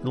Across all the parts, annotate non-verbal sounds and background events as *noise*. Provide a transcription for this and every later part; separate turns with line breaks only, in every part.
And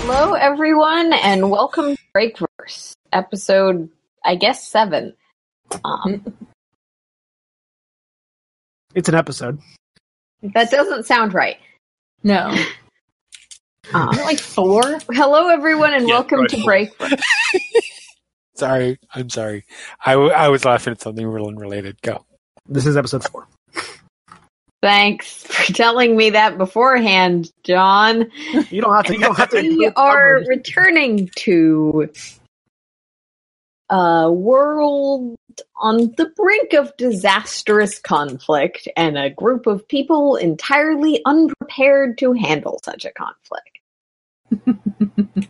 Hello, everyone, and welcome to Breakverse, episode, I guess, seven. Um,
It's an episode.
that doesn't sound right.
No.
Um,
Like four?
hello, everyone, and
Yeah,
welcome
right.
to Breakverse.
Sorry, I'm sorry. I, w- I was laughing at something real unrelated. Go.
This is episode four.
Thanks for telling me that beforehand, John.
You don't have to. You don't
*laughs*
have to.
We are returning to a world on the brink of disastrous conflict and a group of people entirely unprepared to handle such a conflict.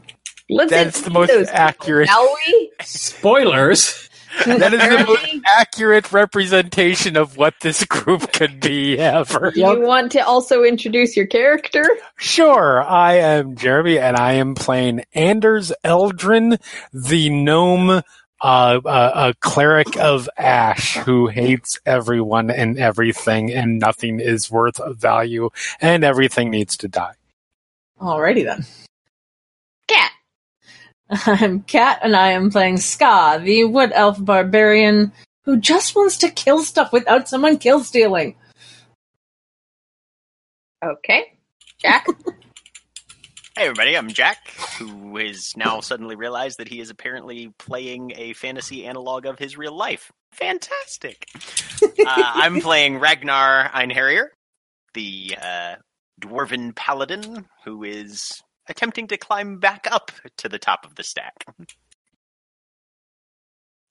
*laughs*
Let's
That's the
include
most
those people,
accurate.
Shall we?
Spoilers.
That is the most
Jeremy,
accurate representation of what this group could be ever.
do you want to also introduce your character?
Sure, I am Jeremy, and I am playing Anders Eldrin, the gnome, uh, uh, uh, cleric of Ash, who hates everyone and everything, and nothing is worth of value, and everything needs to die.
Alrighty then.
Cat.
*laughs* I'm Kat, and I am playing Ska, the wood elf barbarian who just wants to kill stuff without someone kill stealing.
Okay. Jack.
Hey everybody, I'm Jack, who has now suddenly realized that he is apparently playing a fantasy analog of his real life. Fantastic! uh, I'm playing Ragnar Einherjar, the uh, dwarven paladin who is attempting to climb back up to the top of the stack.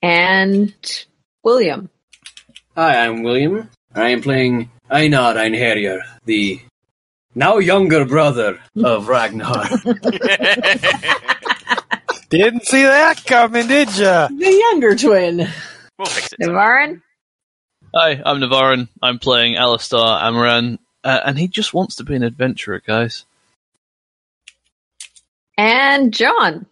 and William.
Hi, I'm William. I am playing Einar Einherjar, the now younger brother of Ragnar.
Didn't see that coming, did ya?
The younger twin.
we'll fix it. someday.
Navarin.
Hi, I'm Navarin. I'm playing Alistar Amaran, uh, and he just wants to be an adventurer, guys.
And John.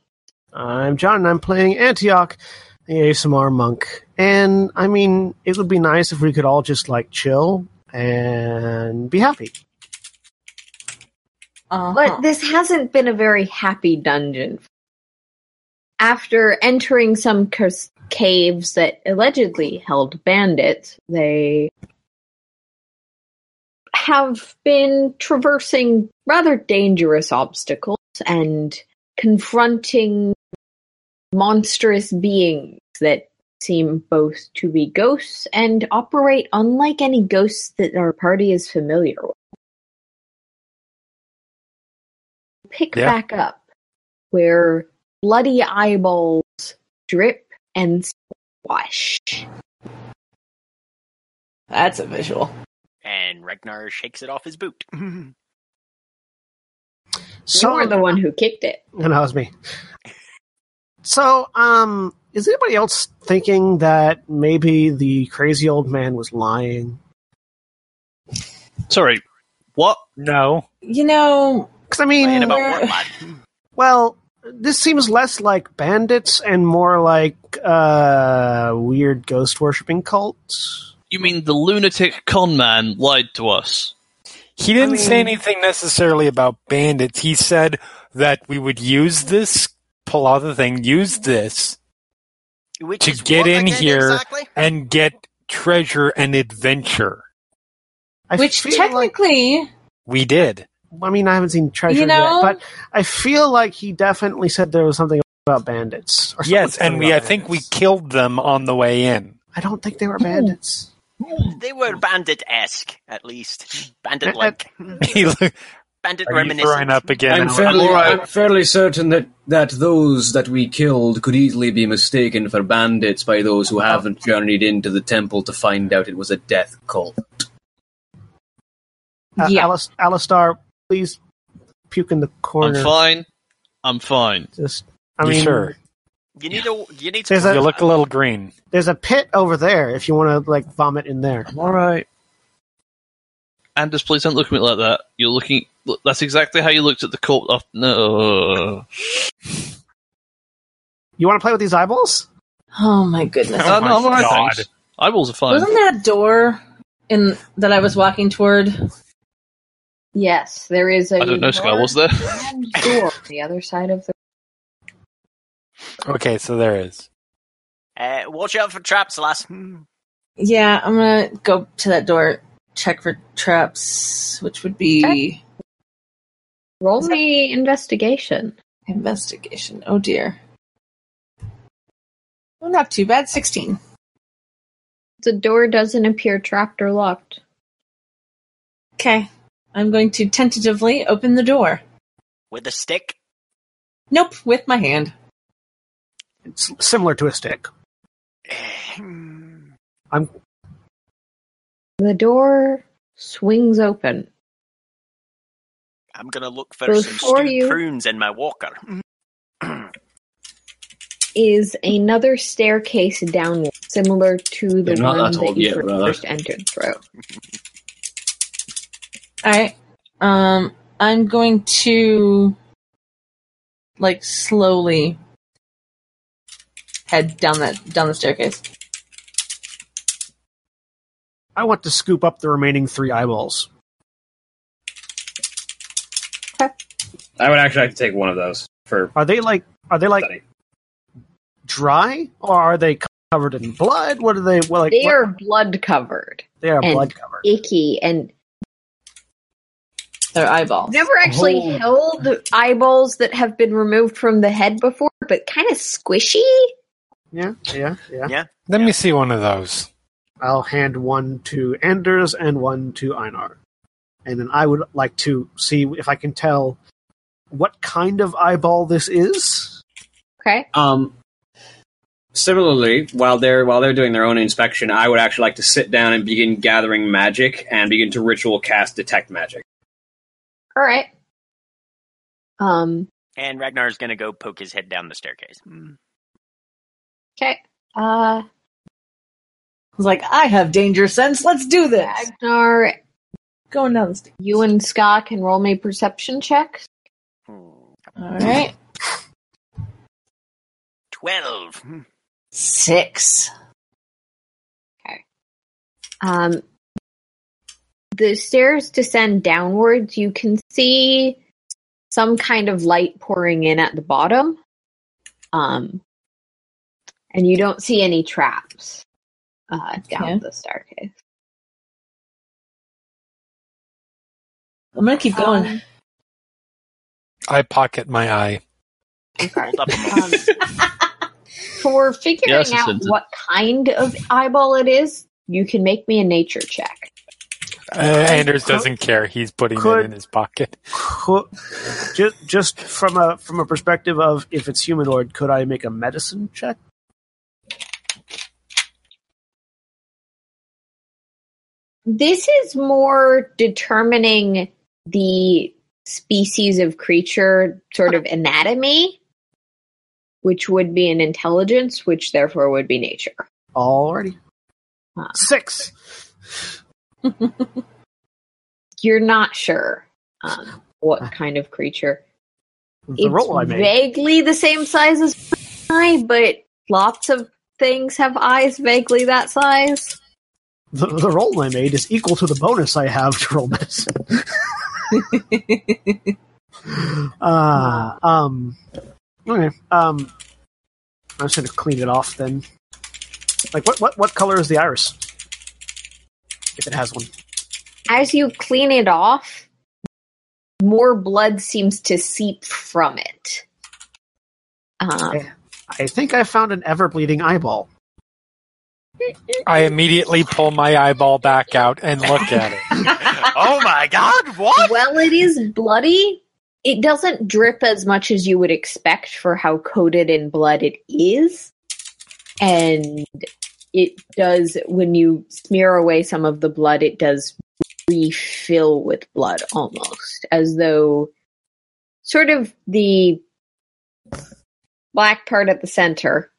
I'm John, and I'm playing Antioch, the ASMR monk. And I mean, it would be nice if we could all just like chill and be happy.
Uh-huh.
But this hasn't been a very happy dungeon. After entering some cus- caves that allegedly held bandits, they have been traversing rather dangerous obstacles and confronting monstrous beings that seem both to be ghosts and operate unlike any ghosts that our party is familiar with. Pick
Yeah.
back up where bloody eyeballs drip and squash.
That's a visual.
And Ragnar shakes it off his boot.
you were the one who kicked it.
No, that was me. So, um, is anybody else thinking that maybe the crazy old man was lying?
Sorry, what?
No.
You know,
Because I
Playing
mean,
about
Yeah.
Warlot.
well, this seems less like bandits and more like uh, weird ghost worshipping cults.
You mean the lunatic con man lied to us?
He didn't
mean-
say anything necessarily about bandits. He said that we would use this pull out the thing, use this,
Which
To
is
get
what
in
again
here-
Exactly?
and get treasure and adventure.
I
Which
feel like-
technically,
We did.
I mean, I haven't seen treasure
You know-
yet, but I feel like he definitely said there was something about bandits. *laughs* Or
Yes,
something
and we I
about
think we
bandits.
killed them on the way in. *laughs*
I don't think they were bandits.
They were bandit-esque, at least. Bandit-like.
He look-
bandit
Are you
reminiscent.
throwing up again?
I'm
Alan?
fairly,
alright.
I'm fairly certain that, that those that we killed could easily be mistaken for bandits by those who haven't journeyed into the temple to find out it was a death cult.
Uh,
Yeah.
Alis- Alistar, please puke in the corner.
I'm fine. I'm fine.
Just, I
You
mean,
sure?
You need a. You need
There's
some-
a-
You look a little green.
there's a pit over there if you want to like vomit in there.
I'm all right. Anders, please don't look at me like that. You're looking. Look, that's exactly how you looked at the corpse. Oh,
Oh
no.
You want to play with these eyeballs?
oh my goodness.
my
no, no, I'm all right,
God.
thanks. Eyeballs are fine.
Wasn't that door in that I was walking toward?
Yes, there is a.
I don't know, Sky,
large
was there?
grand door on the other side of the.
Okay, so there is.
Uh, watch out for traps, lass.
Yeah, I'm gonna go to that door, check for traps, which would be
Okay. Roll me investigation.
investigation. Oh dear. Well, not too bad. Sixteen.
The door doesn't appear trapped or locked.
Okay. I'm going to tentatively open the door.
With a stick.
Nope, with my hand.
It's similar to a stick.
The door swings open.
I'm gonna look for
Those
some
for
stewed
you.
prunes in my walker.
Is another staircase downward, similar to the
You're not
one
that
that
old
you
yet,
first
brother.
entered through.
All right. Um, I'm going to like slowly head down that down the staircase.
I want to scoop up the remaining three eyeballs.
I would actually like to take one of those for
Are they like are they like
study.
dry or are they co- covered in blood? What are they? Well, like
they
what-
are blood covered,
they are
and-
blood covered.
icky, and
Their eyeballs.
never actually held eyeballs that have been removed from the head before, but kind of squishy.
Yeah, yeah, yeah.
Let me see one of those.
I'll hand one to Anders and one to Einar. And then I would like to see if I can tell what kind of eyeball this is.
Okay.
Um, similarly, while they're while they're doing their own inspection, I would actually like to sit down and begin gathering magic and begin to ritual cast detect magic.
All right. Um.
and Ragnar's gonna go poke his head down the staircase.
Okay. Uh,
I was like, I have danger sense. Let's do this.
Agnar,
Going down the stairs.
you and Scott can roll me perception checks.
All right.
Twelve.
Six.
Um, the stairs descend downwards. You can see some kind of light pouring in at the bottom. Um, and you don't see any traps uh, down
Okay.
the staircase.
I'm gonna keep going.
Um,
I pocket my eye.
okay.
Hold up a moment.
*laughs*
Um, *laughs* for figuring
Yes, it's
out
hinted.
what kind of eyeball it is, you can make me a nature check.
Uh, Anders doesn't care. He's putting it
Could-
in his pocket.
just, just from a from a perspective of if it's humanoid, could I make a medicine check?
This is more determining the species of creature, sort of anatomy, which would be an intelligence, which therefore would be nature.
Already
Huh.
six.
You're not sure um, what kind of creature.
The roll I made.
vaguely the same size as my eye, but lots of things have eyes vaguely that size.
The, the roll I made is equal to the bonus I have to roll medicine. uh, um, Okay. Um, I'm just gonna clean it off then. Like, what what what color is the iris? If it has one.
As you clean it off, more blood seems to seep from it. Um,
I think I found an ever bleeding eyeball.
I immediately pull my eyeball back out and look at it.
oh my god, what?
Well, it is bloody. It doesn't drip as much as you would expect for how coated in blood it is. And it does, when you smear away some of the blood, it does refill with blood almost, as though sort of the black part at the center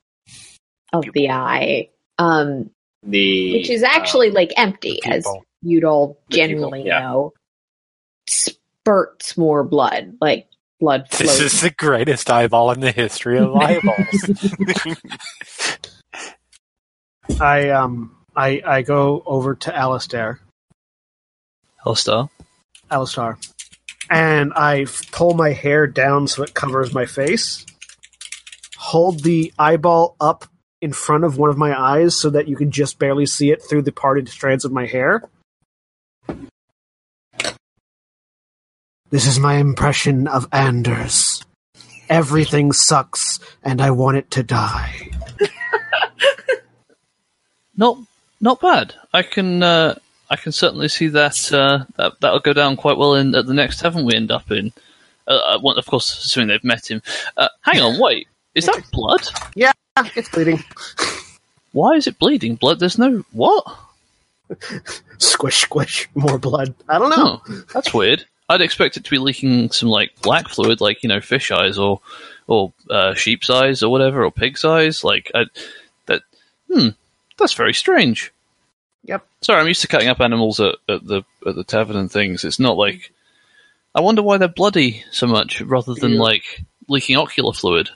of the eye, um,
The
which is actually like empty, as
People.
you'd all
uh, The people,
generally
yeah.
know, spurts more blood, like blood
This
flows.
*laughs* is the greatest eyeball in the history of eyeballs.
I um I I go over to Alistair,
Hellstar.
Alistar, and I f- pull my hair down so it covers my face. Hold the eyeball up in front of one of my eyes so that you can just barely see it through the parted strands of my hair. This is my impression of Anders. Everything sucks, and I want it to die.
Not not bad. I can uh, I can certainly see that uh, that that'll go down quite well in at the next heaven we end up in. Uh, uh, well, of course, assuming they've met him. Uh, hang on, wait. Is that blood?
Ah, it's bleeding.
Why is it bleeding? Blood? There's no what?
Squish, squish, more blood. I don't know.
Oh, that's weird. I'd expect it to be leaking some like black fluid, like you know, fish eyes or or uh, sheep's eyes or whatever, or pig's eyes. Like I, that. Hmm, that's very strange.
Yep.
Sorry, I'm used to cutting up animals at, at the at the tavern and things. It's not like I wonder why they're bloody so much rather than
Yeah.
like leaking ocular fluid.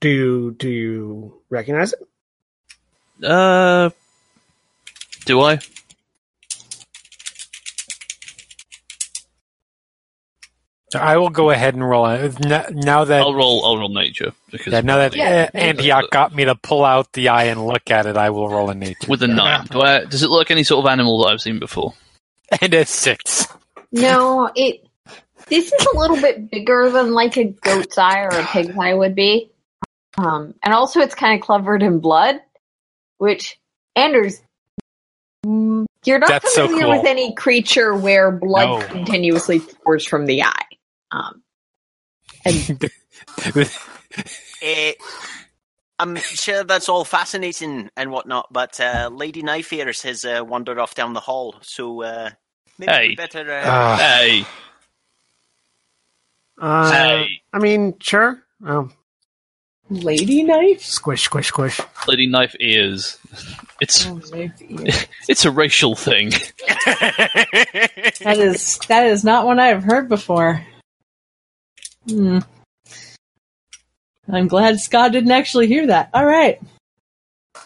Do do you recognize it?
Uh, do I?
I will go ahead and roll it. Now, now that
I'll roll. I'll roll nature because
Yeah, now that
Yeah.
uh, Antioch got me to pull out the eye and look at it, I will roll a nature
with a nine. Do I, does it look like any sort of animal that I've seen before?
*laughs* and a six.
No, it. This is a little bit bigger than like a goat's eye or a pig's eye would be, um, and also it's kind of covered in blood. Which Anders, mm, you're not
That's so
familiar
cool.
with any creature where blood
No.
continuously pours from the eye. Um,
Eh, I'm sure that's all fascinating and whatnot, but uh, Lady Knife Ears has uh, wandered off down the hall, so uh, maybe
Hey.
we better. Uh,
Ah,
Hey,
Uh,
Hey.
I mean, sure. Oh,
Lady knife?
squish, squish, squish.
lady knife ears. It's
Mm.
Oh, knife.
It's a racial thing.
*laughs*
that is that is not one I have heard before. Hmm. I'm glad Scott didn't actually hear that. All right.
so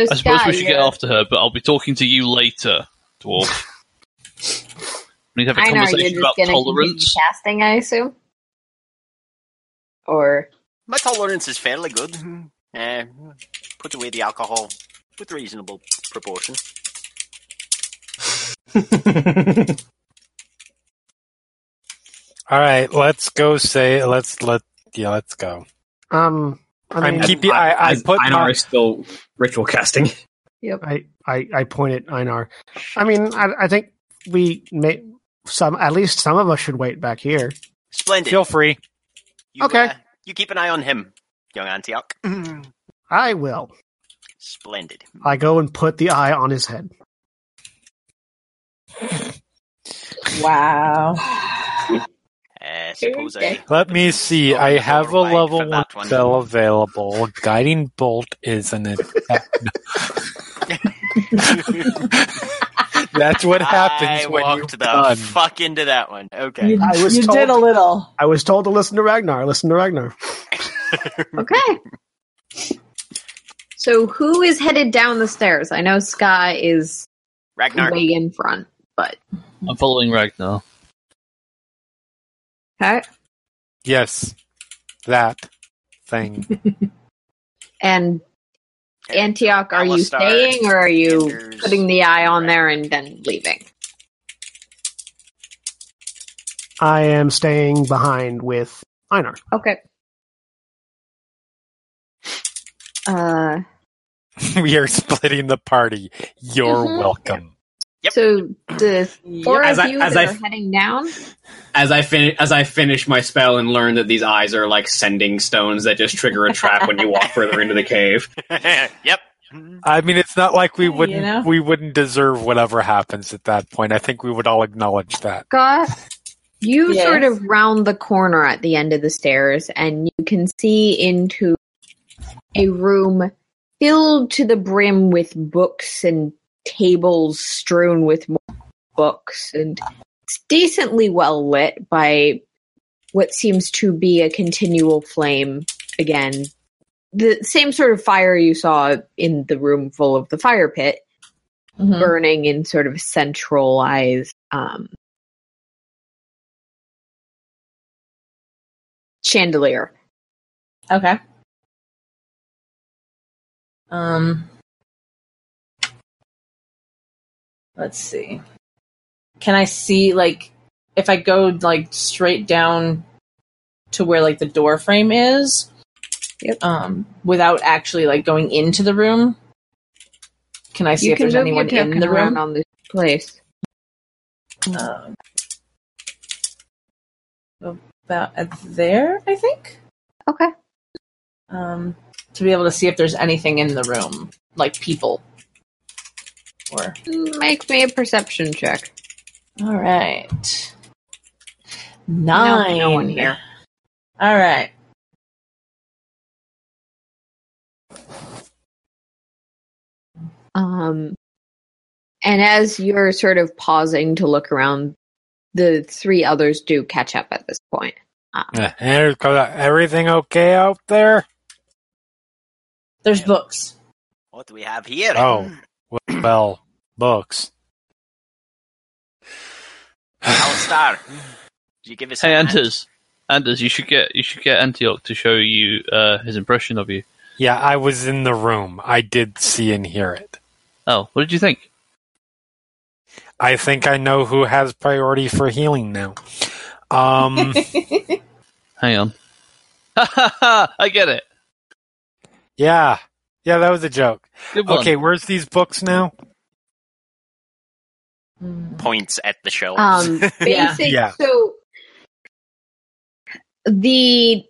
I suppose
Sky,
we should get
you're-
after her, but I'll be talking to you later, dwarf. we need to have a
I know you're
conversation
just
about
gonna
tolerance.
continue casting, I assume, or
My tolerance is fairly good. Eh, put away the alcohol with reasonable proportion.
all right, let's go. Say let's let yeah, let's go.
Um, I mean,
I'm keeping. I, I
as
put.
Einar
My,
is still
*laughs*
ritual casting.
I, I, I point at Einar. I mean, I, I think we may some at least some of us should wait back here.
Splendid.
feel free.
You,
okay.
uh, you keep an eye on him, young Antioch.
I will.
Splendid.
I go and put the eye on his head. *sighs*
Wow.
Uh, suppose
Okay.
I.
Let me see.
Oh,
I
you're
have a
right
level
for
one
that one. *laughs*
spell available. Guiding bolt is an attack. That's
*laughs*
what happens
I
when
walked
you're
the
done.
fuck into that one. Okay.
You,
I was
you
told-
did a little.
I was told to listen to Ragnar. Listen to Ragnar.
Okay. So who is headed down the stairs? I know Sky is
Ragnar.
way in front, but
I'm following Ragnar.
okay.
yes, that
*laughs*
thing.
And Antioch, are you
Alistar,
staying or are you
Anders.
putting the eye on there and then leaving?
I am staying behind with Einar.
Okay. Uh,
we are splitting the party. You're
Mm-hmm.
Mhm.
welcome.
Yep.
so the four
As
of
I-
you
as
that
I-
are heading down.
As I finish, as I finish my spell and learn that these eyes are like sending stones that just trigger a trap when
*laughs*
you walk further into the cave.
*laughs* yep.
I mean, it's not like we
You
wouldn't
know?
we wouldn't deserve whatever happens at that point. I think we would all acknowledge that.
Scott, you
Yes.
sort of round the corner at the end of the stairs and you can see into a room filled to the brim with books and tables strewn with more books and it's decently well lit by what seems to be a continual flame again the same sort of fire you saw in the room full of the fire pit
Mhm.
burning in sort of centralized um, chandelier.
Okay. Um. Let's see. Can I see like if I go like straight down to where like the door frame is?
Yep.
Um, without actually like going into the room. Can I see if there's
move your
anyone in
token
the
around
room?
on this place.
Um, Uh, about at there, I think.
Okay.
um, to be able to see if there's anything in the room, like people. Or
Make me a perception check.
all right,
No,
nine.
no one here.
All right.
Um, and as you're sort of pausing to look around, the three others do catch up at this point.
Eh, Anders, Everything okay out there?
There's books.
What do we have here?
Oh. *clears throat* Well, books.
Alistar. Did you give us a
Hey,
hand?
Anders. Anders, you should get you should get Antioch to show you uh, his impression of you.
Yeah, I was in the room. I did see and hear it.
Oh, what did you think?
I think I know who has priority for healing now.
*laughs*
Um,
Hang on. *laughs* Ha ha ha! I get it.
yeah, yeah, that was a joke.
Good one.
Okay, where's these books now?
Mm.
Points at the shelves.
Um,
Yeah.
basic.
Yeah.
So the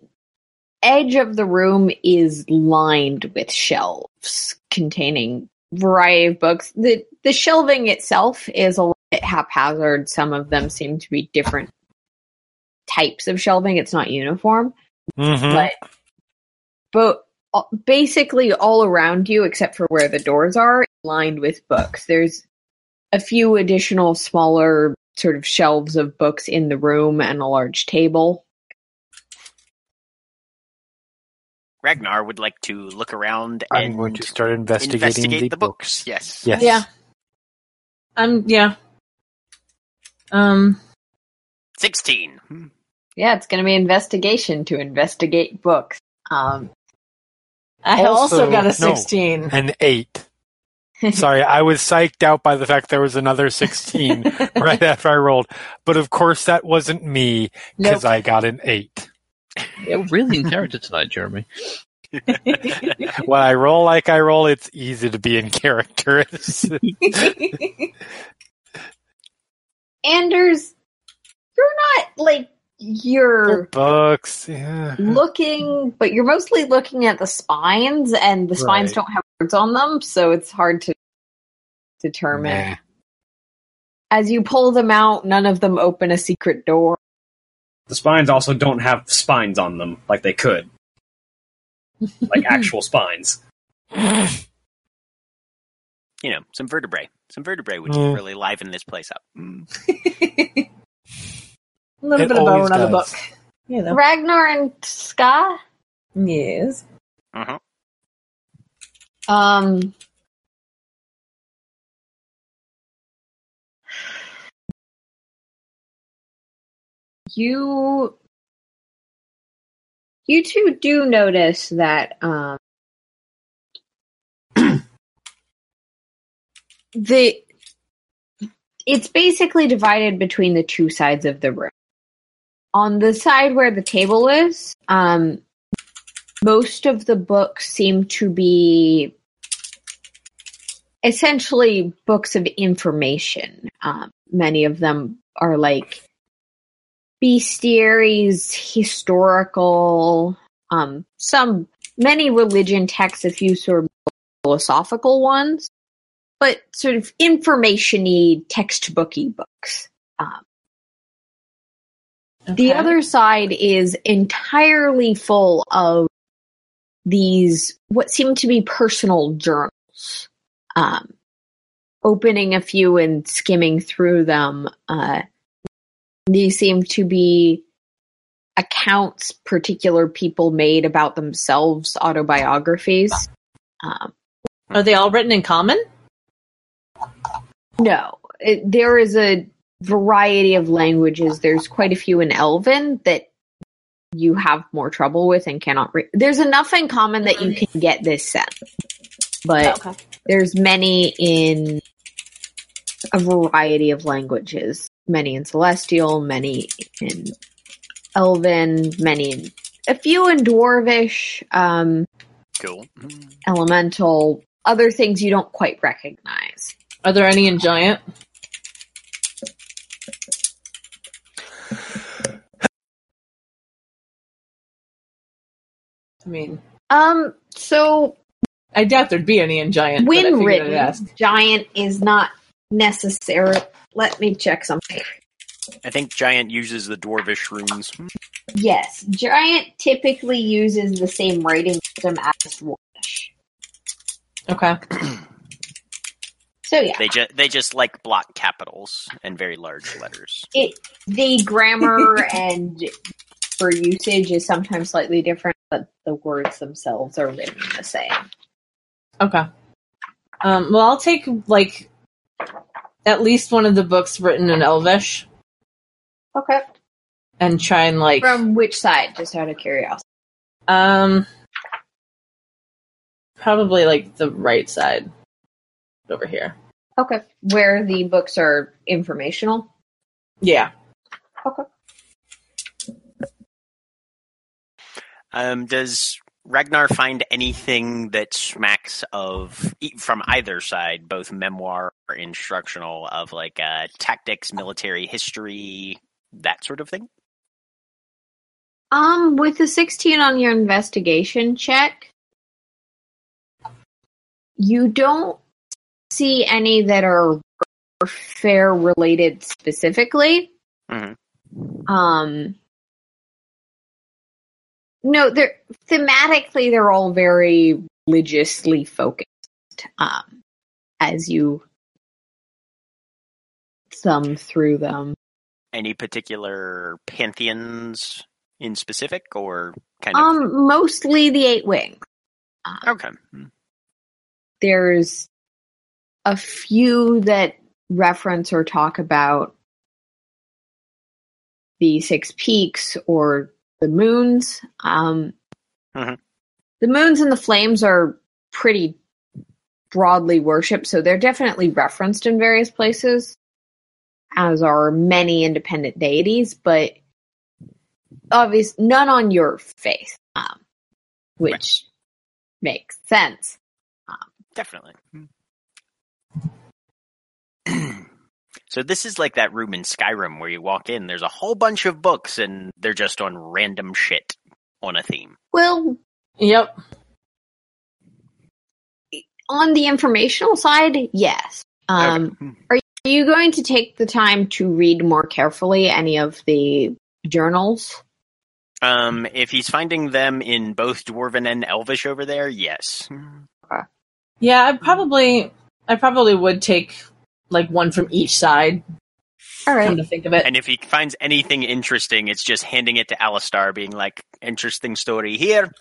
edge of the room is lined with shelves containing variety of books. the The shelving itself is a little bit haphazard. Some of them seem to be different types of shelving. It's not uniform,
hmm
but but uh, basically all around you, except for where the doors are, lined with books. There's a few additional smaller sort of shelves of books in the room and a large table.
Ragnar would like to look around
I'm
and
going to start investigating
investigate
the,
the books. Yes.
Yes.
Yeah. Um. Yeah. Um.
16.
Yeah, it's going to be investigation to investigate books. Um,
I also,
Also,
got
no.
a sixteen.
*laughs* An
*laughs*
eight. Sorry, I was psyched out by the fact there was another 16
*laughs*
right after I rolled. But of course, that wasn't me because
Nope.
I got an eight.
You're really in character tonight, Jeremy.
When I roll like I roll, it's easy to be in character. *laughs*
Anders, you're not like you're
books. Yeah.
looking, but you're mostly looking at the spines, and the spines
Right.
don't have words on them, so it's hard to determine.
Nah.
As you pull them out, none of them open a secret door.
The spines also don't have spines on them, like they could,
*laughs*
like actual spines.
You know, some vertebrae. Some vertebrae would
Mm.
really liven this place up. Mm.
a little
It
bit of
always
bone on the book.
does.
You know.
Ragnar and Ska,
Yes.
Mhm.
Um, you You two do notice that um, *clears throat* the it's basically divided between the two sides of the room. On the side where the table is, um, most of the books seem to be essentially books of information. Um, many of them are like bestiaries, historical, um, some many religion texts, a few sort of philosophical ones, but sort of information-y, textbooky books. Um,
Okay.
The other side is entirely full of these what seem to be personal journals. Um, opening a few and skimming through them, uh, these seem to be accounts particular people made about themselves, autobiographies. Um,
Are they all written in common?
No, it, there is a variety of languages. There's quite a few in Elven that you have more trouble with and cannot read. There's enough in common that you can get this sense, but
Okay.
there's many in a variety of languages. Many in Celestial, many in Elven, many in a few in Dwarvish, um,
Cool.
Mm.
Elemental, other things you don't quite recognize.
Are there any in giant? I mean,
Um, so
I doubt there'd be any in giant. but I
When
figured I'd
written,
ask.
giant is not necessary. Let me check something.
I think Giant uses the dwarvish runes.
Yes, giant typically uses the same writing system as dwarfish.
Okay.
So yeah,
They just they just like block capitals and very large letters.
it the grammar *laughs* and for usage is sometimes slightly different, but the words themselves are written the same.
Okay. Um, well, I'll take like at least one of the books written in Elvish
Okay.
and try and like
From which side? Just out of curiosity.
um probably like the right side over here.
Okay. Where the books are informational.
Yeah.
Um, does Ragnar find anything that smacks of e- from either side, both memoir or instructional, of like uh, tactics, military history, that sort of thing?
Um, with the 16 on your investigation check, you don't see any that are fair related specifically.
Mhm.
Um, no, they're thematically they're all very religiously focused. Um, as you thumb through them,
Any particular pantheons in specific, or kind of
um, mostly the eight wings. Um,
okay? Mm.
there's a few that reference or talk about the six peaks or the moons. Um,
Mhm.
The moons and the flames are pretty broadly worshipped, so they're definitely referenced in various places, as are many independent deities, but obvious none on your faith, um, which makes sense.
Definitely. Hmm. *clears throat* so this is like that room in Skyrim where you walk in, there's a whole bunch of books and they're just on random shit on a theme.
Well,
Yep.
on the informational side, yes. Um,
Okay. Hmm.
Are you going to take the time to read more carefully any of the journals?
Um, if he's finding them in both Dwarven and Elvish over there, yes.
Hmm.
Yeah, I probably I probably would take like one from each side,
All
come to think of it.
And if he finds anything interesting, it's just handing it to Alistar, being like, interesting story here,
Hmm.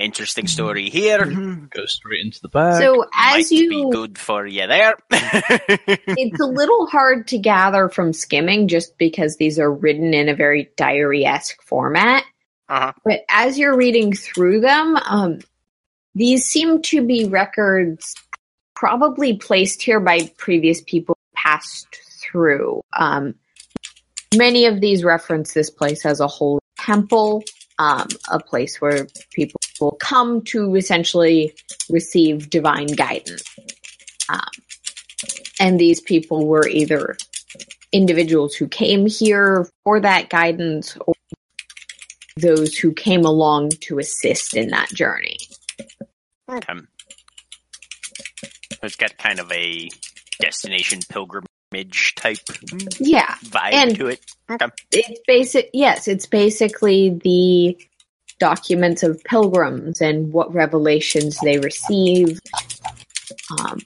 interesting story here.
Go straight into the bag.
So as
Might be
you,
good for you there. *laughs*
it's a little hard to gather from skimming just because these are written in a very diary-esque format.
Uh-huh.
But as you're reading through them, um, these seem to be records probably placed here by previous people passed through. Um, many of these reference this place as a holy temple, um, a place where people will come to essentially receive divine guidance. Um, and these people were either individuals who came here for that guidance or those who came along to assist in that journey.
Okay. So It's got kind of a destination pilgrimage type
Yeah.
vibe
And-
to it. Okay.
it's basic yes it's basically the documents of pilgrims and what revelations they receive um,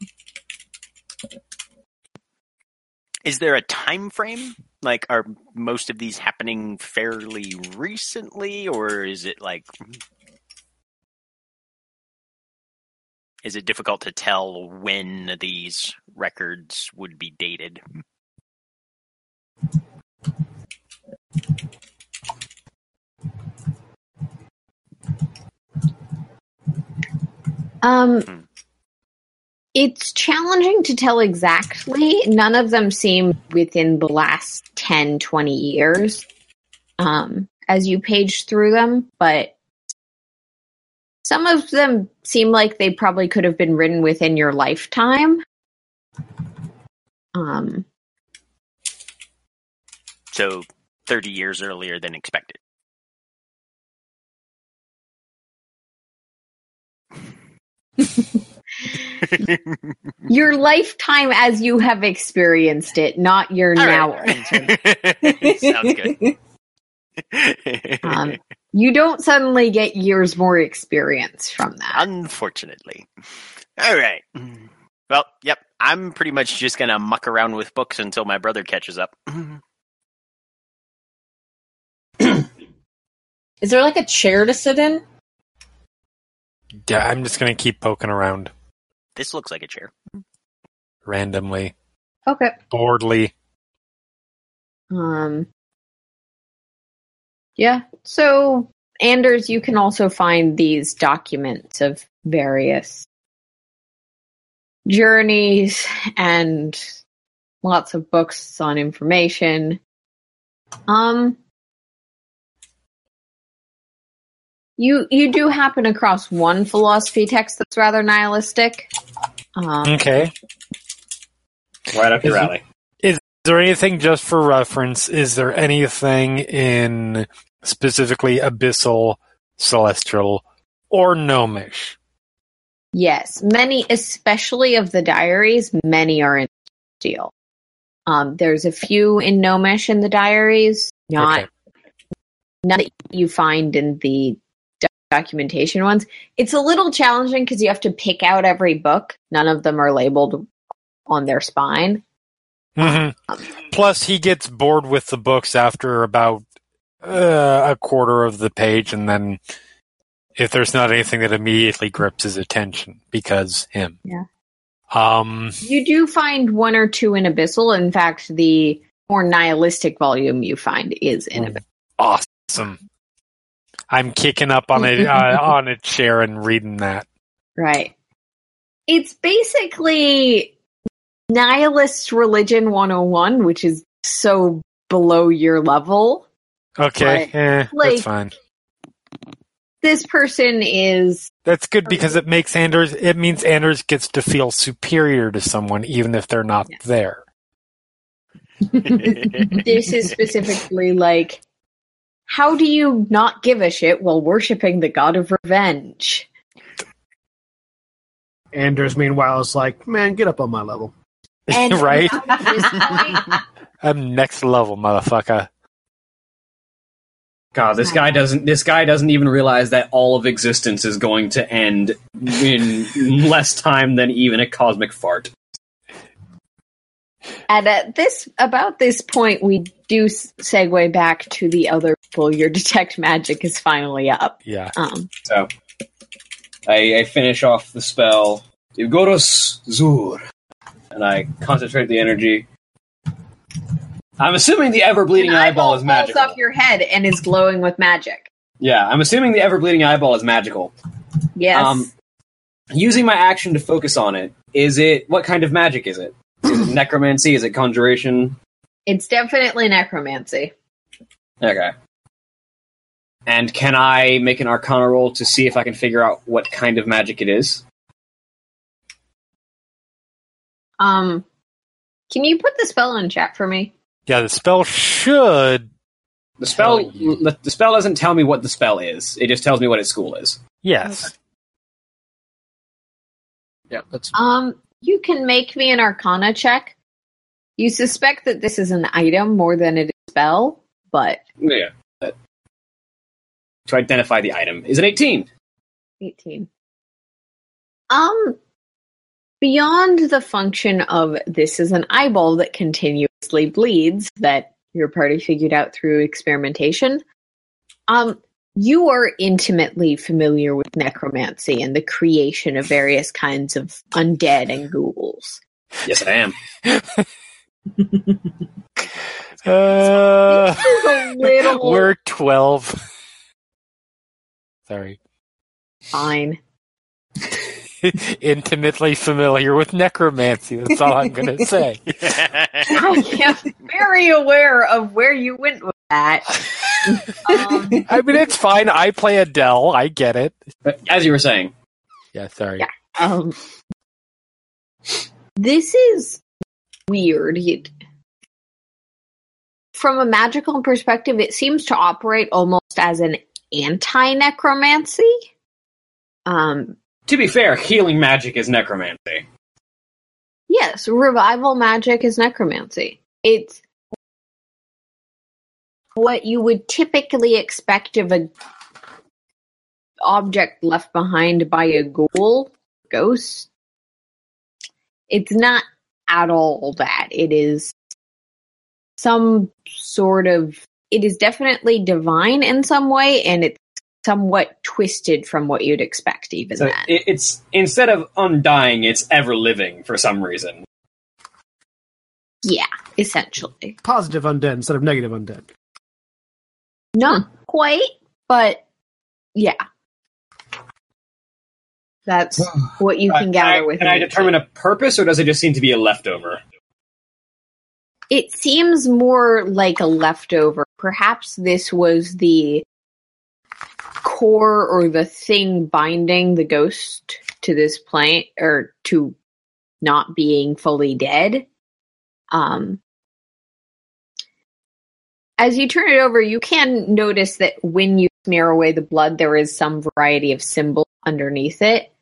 Is there a time frame? Like, are most of these happening fairly recently, or is it like, is it difficult to tell when these records would be dated?
um it's challenging to tell exactly none of them seem within the last 10 20 years um, as you page through them but some of them seem like they probably could have been written within your lifetime um,
So, thirty years earlier
*laughs*
than expected.
your lifetime as you have experienced it, not your
All
now.
*laughs* right. Sounds good.
*laughs*
*laughs*
Um, you don't suddenly get years more experience from that.
Unfortunately. All right. Well, yep. I'm pretty much just gonna muck around with books until my brother catches up. *clears throat*
Is there like a chair to sit in?
Yeah, I'm just gonna keep poking around
This looks like
*laughs*
a chair.
randomly,
Okay.
boredly.
Um, yeah. So, Anders, you can also find these documents of various journeys and lots of books on information. Um, you you do happen across one philosophy text that's rather nihilistic. Um,
Okay.
Right up
Is
your
it-
alley.
Is there anything just for reference? Is there anything in specifically abyssal, celestial, or gnomish?
Yes, many, especially of the diaries, many are in steel. Um, there's a few in Gnomish in the diaries, not
Okay.
none that you find in the doc- documentation ones. It's a little challenging because you have to pick out every book. None of them are labeled on their spine.
Mhm.
um,
Plus, he gets bored with the books after about uh, a quarter of the page, and then if there's not anything that immediately grips his attention, because him.
Yeah.
Um.
You do find one or two in Abyssal. In fact, the more nihilistic volume you find is in Abyssal.
Awesome. I'm kicking up
*laughs*
on a uh, on a chair and reading that.
Right. It's basically nihilist religion 101, which is so below your level.
Okay.
Right.
eh,
Like-
that's fine.
This person is
That's good because it makes Anders. It means Anders gets to feel superior to someone, even if they're not there. *laughs*
this
*laughs*
is *laughs* specifically like how do you not give a shit while worshiping the god of revenge?
Anders, meanwhile, is like, man, get up on my level.
And
*laughs* Right.
now at this point,
I'm next level, motherfucker.
God, this guy doesn't. This guy doesn't even realize that all of existence is going to end in *laughs* less time than even a cosmic fart.
and at this about this point, we do s- segue back to the other people. Your detect magic is finally up.
Yeah.
Um,
So, I, I finish off the spell Ivgoros Zur, and I concentrate the energy. I'm assuming the ever bleeding
An
eyeball, is
falls
magical.
off your head and is glowing with magic.
Yeah, I'm assuming the ever bleeding eyeball is magical.
Yes.
Um, using my action to focus on it, is it what kind of magic is it? Is it necromancy? Is it conjuration?
it's definitely necromancy.
Okay. And can I make an arcana roll to see if I can figure out what kind of magic it is?
Um, can you put the spell in chat for me?
Yeah, the spell should.
The spell the, the spell doesn't tell me what the spell is. It just tells me what its school is.
Yes.
Yeah, that's
Um, you can make me an arcana check. You suspect that this is an item more than it is a spell, but
Yeah. But- Uh, to identify the item is an 18.
18. Um, beyond the function of this is an eyeball that continuously bleeds that your party figured out through experimentation, um, you are intimately familiar with necromancy and the creation of various kinds of undead and ghouls.
Yes, I am.
*laughs*
Uh,
It's a little
*laughs* we're 12. *laughs* Sorry. *laughs*
fine.
Intimately familiar with necromancy. That's all
*laughs*
I'm going to say.
I am very aware of where you went with that. Um,
I mean, it's fine. I play Adele. I get it.
But as you were saying,
Yeah, sorry.
Yeah. Um, this is weird. It, from a magical perspective, it seems to operate almost as an anti necromancy. Um,
to be fair, healing magic is necromancy.
yes, revival magic is necromancy. It's what you would typically expect of a object left behind by a ghoul, ghost. It's not at all that. It is some sort of. It is definitely divine in some way, and it's somewhat twisted from what you'd expect, even
So
that.
it, it's instead of undying, it's ever living for some reason.
yeah, essentially.
Positive undead instead of negative undead.
Not quite, but yeah.
*sighs*
That's what you can gather
I,
with
Can I determine a purpose, or does it just seem to be a leftover?
It seems more like a leftover. Perhaps this was the core or the thing binding the ghost to this plane or to not being fully dead. Um as you turn it over, you can notice that when you smear away the blood, there is some variety of symbol underneath it.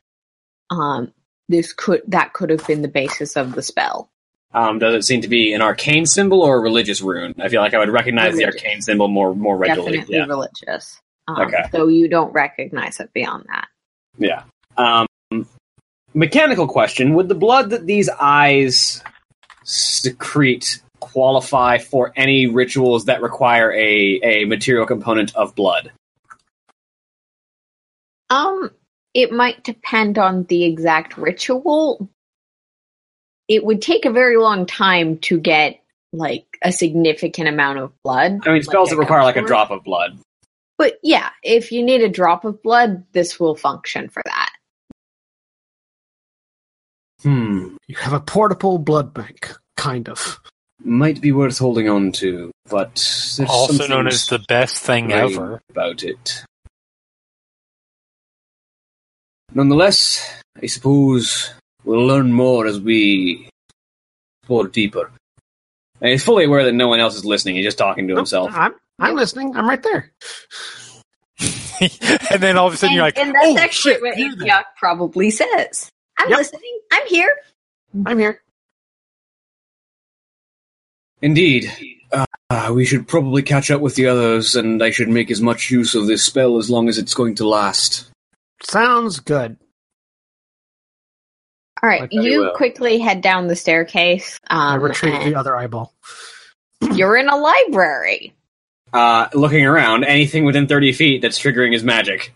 Um, this could that could have been the basis of the spell.
Um, does it seem to be an arcane symbol or a religious rune? I feel like I would recognize
Religious.
the arcane symbol more more regularly.
definitely religious. Um,
Okay.
Though you don't recognize it beyond that.
Yeah, yeah. Um, mechanical question: Would the blood that these eyes secrete qualify for any rituals that require a a material component of blood?
Um, it might depend on the exact ritual. It would take a very long time to get like a significant amount of blood.
I mean, spells
a
that require like a
cup.
drop of blood.
But yeah, if you need a drop of blood, this will function for that.
Hmm.
You have a portable blood bank, kind of.
Might be worth holding on to, but there's
Also
something
known as the best thing
strange
ever.
about it. Nonetheless, I suppose we'll learn more as we explore deeper. And he's fully aware that no one else is listening. He's just talking to
Oh,
himself.
I'm, I'm listening. I'm right there.
*laughs* and then all of a sudden
and,
you're like,
and that's
oh,
actually
shit,
what
hear that."
Antioch probably says. I'm
Yep.
listening. I'm here.
I'm here.
Indeed. uh,
Ah, we should probably catch up with the others, and I should make as much use of this spell as long as it's going to last.
Sounds good.
All
I
right,
tell you
you
what.
quickly head down the staircase.
I
Um,
retrieve
and
the other eyeball. *laughs*
you're in a library.
Uh, looking around, anything within 30 feet that's triggering his magic.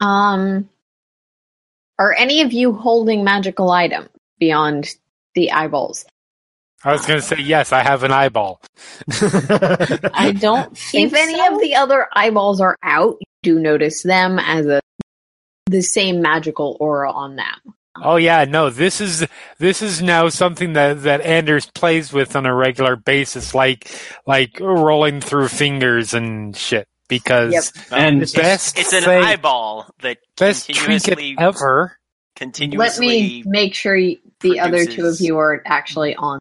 Um, are any of you holding magical item beyond the eyeballs?
I was going to say, yes, I have an eyeball. *laughs*
I don't think
If any
so. *laughs*
of the other eyeballs are out, you do notice them as a the same magical aura on them.
Oh yeah, no. This is this is now something that that Anders plays with on a regular basis, like like rolling through fingers and shit. Because
Yep.
And
the best
It's an
thing-
eyeball that
best
continuously
trinket ever.
Let
continuously
me make sure y- the other two of
produces-
you are actually on.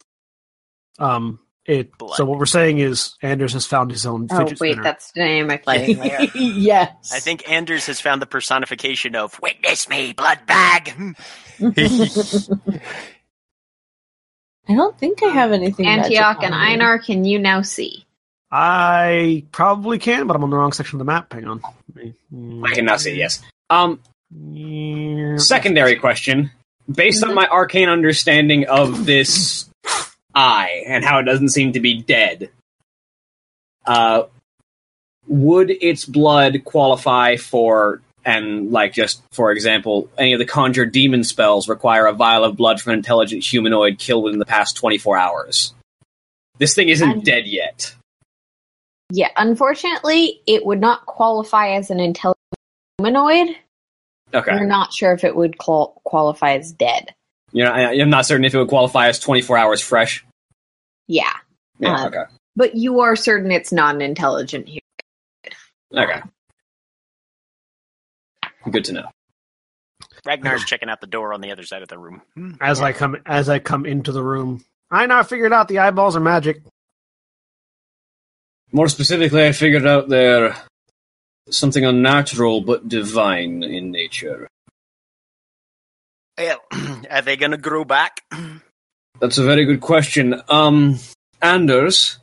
Um, it.
Blood.
So what we're saying is Anders has found his own
Oh
fidget
wait,
spinner.
that's dynamic
*laughs*
lighting. layer.
yes. *laughs*
I think Anders has found the personification of witness me, blood bag.
I don't think I have anything.
Antioch and
magical.
Einar, can you now see?
I probably can, but I'm on the wrong section of the map. Hang on.
I can now say yes. Um, secondary question. Based on my arcane understanding of this eye and how it doesn't seem to be dead, uh, would its blood qualify for, and like just for example, any of the conjure demon spells require a vial of blood from an intelligent humanoid killed within the past 24 hours? This thing isn't
I'm-
dead yet.
Yeah, unfortunately, it would not qualify as an intelligent humanoid.
Okay.
We're not sure if it would qual- qualify as dead.
You know, I, I'm not certain if it would qualify as 24 hours fresh.
Yeah,
Yeah,
Uh,
okay.
but you are certain it's not an intelligent human.
Okay. Good to know.
*laughs* Ragnar's checking out the door on the other side of the room. *clears throat*
As I come, as I come into the room, I now figured out the eyeballs are magic.
More specifically, I figured out they're something unnatural but divine in nature.
Yeah. *clears throat* Are they gonna grow back?
That's a very good question. Um, Anders,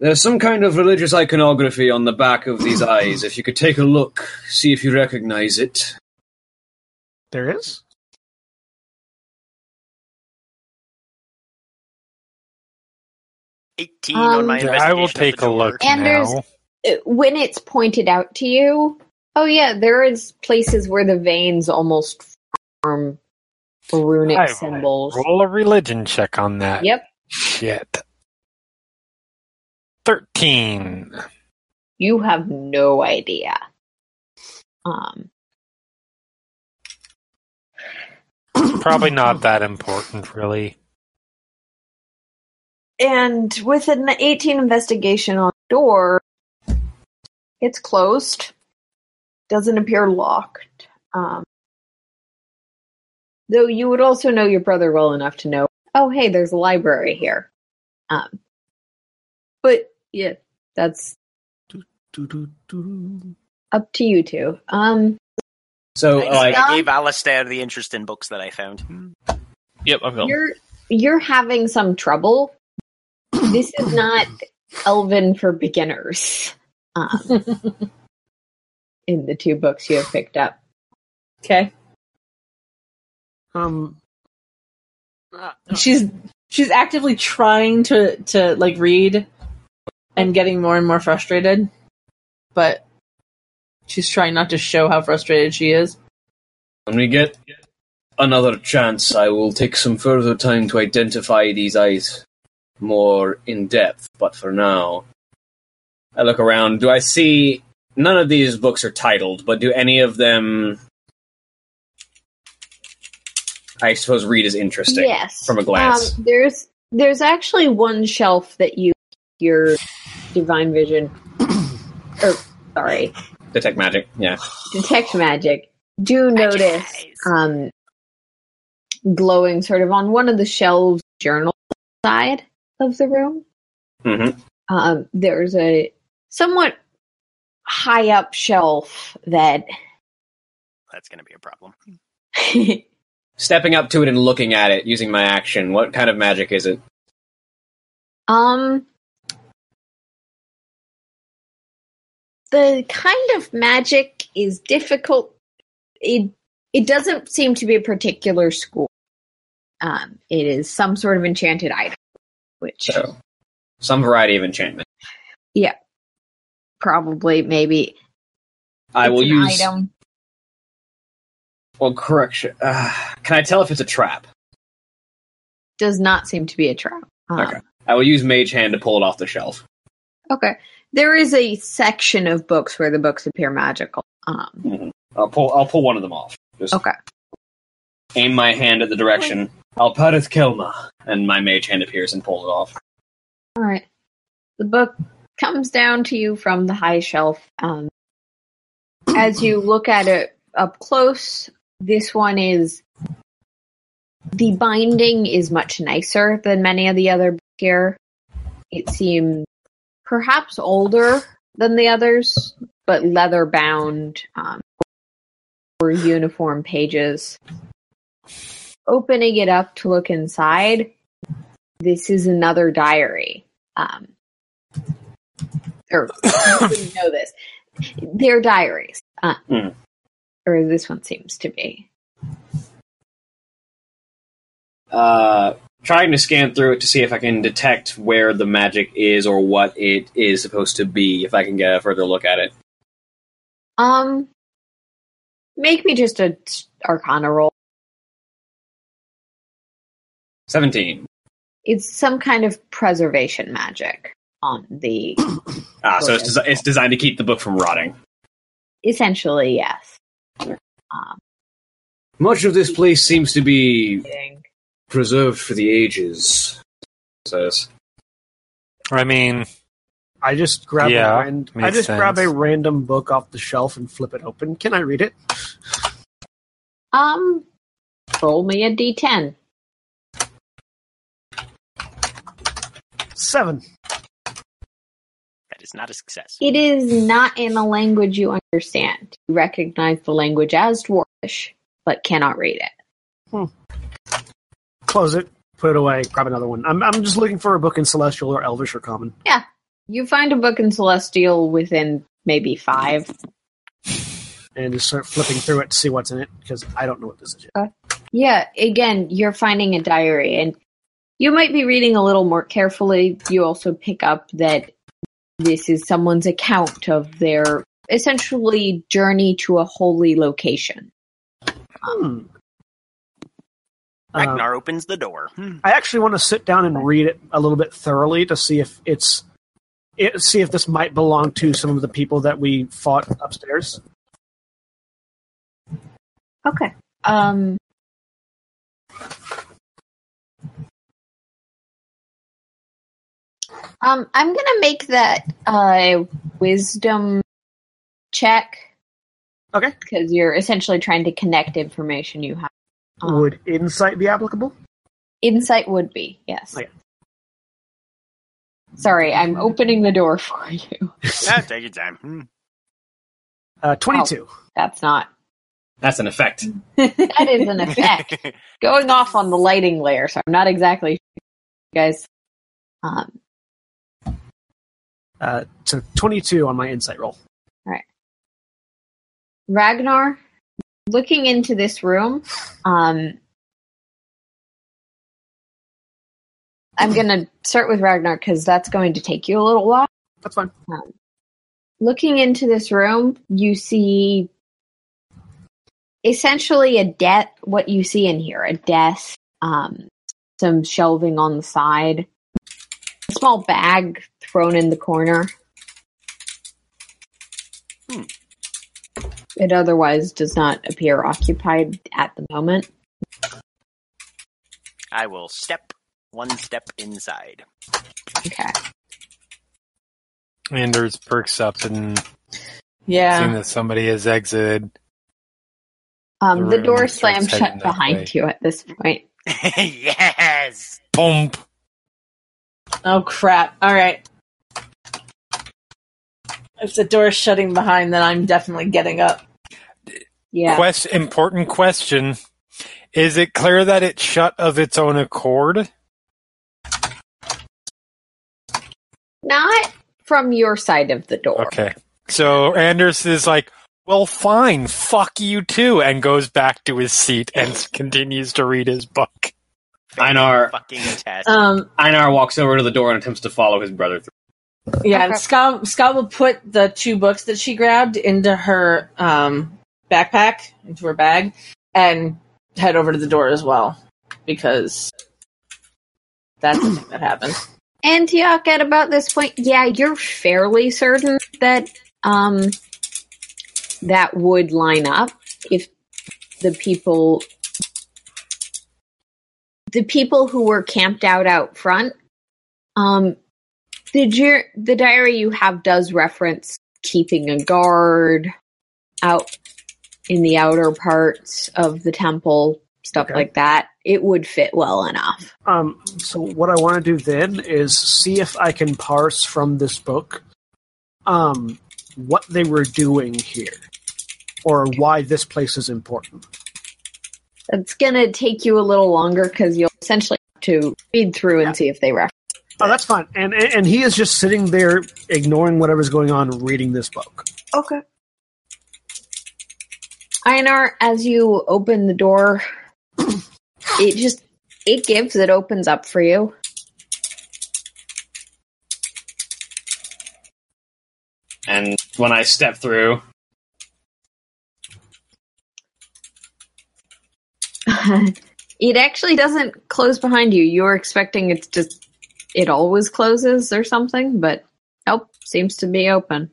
there's some kind of religious iconography on the back of these eyes. If you could take a look, see if you recognize it.
There is.
Eighteen
Um,
on my investigation.
I will take
of the
a
door.
look
Anders-
now.
Uh, When it's pointed out to you, oh yeah, there is places where the veins almost form runic
I will
symbols.
Roll a religion check on that.
Yep,
Shit. Thirteen.
you have no idea. Um,
Probably
*clears throat*
not that important, really.
and with an 18 investigation on the door, it's closed. Doesn't appear locked. Um, though you would also know your brother well enough to know, oh, hey, there's a library here. Um, but yeah, that's up to you two. Um,
So,
I,
like,
I gave Alistair the interest in books that I found.
Yep, I've got. 'em.
you're you're having some trouble. this is not Elven for beginners. Um, in the two books you have picked up,
Okay.
Um,
She's she's actively trying to to like read, and getting more and more frustrated, but she's trying not to show how frustrated she is.
When we get another chance, I will take some further time to identify these eyes more in depth, but for now, I look around. Do I see. None of these books are titled, but do any of them. I suppose read is interesting
yes,
from a glance.
Um, there's there's actually one shelf that you your divine vision, or sorry,
Detect magic, yeah.
detect magic. Do notice um, glowing sort of on one of the shelves, journal side of the room.
hmm
um, there's a somewhat high up shelf that *laughs*
That's gonna be a problem.
Stepping up to it and looking at it using my action. What kind of magic is it?
um the kind of magic is difficult it it doesn't seem to be a particular school um it is some sort of enchanted item which
So, some variety of enchantment.
probably maybe
I
it's
will
an
use.
item
Well, correction. Uh, can I tell if it's a trap?
does not seem to be a trap um,
Okay. I will use Mage Hand to pull it off the shelf.
Okay. There is a section of books where the books appear magical. Um,
I'll pull. I'll pull one of them off. Just
okay.
aim my hand at the direction. Alparith Kelma, and my mage hand appears and pulls it off.
All right. The book comes down to you from the high shelf. Um, as you look at it up close, this one is. The binding is much nicer than many of the other books here. It seems perhaps older than the others, but leather bound um, or uniform pages. Opening it up to look inside, this is another diary. Um, or *coughs* you wouldn't know this. They're diaries. Uh,
Hmm.
Or this one seems to be.
Uh, trying to scan through it to see if I can detect where the magic is or what it is supposed to be. If I can get a further look at it.
Um, make me just a s- arcana roll.
Seventeen.
It's some kind of preservation magic on the.
Ah, so it's, desi- it's designed to keep the book from rotting.
Essentially, yes. Um,
Much of this place seems to be
thing.
preserved for the ages.
Says
I mean,
I just grab
Yeah,
a ran- I
makes
just grab
sense.
a random book off the shelf and flip it open. Can I read it?
Um, roll me a d10.
Seven.
That is not a success.
It is not in a language you understand. You recognize the language as dwarfish, but cannot read it.
Close it. Put it away. Grab another one. I'm I'm just looking for a book in Celestial or Elvish or Common.
You find a book in Celestial within maybe five.
and just start flipping through it to see what's in it because I don't know what this is. Yet.
Yeah, again, you're finding a diary, and you might be reading a little more carefully. You also pick up that this is someone's account of their essentially journey to a holy location.
Hmm. Um,
Ragnar opens the door.
*laughs*
Hmm.
I actually want to sit down and read it a little bit thoroughly to see if it's it, see if this might belong to some of the people that we fought upstairs.
Okay. Um. Um, I'm gonna make that uh, wisdom check.
Okay.
Because you're essentially trying to connect information you have. Um,
Would insight be applicable?
Insight would be, yes.
Okay.
Sorry, I'm opening the door *laughs* for you.
Ah, take your time. Hmm.
Uh, Twenty-two.
That's not.
that's an effect.
That is an effect. Going off on the lighting layer, so I'm not exactly sure, you guys. Um,
Uh, so twenty-two on my insight roll.
Ragnar, looking into this room, um, I'm going to start with Ragnar because that's going to take you a little while.
That's fine.
looking into this room, you see essentially a debt. What you see in here, a desk, um, some shelving on the side, a small bag thrown in the corner. Hmm. It otherwise does not appear occupied at the moment.
*laughs* I will step one step inside. *laughs*
Okay.
Anders perks up and seeing
Yeah.
that somebody has exited.
Um,
The
the,
room
door
starts
slams
heading
shut
that
behind
way.
you at this point.
yes.
Boom.
Oh crap. All right. If the door's shutting behind, then I'm definitely getting up.
Yeah.
Quest, important question. Is it clear that it shut of its own accord?
Not from your side of the door.
Okay. So Anders is like, well, fine, fuck you too, and goes back to his seat and *laughs* continues to read his book.
Einar
Fucking
Uh,
test.
Um,
Einar walks over to the door and attempts to follow his brother through.
yeah, and
Okay.
Scott, Scott will put the two books that she grabbed into her um, backpack, into her bag, and
*coughs*
head over to the door as well, because that's the thing that happened.
Antioch at about this point, yeah, you're fairly certain that um that would line up if the people the people who were camped out out front um the jur- the diary you have does reference keeping a guard out in the outer parts of the temple stuff
Okay.
like that it would fit well enough
Um, so what I want to do then is see if I can parse from this book um, what they were doing here or why this place is important.
it's gonna take you a little longer because you'll essentially have to read through and see if they reference
Oh, that's fine. And and and he is just sitting there ignoring whatever's going on, reading this book.
Okay. Einar, as you open the door, it just it gives, it opens up for you. *laughs*
And when I step through,
it actually doesn't close behind you. You're expecting it's just it always closes or something, but nope, seems to be open.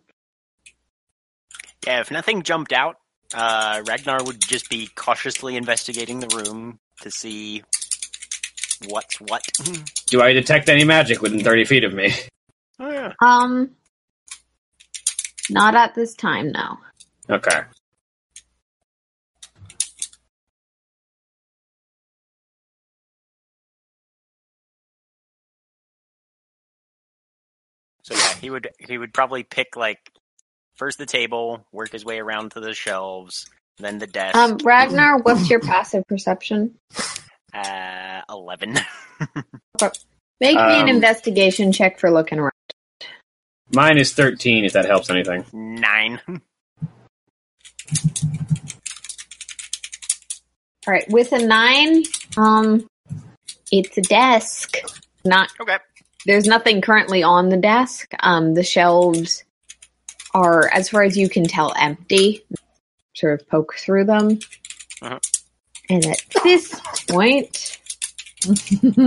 Yeah, if nothing jumped out, uh, Ragnar would just be cautiously investigating the room to see what's what. *laughs*
do I detect any magic within 30 feet of me? *laughs*
Oh, yeah.
Um not at this time, no.
Okay.
So yeah, he would he would probably pick like first the table, work his way around to the shelves, then the desk.
Um Ragnar, what's your passive perception?
uh, Eleven. *laughs*
Make me an
Um,
investigation check for looking around.
Mine is 13, if that helps anything.
Nine.
All right, with a nine, um, it's a desk. Not
Okay.
there's nothing currently on the desk. Um, the shelves are, as far as you can tell, empty. Sort of poke through them,
Uh-huh.
and at this point, *laughs*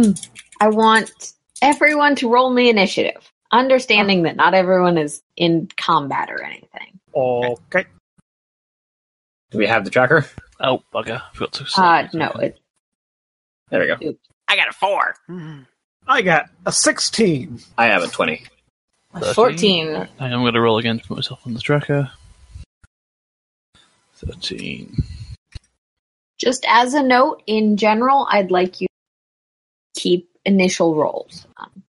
I want everyone to roll me initiative. Understanding that not everyone is in combat or anything.
Okay.
Do we have the tracker?
Oh, bugger. Forgot to.
Uh, no, it,
There we go.
I got a four.
I got a sixteen.
I have a 20.
Thirteen.
14.
Hang on, I'm going to roll again to put myself on the tracker. 13.
Just as a note, in general, I'd like you to keep initial rolls. Um,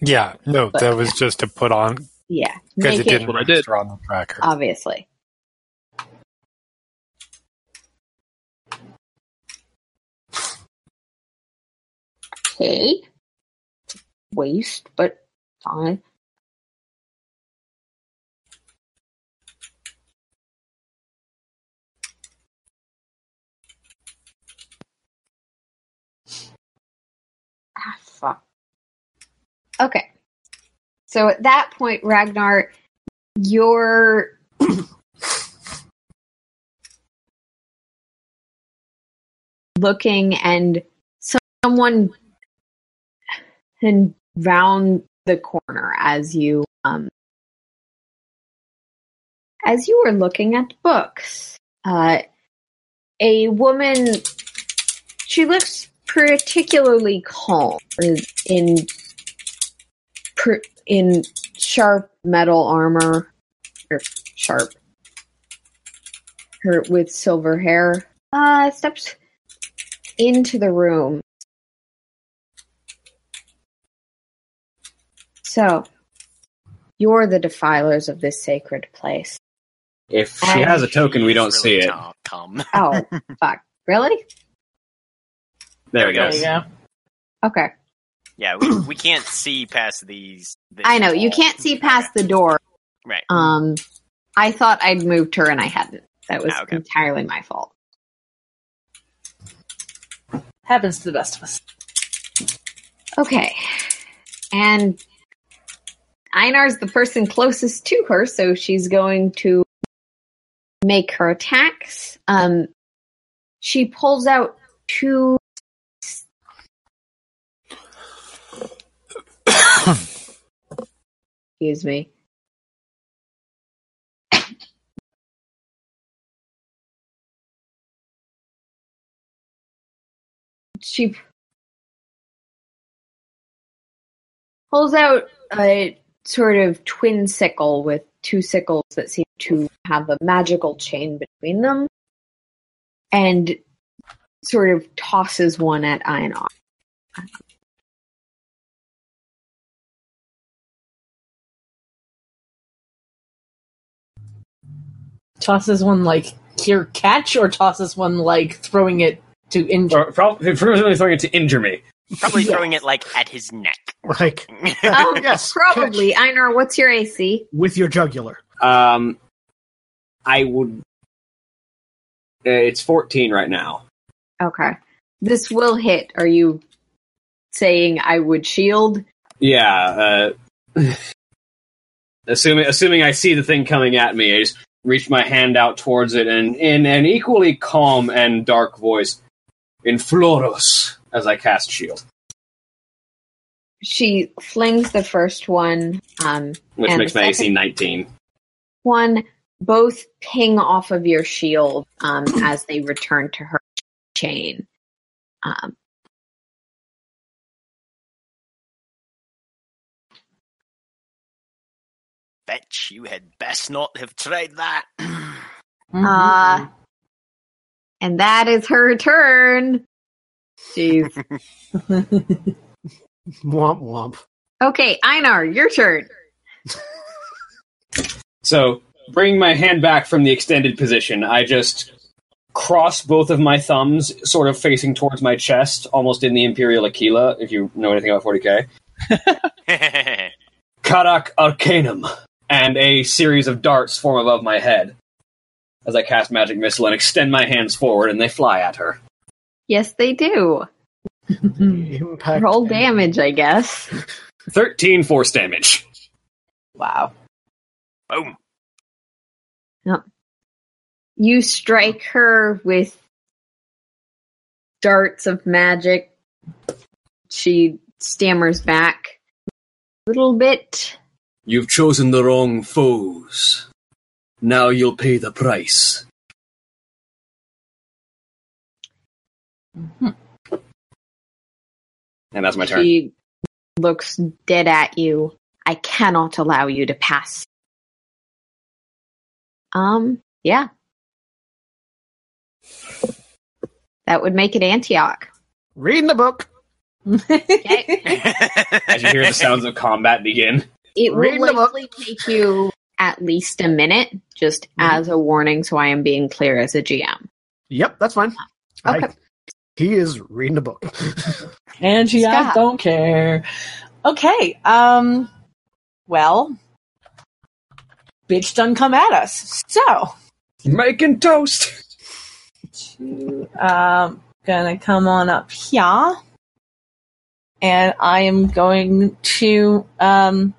Yeah, no,
But-
that was just to put on
yeah,
because
make Um,
it didn't
What I did.
register on the tracker.
obviously. Okay, waste, but fine. Ah, fuck. Okay. So at that point, Ragnar, your *clears throat* looking and someone and round the corner as you um as you were looking at books uh a woman she looks particularly calm in- in per- in sharp metal armor or sharp her with silver hair uh steps into the room so you're the defilers of this sacred place
If she has a token, we don't see it.
Come.
*laughs* oh fuck really
There we go.
There you go.
okay
Yeah, we, we can't see past these. this
i know you
wall.
can't see past the door
Right.
um i thought i'd moved her and i hadn't that was
Ah, okay.
entirely my fault
Happens to the best of us.
Okay. And Einar's the person closest to her, so she's going to make her attacks. Um, she pulls out two Excuse me. She pulls out a sort of twin sickle with two sickles that seem to have a magical chain between them and sort of tosses one at Einar.
tosses one like cure catch or tosses one like throwing it to injure.
Or probably, probably throwing it to injure me.
Probably throwing it like at his neck. *laughs*
Like,
Um,
yes,
Probably. Einar, what's your AC?
with your jugular.
Um, I would. Uh, It's 14 right now.
Okay. This will hit. Are you saying I would shield?
Yeah. Uh, *sighs* assuming assuming I see the thing coming at me, I just reach my hand out towards it, and in an equally calm and dark voice, in Floros, as I cast shield,
She flings the first one. Um,
which
And
makes
the
my AC
second-
19.
one both ping off of your shield um, as they return to her chain. Um,
Bitch, you had best not have tried that. *clears throat*
uh, and that is her turn. Jeez.
Womp womp.
Okay, Einar, your turn.
So, bringing my hand back from the extended position, I just cross both of my thumbs, sort of facing towards my chest, almost in the Imperial Aquila, if you know anything about 40k. Karak Arcanum, and a series of darts form above my head as I cast Magic Missile and extend my hands forward, and they fly at her.
Yes, they do.
Impact.
Hmm. Roll damage, I guess.
13 force damage.
wow.
Boom.
*laughs* You strike her with darts of magic. She stammers back a little bit.
You've chosen the wrong foes. Now you'll pay the price.
And that's my turn.
She looks dead at you. I cannot allow you to pass. Um, yeah. That would make it Antioch.
Reading the book.
*laughs*
Okay.
As you hear the sounds of combat begin,
It
Reading
will
them up.
likely take you at least a minute, just
Mm-hmm.
as a warning, so I am being clear as a GM.
Yep, that's fine. I-
Okay.
he is reading the book. *laughs*
And she, I
Scott.
don't care. Okay. Um. Well, bitch, done come at us. So,
Making toast!
um, gonna come on up here, and I am going to um.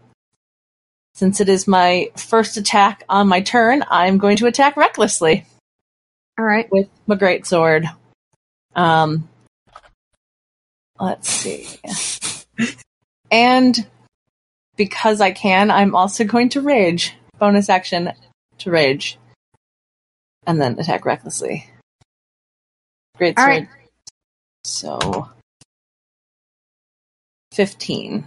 Since it is my first attack on my turn, I'm going to attack recklessly.
All right.
with my great sword. Um, let's see. and because I can, I'm also going to rage. Bonus action to rage, and then attack recklessly. Great
All
sword.
right.
So, fifteen.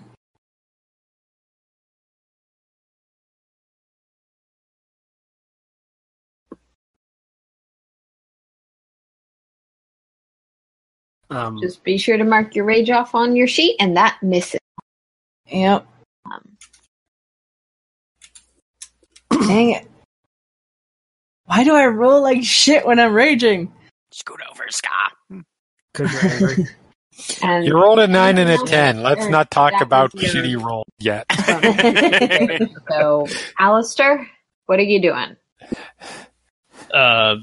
Um,
Just be sure to mark your rage off on your sheet, and that misses.
Yep. *clears throat*
Um,
Dang it. Why do I roll like shit when I'm raging?
Scoot over, Ska.
because you're angry.
and
You rolled a nine and a
No,
ten. Let's
uh,
not talk
that
about
was your-
shitty roll yet.
so, Alistair, what are you doing?
Uh,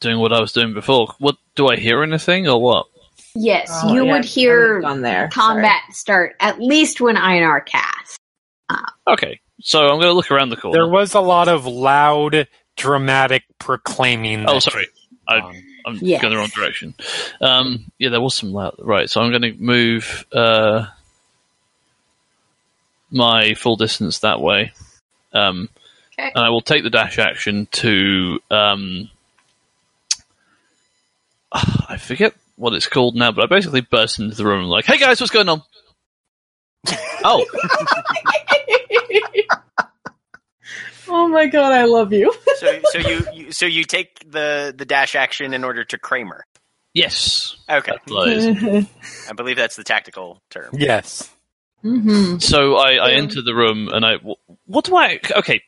doing what I was doing before. What do I hear anything or what?
Yes,
Oh,
you
yeah,
would
I
hear
moved on there. *laughs*
combat start at least when Einar casts.
Okay, so I'm going to look around the corner.
There was a lot of loud, dramatic proclaiming.
Oh,
that
sorry.
went
I-
on.
I'm
Yes.
going the wrong direction. Um, yeah, there was some loud. Right, so I'm going to move. Uh, my full distance that way. Um,
Okay.
And I will take the dash action to. Um, *sighs* I forget what it's called now, but I basically burst into the room like, "Hey guys, what's
*laughs*
going on?"
Oh,
oh my god, I love you.
*laughs* so so you, you so you take the the dash action in order to Kramer.
Yes.
Okay,
That's what it is.
*laughs*
I believe that's the tactical
*laughs*
term.
Yes.
Mm-hmm.
hmm
So I, I
Um.
enter the room and I. wh- What do I. Okay,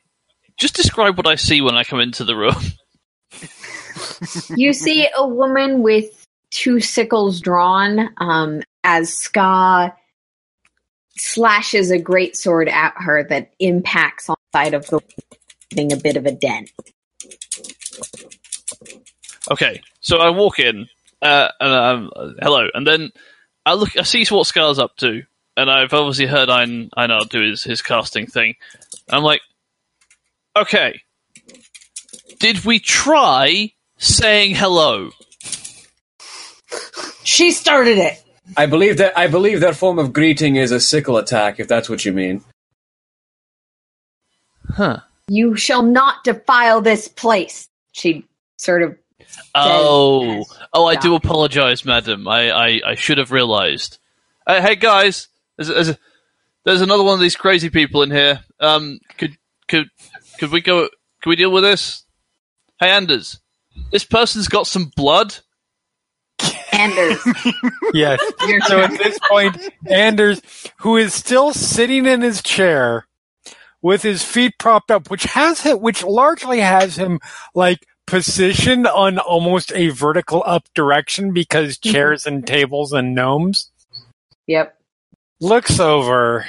just describe what I see when I come into the room.
you see a woman with two sickles drawn um, as Ska slashes a greatsword at her that impacts on the side of the leaving a bit of a dent.
Okay, so I walk in, uh, and um, hello, and then I look, I see what Scar's up to, and I've obviously heard Ein Einar do his, his casting thing. I'm like, okay, did we try saying hello?
She started it.
I believe that I believe their form of greeting is a sickle attack, if that's what you mean.
Huh.
You shall not defile this place. She sort of
Oh, oh! I do
Yeah.
apologize, madam. I, I, I should have realized. Uh, hey guys, there's, there's, there's another one of these crazy people in here. Um, could could could we go? Could we deal with this? Hey Anders, this person's got some blood.
Anders.
Yes.
Your
So at this point, Anders, who is still sitting in his chair with his feet propped up, which has him, which largely has him like positioned on almost a vertical up direction because chairs and tables and gnomes,
yep.
looks over,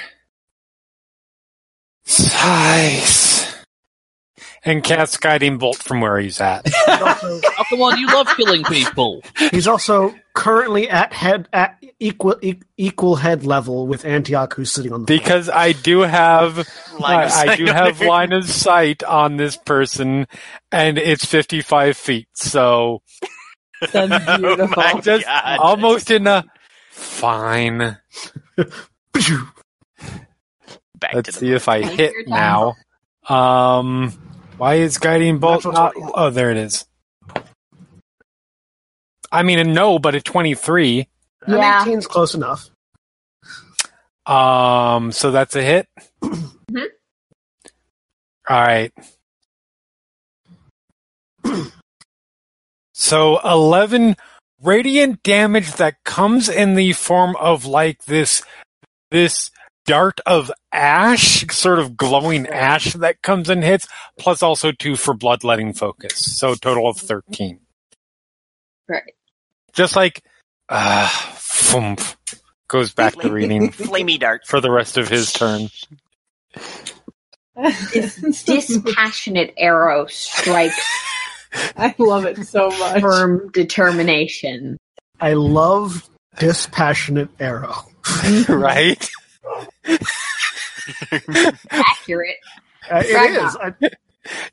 sighs, and casts guiding bolt from where he's at.
He's also,
Oh come on, you love killing people.
he's also currently at head at equal e- equal head level with Antioch, who's sitting on the floor.
Because I do have
*laughs* Line of
I, I
sight
do
on
have
there.
line of sight on this person, and it's 55 feet, so
That's beautiful.
Oh
*laughs*
my
just
God. *laughs*
almost in a fine.
*laughs*
Back to
Let's
the
see if I
Take
hit
your time.
now. Um, why is guiding bolt
Natural
not?
20.
Oh, there it is. I mean, a no, but a 23.
An
Yeah.
18's close enough.
Um, so that's a hit. All right. *clears throat* so 11 radiant damage that comes in the form of like this this dart of ash, sort of glowing ash that comes and hits, plus also 2 for bloodletting focus. So total of 13.
Right.
Just like uh *sniffs* foomph, goes back to reading
flamey dart.
for the rest of his *laughs* turn.
Dispassionate arrow strikes
I love it so much.
firm determination.
I love dispassionate arrow.
right?
Accurate.
Uh, it
Ragnar.
is. I,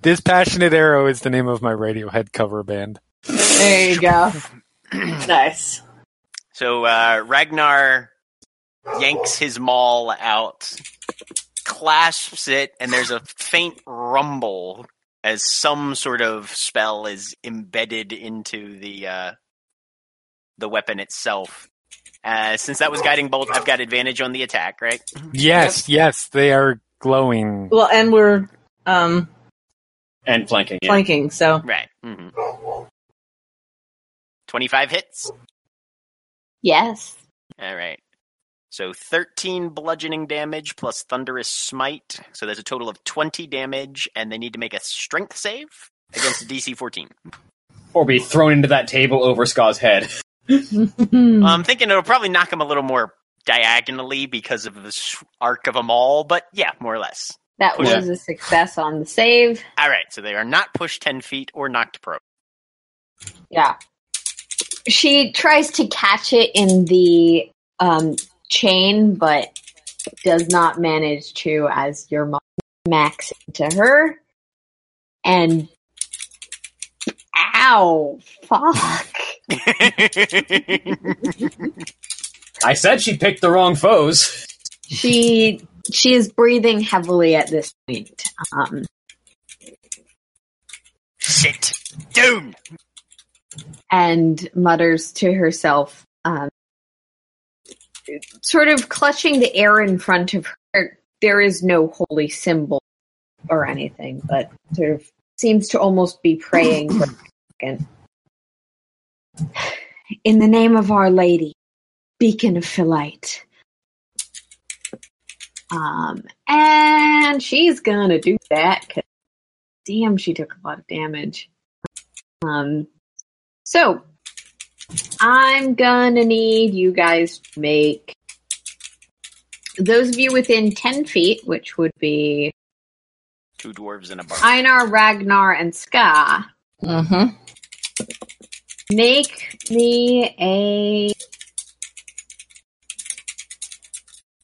Dispassionate Arrow is the name of my Radiohead cover band.
There you
*clears throat*
go. nice.
So uh, Ragnar yanks his maul out, clasps it, and there's a faint rumble as some sort of spell is embedded into the uh, the weapon itself. Uh, since that was guiding bolt, I've got advantage on the attack, right?
Yes, yes, they are glowing.
Well, and we're um
and flanking. Yeah.
*laughs*
flanking, so
Right. hmm Twenty-five hits.
Yes.
All right. So 13 bludgeoning damage plus thunderous smite. So that's a total of 20 damage, and they need to make a strength save against DC 14.
Or be thrown into that table over Ska's head.
Mm-hmm.
Mm-hmm.
Well, I'm thinking it'll probably knock them a little more diagonally because of the s- arc of them all, but yeah, more or less.
That
Yeah.
was a success on the save.
All right. So they are not pushed 10 feet or
*laughs*
knocked prone.
Yeah. She tries to catch it in the um, chain, but does not manage to, as your mom max into her. And. Ow! Fuck!
I said she picked the wrong foes.
She She is breathing heavily at this point. Um,
Shit. Doom.
and mutters to herself, um, sort of clutching the air in front of her. There is no holy symbol or anything, but sort of seems to almost be praying for a second. In the name of Our Lady, Beacon of Philite. Um, and she's gonna do that. 'cause damn, she took a lot of damage. Um, so I'm gonna need you guys to make those of you within ten feet, which would be
Two dwarves in a bar.
Einar, Ragnar, and Ska,
Mm-hmm.
make me a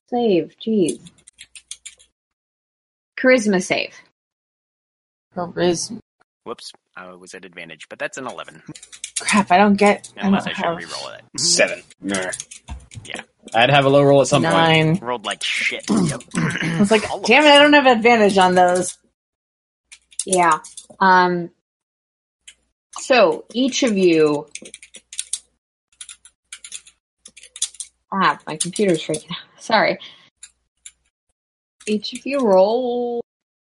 save. Jeez, charisma save.
Charisma.
Whoops. I was at advantage, but that's an 11.
Crap, I don't get. I
Unless I,
don't
should
have
re-roll
Mm-hmm.
it.
Seven. Yeah.
Yeah.
I'd have a low roll at some point.
nine.
Rolled like shit.
*clears throat*
Yep.
I was like, damn it, I don't have advantage on those.
Yeah. Um, so each of you. Ah, my computer's freaking out. *laughs* Sorry. Each of you roll.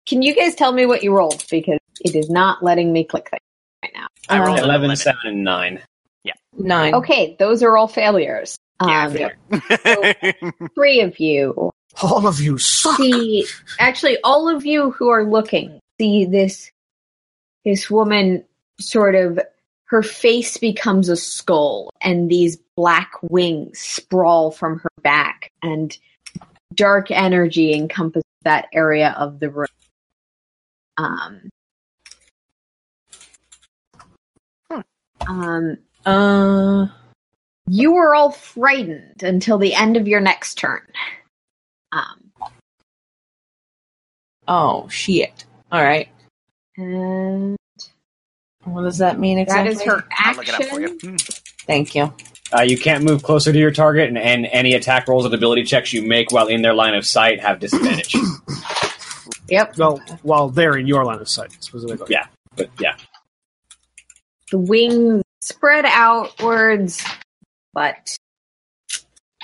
Can you guys tell me what you rolled? Because it is not letting me click things right now. Um,
I rolled an
11,
11.
seven, and 9.
Nine.
Okay, those are all failures.
Yeah, I
Um,
figured. *laughs*
three of you
All of you suck.
see actually all of you who are looking see this this woman sort of her face becomes a skull and these black wings sprawl from her back and dark energy encompasses that area of the room um um
Uh,
you are all frightened until the end of your next turn um
oh, shit. All right.
and
What does that mean
That
exactly?
is her
I'll look it up for you.
action.
Thank you.
Uh, you can't move closer to your target, and, and any attack rolls and ability checks you make while in their line of sight
*clears throat*
have disadvantage.
Yep.
Well, while they're in your line of sight, specifically.
Yeah. but yeah.
The wings spread outwards, but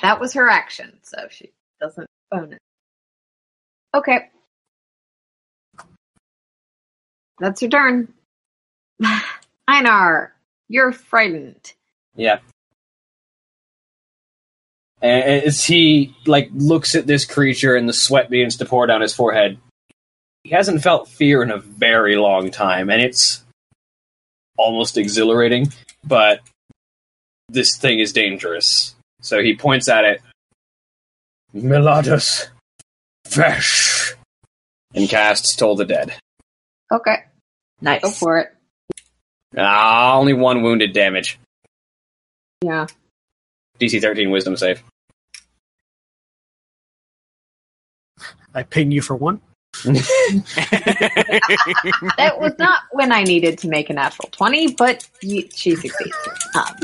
that was her action, so she doesn't bonus. Okay. That's her turn. *sighs* Einar, you're frightened.
Yeah. And as he like looks at this creature and the sweat begins to pour down his forehead, he hasn't felt fear in a very long time, and it's almost exhilarating, but this thing is dangerous. So he points at it. Miladus Vesh and casts Toll the Dead.
Okay,
Nice.
go for it.
Ah, only one wounded damage.
Yeah.
DC thirteen wisdom save.
I ping you for one.
That was not when I needed to make a natural 20, but you, she *laughs* succeeds. Um,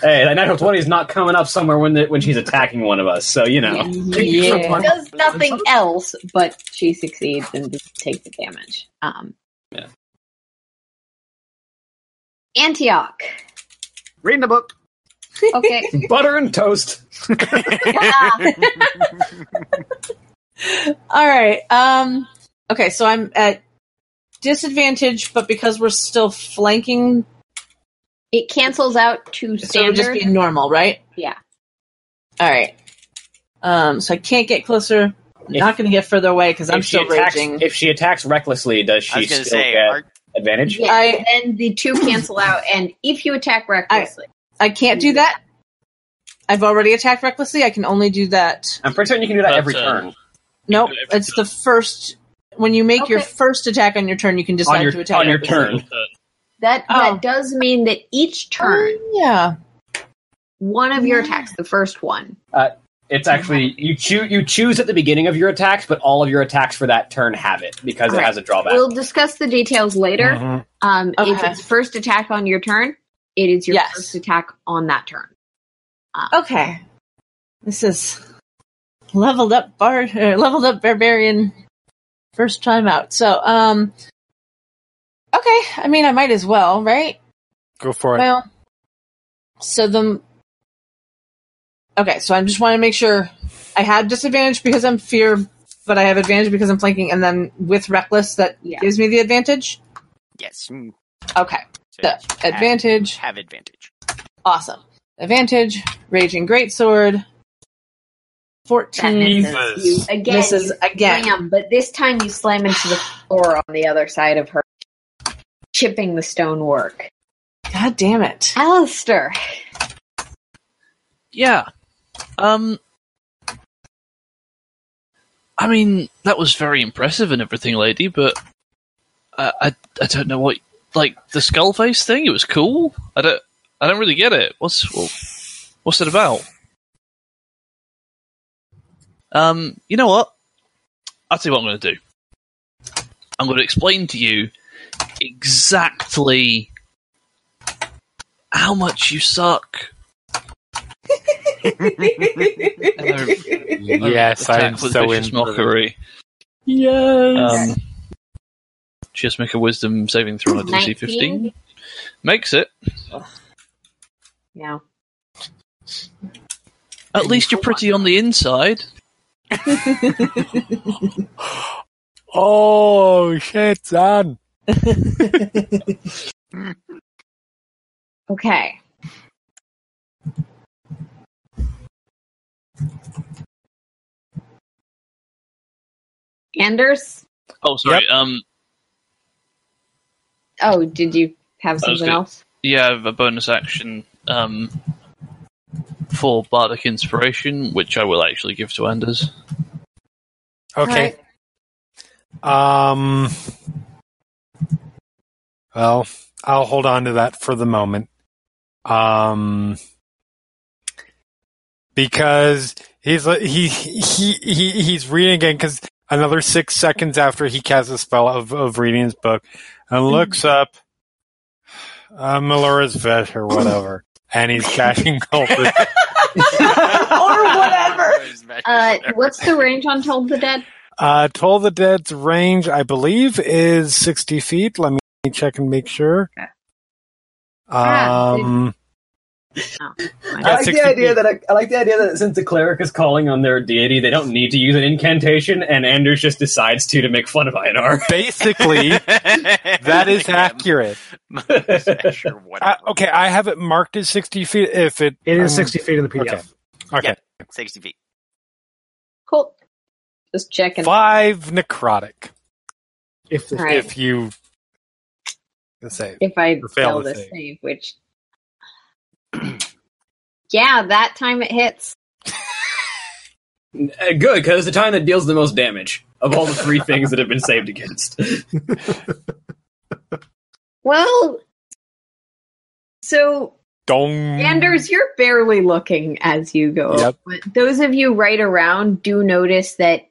Hey, that natural twenty is not coming up somewhere when the, when she's attacking one of us. So you know,
*laughs* Mm-hmm.
Yeah.
does nothing else, but she succeeds and doesn't take the damage. Um,
Yeah.
*laughs*
Antioch.
Reading a book.
Okay.
butter and toast.
All right. Um. Okay, so I'm at disadvantage, but because we're still flanking,
it cancels out to
so it'll
standard.
just be normal, right?
Yeah.
All right. Um. So I can't get closer. I'm not going to get further away because I'm
if she
still
attacks,
raging.
if she attacks recklessly, does
I
she
was
still
gonna say,
get
are,
advantage?
yeah,
I-
then the two cancel out, and if you attack recklessly,
I can't do that. I've already attacked recklessly. I can only do that.
I'm pretty certain you can do that
But,
every
uh,
turn
Nope.
do it every
It's the first. When you make your
Okay.
first attack on your turn, you can decide
on your
to attack
on your
recklessly.
turn.
that
Oh.
that does mean that each turn,
Yeah.
one of your
Oh.
attacks, the first one,
It's actually you choose you choose at the beginning of your attacks, but all of your attacks for that turn have it because it
Alright.
has a drawback.
we'll discuss the details later.
Mm-hmm.
Mhm.
Um, If
Uh-huh. Okay.
it's first attack on your turn, it is your
Yes.
first attack on that turn.
Okay. This is leveled up bar *laughs* uh, leveled up barbarian first time out. So um okay, I mean I might as well, right?
Go for it.
Well, so the okay, so I just want to make sure I had disadvantage because I'm fear, but I have advantage because I'm flanking, and then with reckless that
Yeah.
gives me the advantage.
Yes.
Hmm.
mm,
Okay,
so
so advantage,
Have, have advantage.
awesome, advantage, raging greatsword,
That
fourteen
misses. You, again,
misses
you
again.
slam, but this time you slam into the floor on the other side of her, chipping the stonework.
God damn it!
Alistair,
Yeah. Um. I mean, that was very impressive and everything, lady. But I, I, I don't know what, like the skull face thing. It was cool. I don't, I don't really get it. What's, what, what's it about? Um. You know what? I'll tell you what I'm going to do. I'm going to explain to you exactly how much you suck
yes, I'm
with
so
vicious
in.
mockery.
Yes.
Um, she has to make a wisdom saving throw on a DC 15.
19?
Makes it.
Yeah.
At least you're pretty on the inside.
Oh shit, son!
Okay. Anders?
Oh, sorry. Um,
Oh, did you have
I was
something
gonna-
else?
yeah, I have a bonus action um, for Bardic Inspiration, which I will actually give to Anders.
Okay. Um. Well, I'll hold on to that for the moment. Um. Because he's uh, he he he he's reading again because another six seconds after he casts a spell of of reading his book and looks up. Uh, Melora's vet or whatever, and he's catching cultists.
or whatever.
*laughs*
Uh, what's the range on Told the Dead?
Uh, Toll the Dead's range, I believe, is 60 feet. Let me check and make sure.
Okay. Ah,
Um,
I like
60
the
feet.
idea that I, I like the idea that since the cleric is calling on their deity, they don't need to use an incantation, and Anders just decides to to make fun of Einar.
basically, that is
*laughs*
accurate.
*laughs*
Sure,
Uh,
whatever.
okay, I have it marked as 60 feet. If it,
It is
um,
60 feet in the PDF.
Okay. Okay,
Sixty feet.
Cool. Just checking.
five necrotic.
If the,
All right.
If you let's say
If I
Or fail
fail
the
this
save.
save, which. *clears throat* yeah, that time it hits.
Uh, Good, because the time that deals the most damage of all the three things that have been saved against.
Well. So
dong.
Anders, you're barely looking as you go.
Yep.
But those of you right around do notice that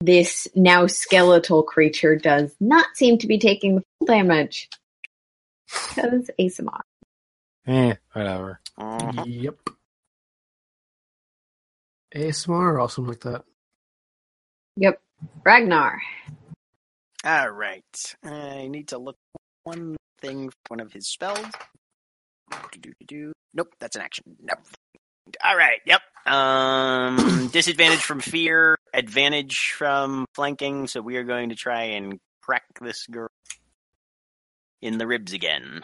this now skeletal creature does not seem to be taking the full damage. Because ASMR.
Eh, whatever.
Mhm.
Yep. ASMR or something like that.
Yep. Ragnar.
All right. I need to look one thing for one of his spells. Do-do-do-do. Nope, that's an action. Nope. All right. Yep. Um, disadvantage from fear, advantage from flanking. So we are going to try and crack this girl in the ribs again.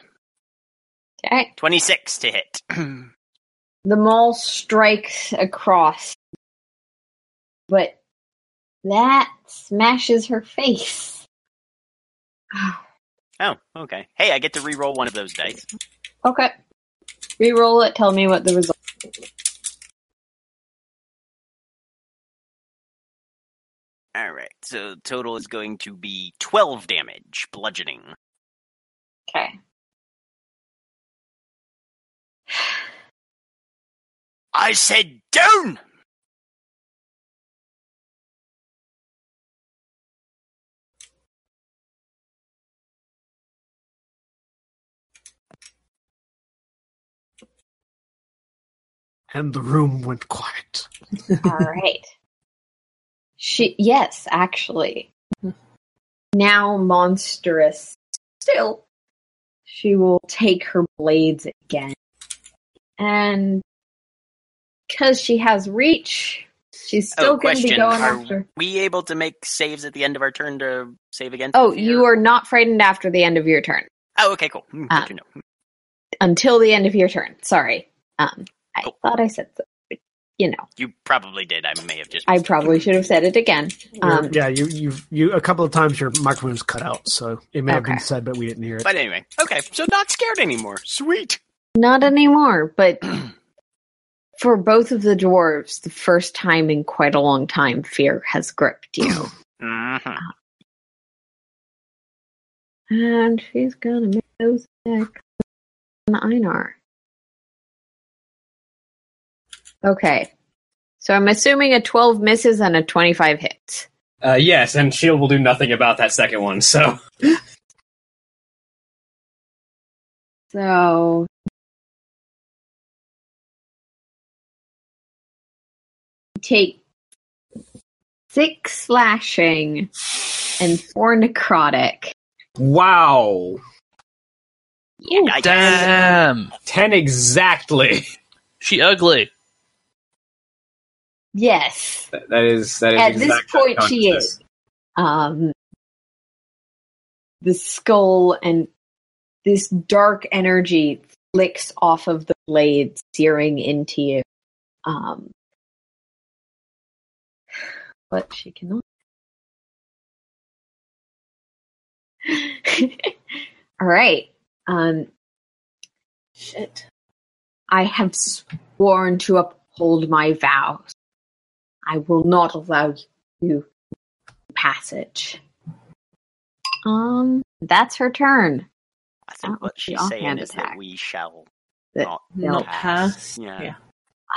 Okay.
Twenty-six to hit. *clears throat*
The mole strikes across. But that smashes her face.
oh, okay. Hey, I get to re-roll one of those dice.
Okay. Reroll it, tell me what the result
All right. So total is going to be twelve damage, bludgeoning.
*laughs* Okay.
I said down.
And the room went quiet.
All right. She yes, actually. now monstrous still. She will take her blades again. And because she has reach, she's still
oh,
going to be
question.
going
Are
after.
we able to make saves at the end of our turn to save again?
Oh, you are not frightened after the end of your turn.
Oh, okay, cool. Hmm, Good
Ah.
to know.
Until the end of your turn. Sorry. Um, I
Oh.
thought I said so. But, you know,
You probably did. I may have just.
I probably should have said it again. Um,
yeah, you you you a couple of times your microphone's cut out, so it may have been
Okay.
said, but we didn't hear it.
But anyway, okay. So not scared anymore. Sweet.
Not anymore, but for both of the dwarves, the first time in quite a long time, fear has gripped you.
Mhm.
and she's gonna make those attacks on Einar. Okay. So I'm assuming a 12 misses and a 25 hits.
Uh, yes, and Shield will do nothing about that second one, so.
So. Take six slashing and four necrotic.
Wow.
Yeah, yikes.
Damn,
Ten exactly.
she ugly.
Yes.
That that is that is
At this
exact
point, she
consciousness.
is. Um, the skull and this dark energy flicks off of the blade, searing into you. Um, but she cannot. *laughs* All right. Um,
Shit.
I have sworn to uphold my vows. I will not allow you passage. Um, that's her turn.
I
That
think
would
what
be
she's saying
offhand
is
attack.
that we shall
That-
not,
Not
pass.
pass.
Yeah.
Yeah.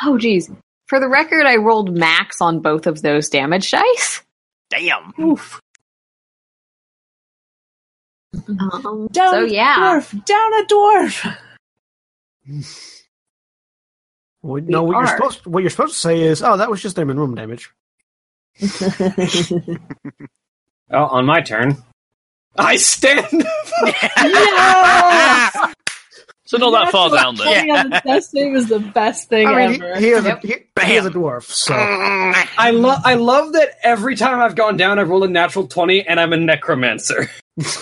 Oh, geez. For the record, I rolled max on both of those damage dice.
Damn.
Oof.
Um,
Down
so
a
yeah,
dwarf. Down a dwarf.
Well, no, what
are.
you're supposed what you're supposed to say is, "Oh, that was just them in room damage."
Oh, on my turn. I stand. *laughs*
So not that far down
Natural
there.
twenty on the test save is the best thing
I mean,
ever.
he, he is
Yep. Mm.
a, he, he is a
Bam.
dwarf, so
I love I love that every time I've gone down I've rolled a natural 20 and I'm a necromancer.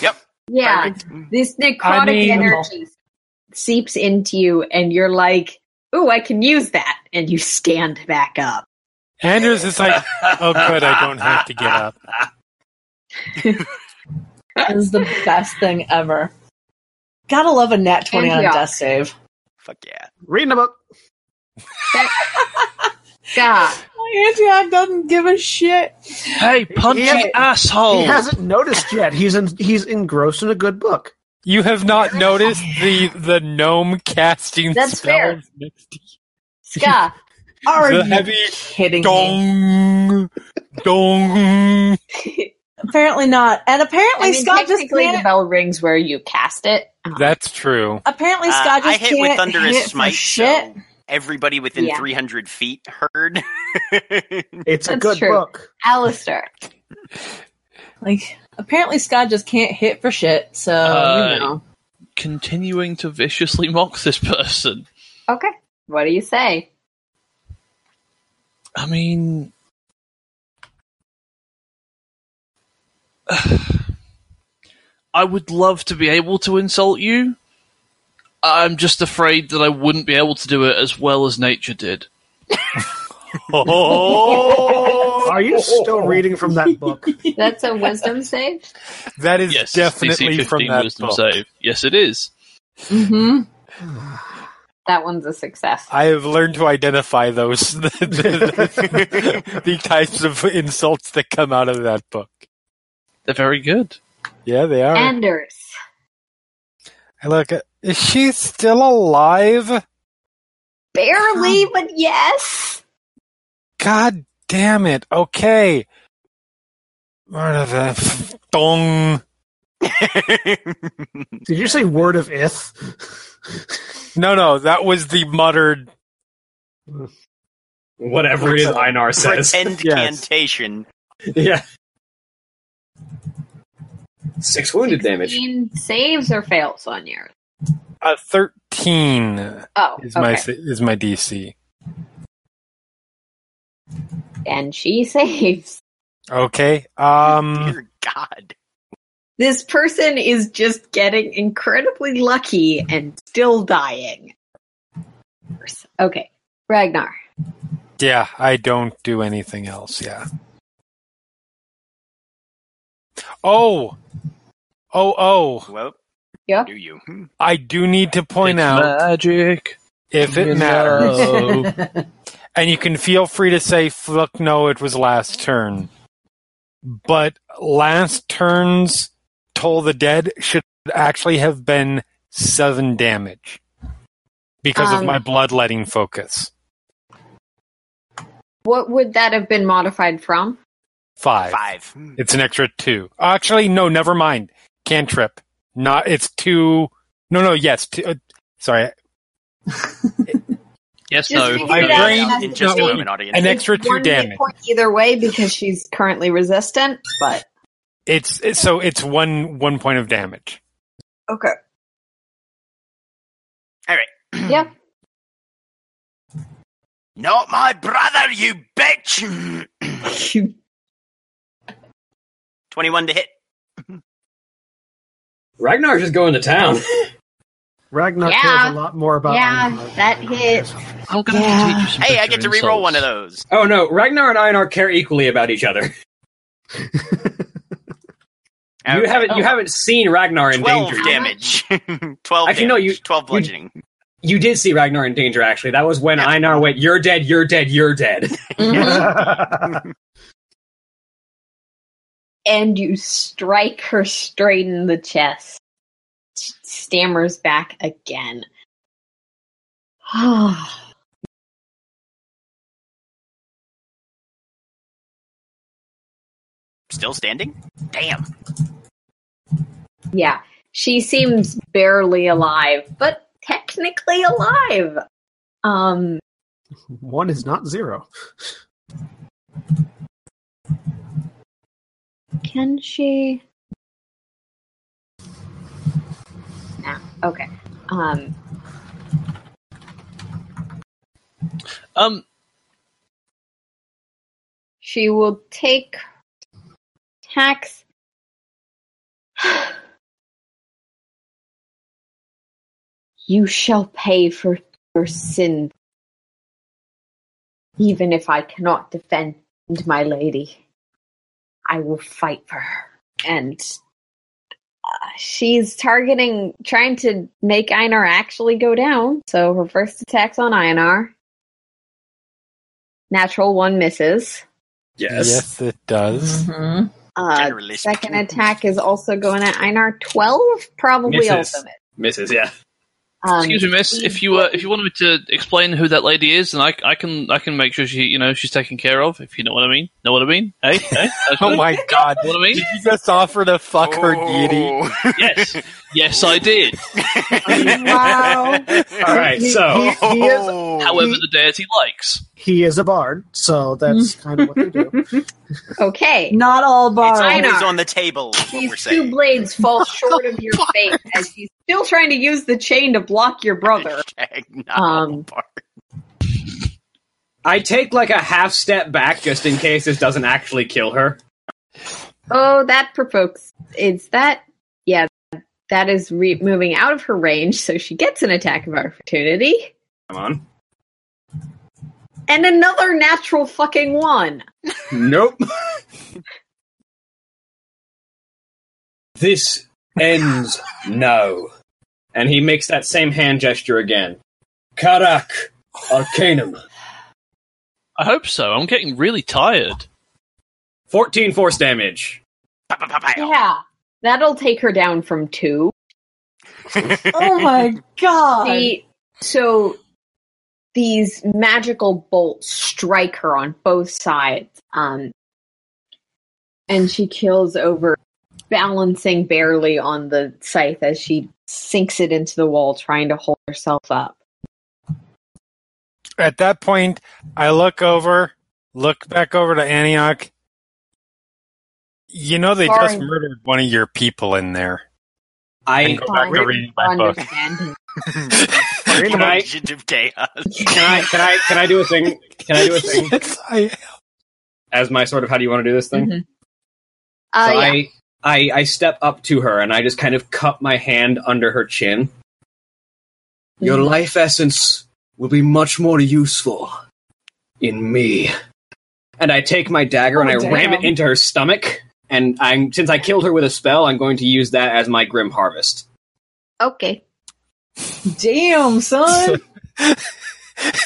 *laughs*
yeah. This necrotic
I mean-
energy seeps into you, and you're like, "Ooh, I can use that," and you stand back up.
Anders is like, oh, good, I don't have to get up.
It is the best thing ever. Gotta love a nat twenty on a
Antioch.
death save.
Fuck yeah.
reading the book.
God,
My Antioch doesn't give a shit.
Hey, punch
He-
you, asshole!
Oh.
He hasn't noticed yet. He's in, he's engrossed in a good book.
You have not noticed the the gnome casting
That's fair.
spells next to
*laughs* Ska,
Are
The
you
heavy
kidding me?
you. Dong, dong.
Apparently not. And apparently
I mean,
Scott just
technically the
can't.
bell rings where you cast it. Um,
That's true.
Apparently
Uh,
Scott
I
just
hit
can't
with thunderous
hit for
smite,
shit.
so everybody within
Yeah.
300 feet heard.
It's a
That's
good
true.
book.
Alistair.
Like apparently Scott just can't hit for shit. So
Uh,
you know.
Continuing to viciously mock this person.
Okay. What do you say?
I mean, *sighs* I would love to be able to insult you. I'm just afraid that I wouldn't be able to do it as well as nature did.
Are you still reading from that
*laughs*
book?
That's a wisdom save.
*laughs* That is
yes,
definitely
DC 15
from that
wisdom
book.
save. Yes, it is.
hmm Mm-hmm.
That one's a success.
I have learned to identify those *laughs* the, the- the types of insults that come out of that book.
They're very good.
Yeah, they are.
Anders.
I Look, is she still alive?
Barely, but yes.
God damn it! Okay. Where are the dong?
*laughs*
Did you say word of ith? *laughs*
No, no, that was the muttered.
Whatever it is Einar says.
Pretend *laughs*
Yes.
cantation.
Yeah. Six wounded damage.
16 Saves or fails on yours.
A uh, thirteen
Oh,
is
okay.
my is my DC.
and she *laughs* saves.
Okay. Um.
Dear God.
This person is just getting incredibly lucky and still dying. Okay, Ragnar.
Yeah, I don't do anything else. Yeah. Oh. Oh. Oh.
Well,
Yeah.
do you? Hmm.
I do need to point
It's
out
magic.
if it
in
matters. *laughs*
Mm-hmm.
love.
and you can feel free to say, "Look, no, it was last turn." But last turn's toll the dead should actually have been seven damage because of
Um,
my bloodletting focus.
What would that have been modified from?
Five.
Five. Hmm.
It's an extra two. Actually, no, never mind. Cantrip. Not. It's two. No, no. Yes. Two, uh, sorry.
yes,
Just
no.
figure it
no.
out.
brain
It
It
not
just gave
working.
an audience.
An extra
It's
two
one hit
damage.
point either way because she's currently resistant, but
It's, it's so it's one one point of damage.
okay.
All right.
Yep.
Not my brother, you bitch! 21 to hit.
Ragnar's just going to town. *laughs*
Ragnar
Yeah.
cares a lot more about
Yeah,
Ragnar
that
than
hit.
Ragnar does.
I'm going to
Yeah.
teach you some
Hey, I
better
get to
insults.
re-roll one of those.
Oh no, Ragnar and Einar care equally about each other. You
Okay.
haven't you
Oh.
haven't seen Ragnar in
12
danger. yet.
damage. 12
Actually,
damage. *laughs*
no, you-
12 bludgeoning.
You did see Ragnar in danger. Actually, that was when
Yeah.
Einar went, "You're dead. You're dead. You're dead." *laughs*
Oh.
Mhm.
Mm-hmm. and you strike her straight in the chest. She stammers back again. *sighs*
Still standing? Damn.
yeah, she seems barely alive, but technically alive. Um,
*laughs* One is not zero.
can she? No. Okay. Um,
Um,
she will take tax. *sighs* you shall pay for your sins, even if I cannot defend my lady. I will fight for her, and uh, she's targeting, trying to make Einar actually go down. So her first attack's on Einar. Natural one misses.
Yes.
it does.
Mhm.
*laughs*
Uh,
Generally
second
speaking.
attack is also going at Einar 12, probably
Misses.
ultimate.
Misses. Yeah.
Um,
excuse me, miss. If you uh, if you wanted me to explain who that lady is, and I, I can I can make sure she you know she's taken care of. If you know what I mean. Know what I mean? Hey, hey.
*laughs*
*laughs*
Oh my god!
Know what I mean?
Did you just offer to fuck her
Oh.
deity?
Yes, yes, I did.
Wow.
*laughs*
*laughs*
All right.
He-
So
he, he is
However, the deity likes.
he is a bard, so that's
Mm.
kind of what they
*laughs*
do.
Okay.
Not all
it's
borrowed.
always
Einar.
on the table, is what we're
These two
saying.
blades
*laughs*
fall short of your fate as he's still trying to use the chain to block your
*laughs*
brother.
Hashtag
Uh,
not
Um,
part.
I take like a half step back just in case this doesn't actually kill her.
oh, that provokes. Is that. Yeah, that is re- moving out of her range, so she gets an attack of opportunity.
Come on.
And another natural fucking one.
Nope. *laughs* this ends now. And he makes that same hand gesture again. Karak Arcanum.
I hope so. I'm getting really tired.
14 force damage.
Pa- pa- pa- pa-
Yeah. That'll take her down from two.
Oh my god.
The, so these magical bolts strike her on both sides, um, and she kills over, balancing barely on the scythe as she sinks it into the wall, trying to hold herself up.
At that point, I look over, look back over to Antioch, You know, they
Sorry.
just murdered one of your people in there.
I
And go back to reading my book.
Understand.
*laughs*
Mm.
Can I-
Legend of Deus.
can I can I can I do a thing? Can I do a *laughs* thing
Yes, I
as my sort of how do you want to do this thing?
Mhm. Uh,
so
yeah.
I, I I step up to her and I just kind of cup my hand under her chin.
Your life essence will be much more useful in me.
And I take my dagger and I
Oh, damn.
ram it into her stomach. And I'm since I killed her with a spell, I'm going to use that as my grim harvest.
Okay.
Damn, son.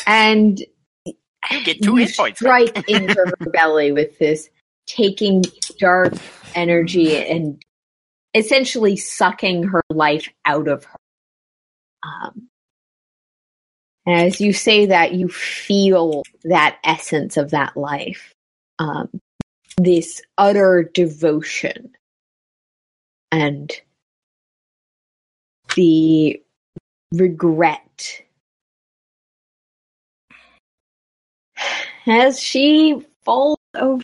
And
You get two hit points.
Right into her belly with this, taking dark energy and essentially sucking her life out of her. Um, and as you say that, you feel that essence of that life, um, this utter devotion, and the regret as she falls over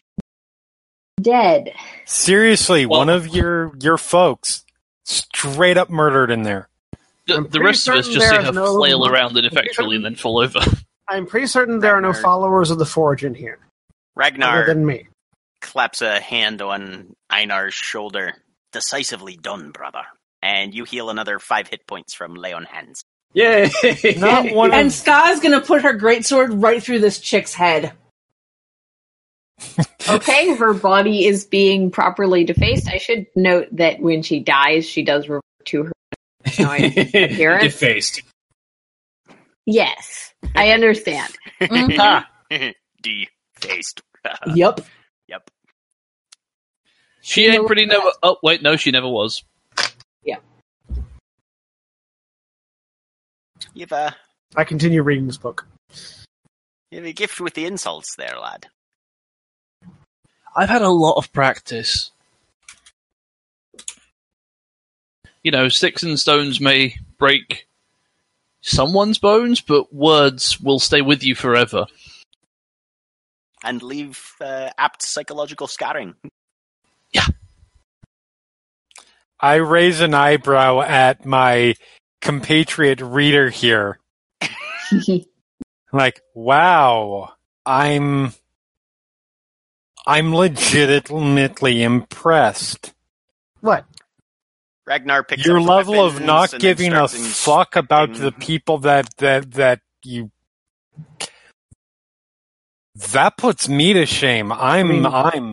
dead.
Seriously,
Well-
one of your your folks straight up murdered in there.
The,
I'm
the
pretty
rest of us
certain
just see
there's
her
no-
flail around ineffectually and then fall over. *laughs*
I'm pretty certain there are no
Ragnar.
followers of the Forge in here,
Ragnar
other than
*laughs*
me.
claps a hand on Einar's shoulder. Decisively done, brother. And you heal another five hit points from lay on hands.
Yay!
Not one
and
of
Ska's gonna put her greatsword right through this chick's head.
*laughs* Okay, her body is being properly defaced. I should note that when she dies, she does revert to her. annoying Garrett?
Defaced.
Yes, I understand.
Mm-hmm.
*laughs*
Mhm.
Defaced. uh,
Yep.
yep.
She ain't pretty never. Oh wait, no, she never was.
You've a
I continue reading this book.
you've a gift with the insults there, lad.
I've had a lot of practice. You know, sticks and stones may break someone's bones, but words will stay with you forever.
And leave uh, apt psychological scarring.
I raise an eyebrow at my compatriot reader here. Like, wow, I'm I'm legitimately impressed.
What?
Ragnar picks
Your
up the
level of
weapons
not
and
giving a
starts in-
fuck about
in-
the people that that that you that puts me to shame. I'm
mean-
I'm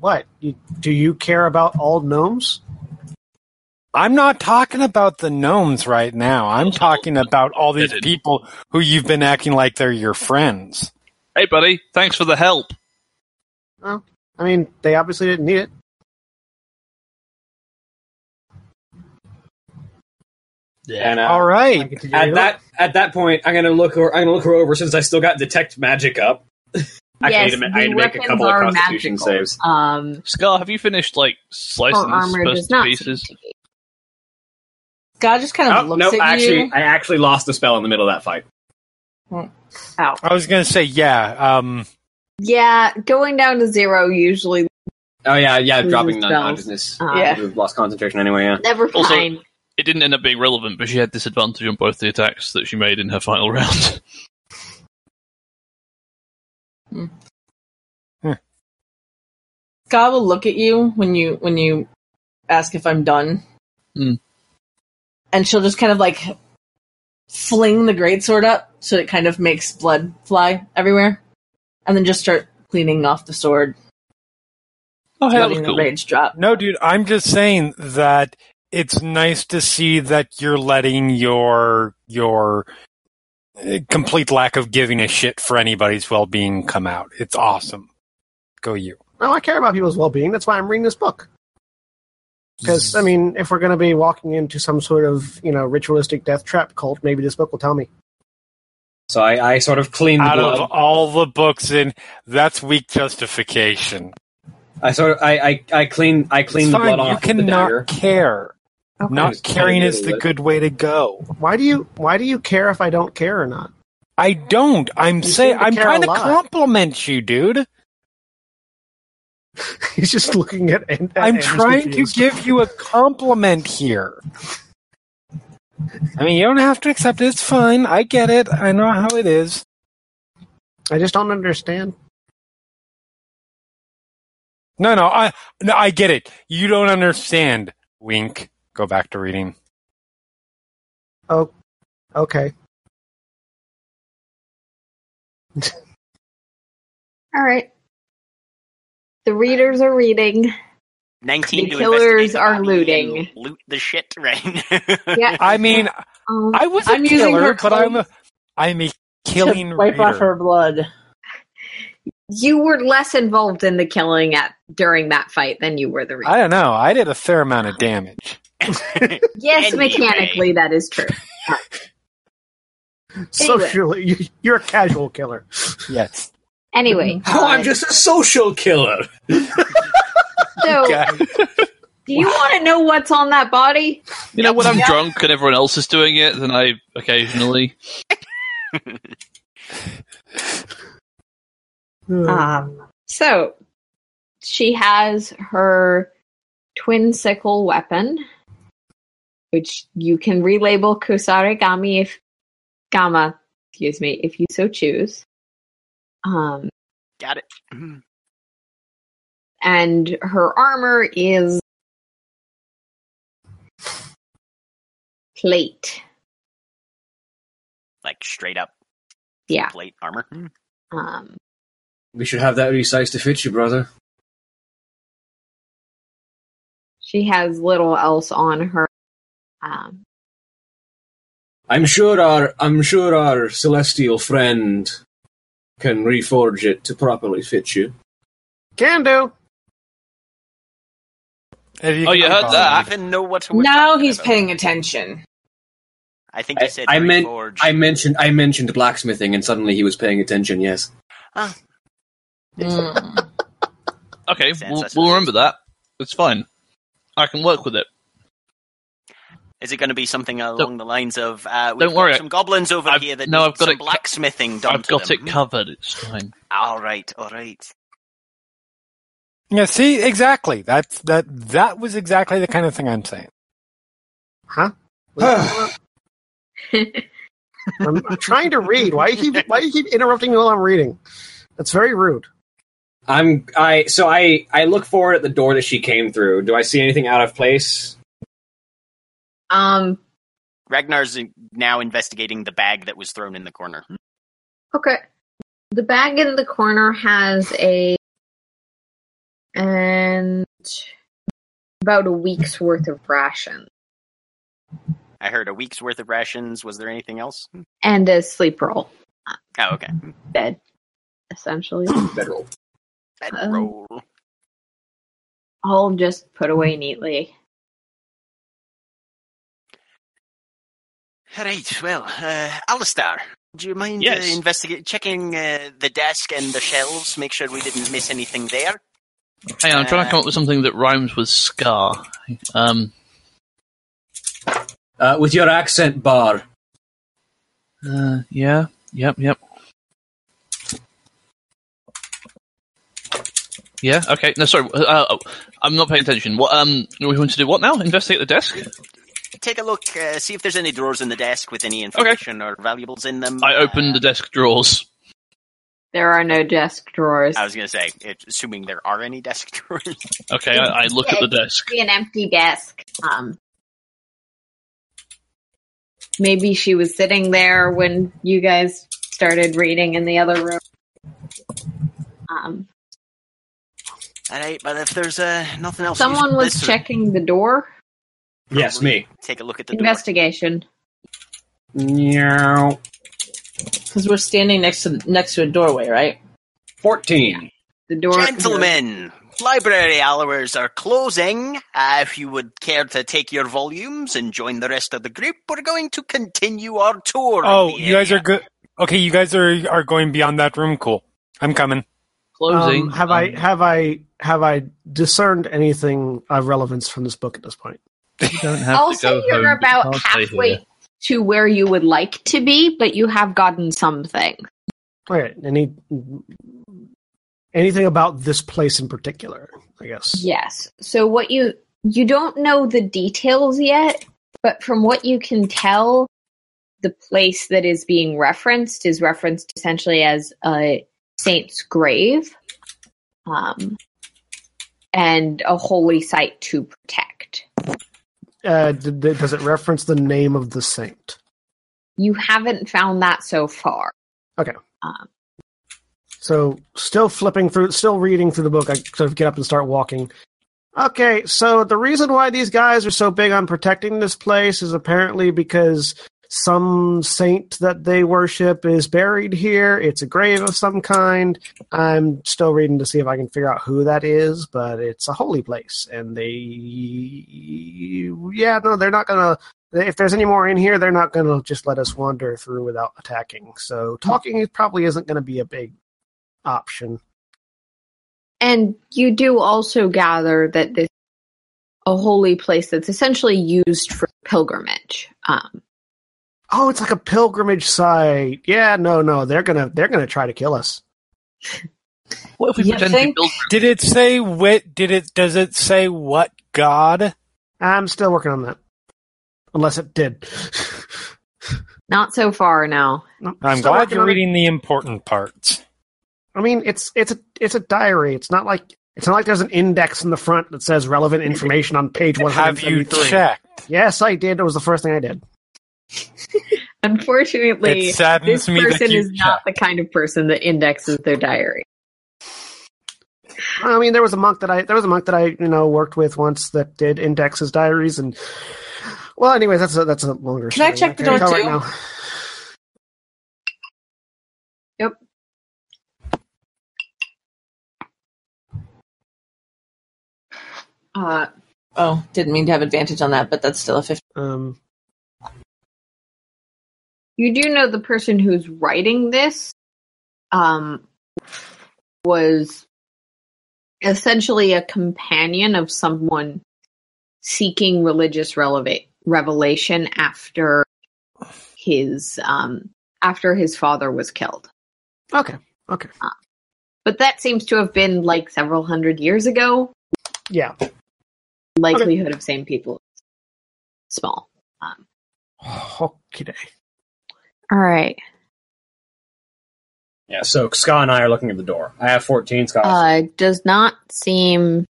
What? You, do you care about all gnomes?
I'm not talking about the gnomes right now. I'm talking about all these
Did it.
people who you've been acting like they're your friends.
Hey, buddy, thanks for the help.
I mean, they obviously didn't need it.
And uh,
All
I
right.
continue
*laughs* at
reading the
that at that point, I'm gonna look. Her, I'm gonna look her over since I still got detect magic up. Actually, I
yes,
need to, ma-
the
I need to make a
weapons
couple of
are
Constitution
magical.
saves.
Um,
Scar, have you finished like
her
slicing this
Oh, armor does
person to
not. seem
pieces?
to be-
Ska just kind of
Oh
looks at
no! Actually,
you.
I actually lost the spell in the middle of that fight.
Oh,
I was going to say, yeah. Um,
yeah, going down to zero usually.
Oh yeah, yeah,
Losing
dropping
spells.
non-consciousness.
Uh,
Yeah.
Would've Lost concentration anyway. Yeah.
Never
Also-
mind.
It didn't end up being relevant, but she had disadvantage on both the attacks that she made in her final *laughs* round.
Ska will look at you when you when you ask if I'm done,
Hmm.
and she'll just kind of like fling the greatsword up so it kind of makes blood fly everywhere, and then just start cleaning off the sword,
oh, hey, that was
letting the
cool.
rage drop.
no, dude, I'm just saying that it's nice to see that you're letting your your uh, complete lack of giving a shit for anybody's well-being come out. It's awesome. Go you.
No, I care about people's well-being. That's why I'm reading this book. Because I mean, if we're going to be walking into some sort of you know ritualistic death trap cult, maybe this book will tell me.
So I, I sort of cleaned the
Out
blood.
of all the books in that's weak justification.
I sort of I I, I clean I clean
It's
the
fine,
blood off
you
with the
cannot
dagger.
care.
Okay.
Not
Just
caring
kinda
is
deal
the
with it.
good way to go.
Why do you Why do you care if I don't care or not? *laughs*
I don't. I'm
seem
saying
to
I'm
care a
trying to
lot.
compliment you, dude.
He's just looking at. And, at
I'm
Anders
trying to
confused.
give you a compliment here. I mean, you don't have to accept it. It's fine. I get it. I know how it is.
I just don't understand.
No, no, I, no, I get it. You don't understand. Wink. Go back to reading.
Oh, Okay.
All right. The readers are reading.
19
The
to
killers
investigate the
are
body
looting.
and Loot the shit, *laughs* right?
Yeah.
I mean,
Um,
I was a
I'm using
killer,
her
but I'm a, I'm a killing
to wipe
raider.
off her blood.
you were less involved in the killing at during that fight than you were the readers.
I don't know. I did a fair amount of damage.
yes,
Anyway.
mechanically that is true.
Socially, you, you're *laughs* a casual killer.
Yes.
Anyway,
Oh, I'm
uh,
just a social killer.
so
God.
do you want to know what's on that body?
You know, when I'm drunk and everyone else is doing it, then I occasionally.
Um, so she has her twin sickle weapon, which you can relabel Kusarigami if Gama, excuse me, if you so choose. Um,
*laughs* Got it. *clears throat* Mm.
and her armor is plate.
Like straight up
Yeah.
plate armor.
Hmm.
Mm.
Um,
We should have that resized to fit you, brother.
she has little else on her. Um,
I'm sure our I'm sure our celestial friend can reforge it to properly fit you.
Can do.
If
Oh, you
can
heard
buy
that?
I
Ah.
don't even know what we're
Now
talking
he's
about.
paying
*laughs*
attention.
I think he
I-
said
I meant-
reforged.
I mentioned I mentioned blacksmithing, and suddenly he was paying attention. Yes,
Mm.
Okay,
Sense,
we'll,
I
we'll
suppose.
remember that. It's fine. I can work with it.
Is it going to be something along the lines of uh, we've
Don't worry,
got some goblins over
I've-
here that
no,
need
I've got
some
it co-
blacksmithing done
I've
to
got
them.
it covered. It's fine.
All right, all right.
Yeah, see, exactly. That's that. That was exactly the kind of thing I'm saying.
I'm, I'm trying to read. Why you keep Why you keep interrupting me while I'm reading? That's very rude.
I'm I so I I look forward at the door that she came through. Do I see anything out of place?
um,
Ragnar's now investigating the bag that was thrown in the corner.
okay. The bag in the corner has a and about a week's worth of rations
I heard a week's worth of rations. Was there anything else?
and a sleep roll
Oh, okay.
bed, essentially. *clears throat*
federal.
Bed
Um,
roll.
All just put away neatly.
All right. Well, uh, Alistair, do you mind
Yes.
uh, investigate checking uh, the desk and the shelves? Make sure we didn't miss anything there.
Hang on, I'm trying
Uh,
to come up with something that rhymes with scar. Um,
Uh, with your accent bar,
uh, yeah, yep, yep. Yeah. Okay. No, sorry. Uh, oh, I'm not paying attention. What? Um, we want to do what now? Investigate the desk.
Take a look. Uh, see if there's any drawers in the desk with any information or valuables in them.
I open the desk drawers.
There are no desk drawers.
I was going to say, it, assuming there are any desk *laughs* drawers.
Okay, I, I look at the desk.
be an empty desk. Um, maybe she was sitting there when you guys started reading in the other room. Um,
All right, but if there's uh, nothing else, use
someone was
this-
checking the door.
Yes, me.
Take a look at the door.
Investigation.
Meow.
Because we're standing next to next to a doorway, right?
Fourteen.
The door.
Gentlemen, library hours are closing. Uh, if you would care to take your volumes and join the rest of the group, we're going to continue our tour. of
Oh,
the
you guys
area.
are good. Okay, you guys are are going beyond that room. Cool. I'm coming.
Closing.
Um, have I
Um,
have I have I discerned anything of relevance from this book at this point?
you don't have
I'll
to
say
go
you're
home, but
about
you can't stay here.
halfway to where you would like to be, but you have gotten something.
All right. Any Anything about this place in particular, I guess.
Yes. So what you you don't know the details yet, but from what you can tell, the place that is being referenced is referenced essentially as a saint's grave, um, and a holy site to protect.
Uh, d- d- does it reference the name of the saint?
You haven't found that so far.
Okay.
Um,
So, still flipping through, still reading through the book, I sort of get up and start walking. Okay, so the reason why these guys are so big on protecting this place is apparently because some saint that they worship is buried here. It's a grave of some kind. I'm still reading to see if I can figure out who that is, but it's a holy place. And they. Yeah, no, they're not going to. If there's any more in here, they're not going to just let us wander through without attacking. So, talking probably isn't going to be a big option.
And you do also gather that this a holy place that's essentially used for pilgrimage. Um,
oh it's like a pilgrimage site yeah no no they're gonna they're gonna try to kill us
What if we
You
pretend to
think?
build
Did it say what? Did it? Does it say what god?
i'm still working on that unless it did *laughs*
not so far now.
I'm
Still
glad
working
you're
on it.
reading the important parts.
i mean it's it's a it's a diary it's not like it's not like there's an index in the front that says relevant information on page
Have you
173
checked?
yes i did it was the first thing i did
Unfortunately,
It saddens
this
me that
person
you
is not the kind of person that indexes their diary.
i mean there was a monk that i there was a monk that i you know worked with once that did index his diaries and well anyways that's a that's a longer
Can I
story.
check the
can't
door
tell
too?
right now.
Uh,
Oh, didn't mean to have advantage on that, but that's still a 50.
um
you do know the person who's writing this um, was essentially a companion of someone seeking religious releva- revelation after his um, after his father was killed.
okay okay
But that seems to have been like several hundred years ago.
yeah
Likelihood of same people is small. Um,
Oh,
okay
All right.
Yeah, so Scott and I are looking at the door. I have 14, Scott.
Uh, does not seem.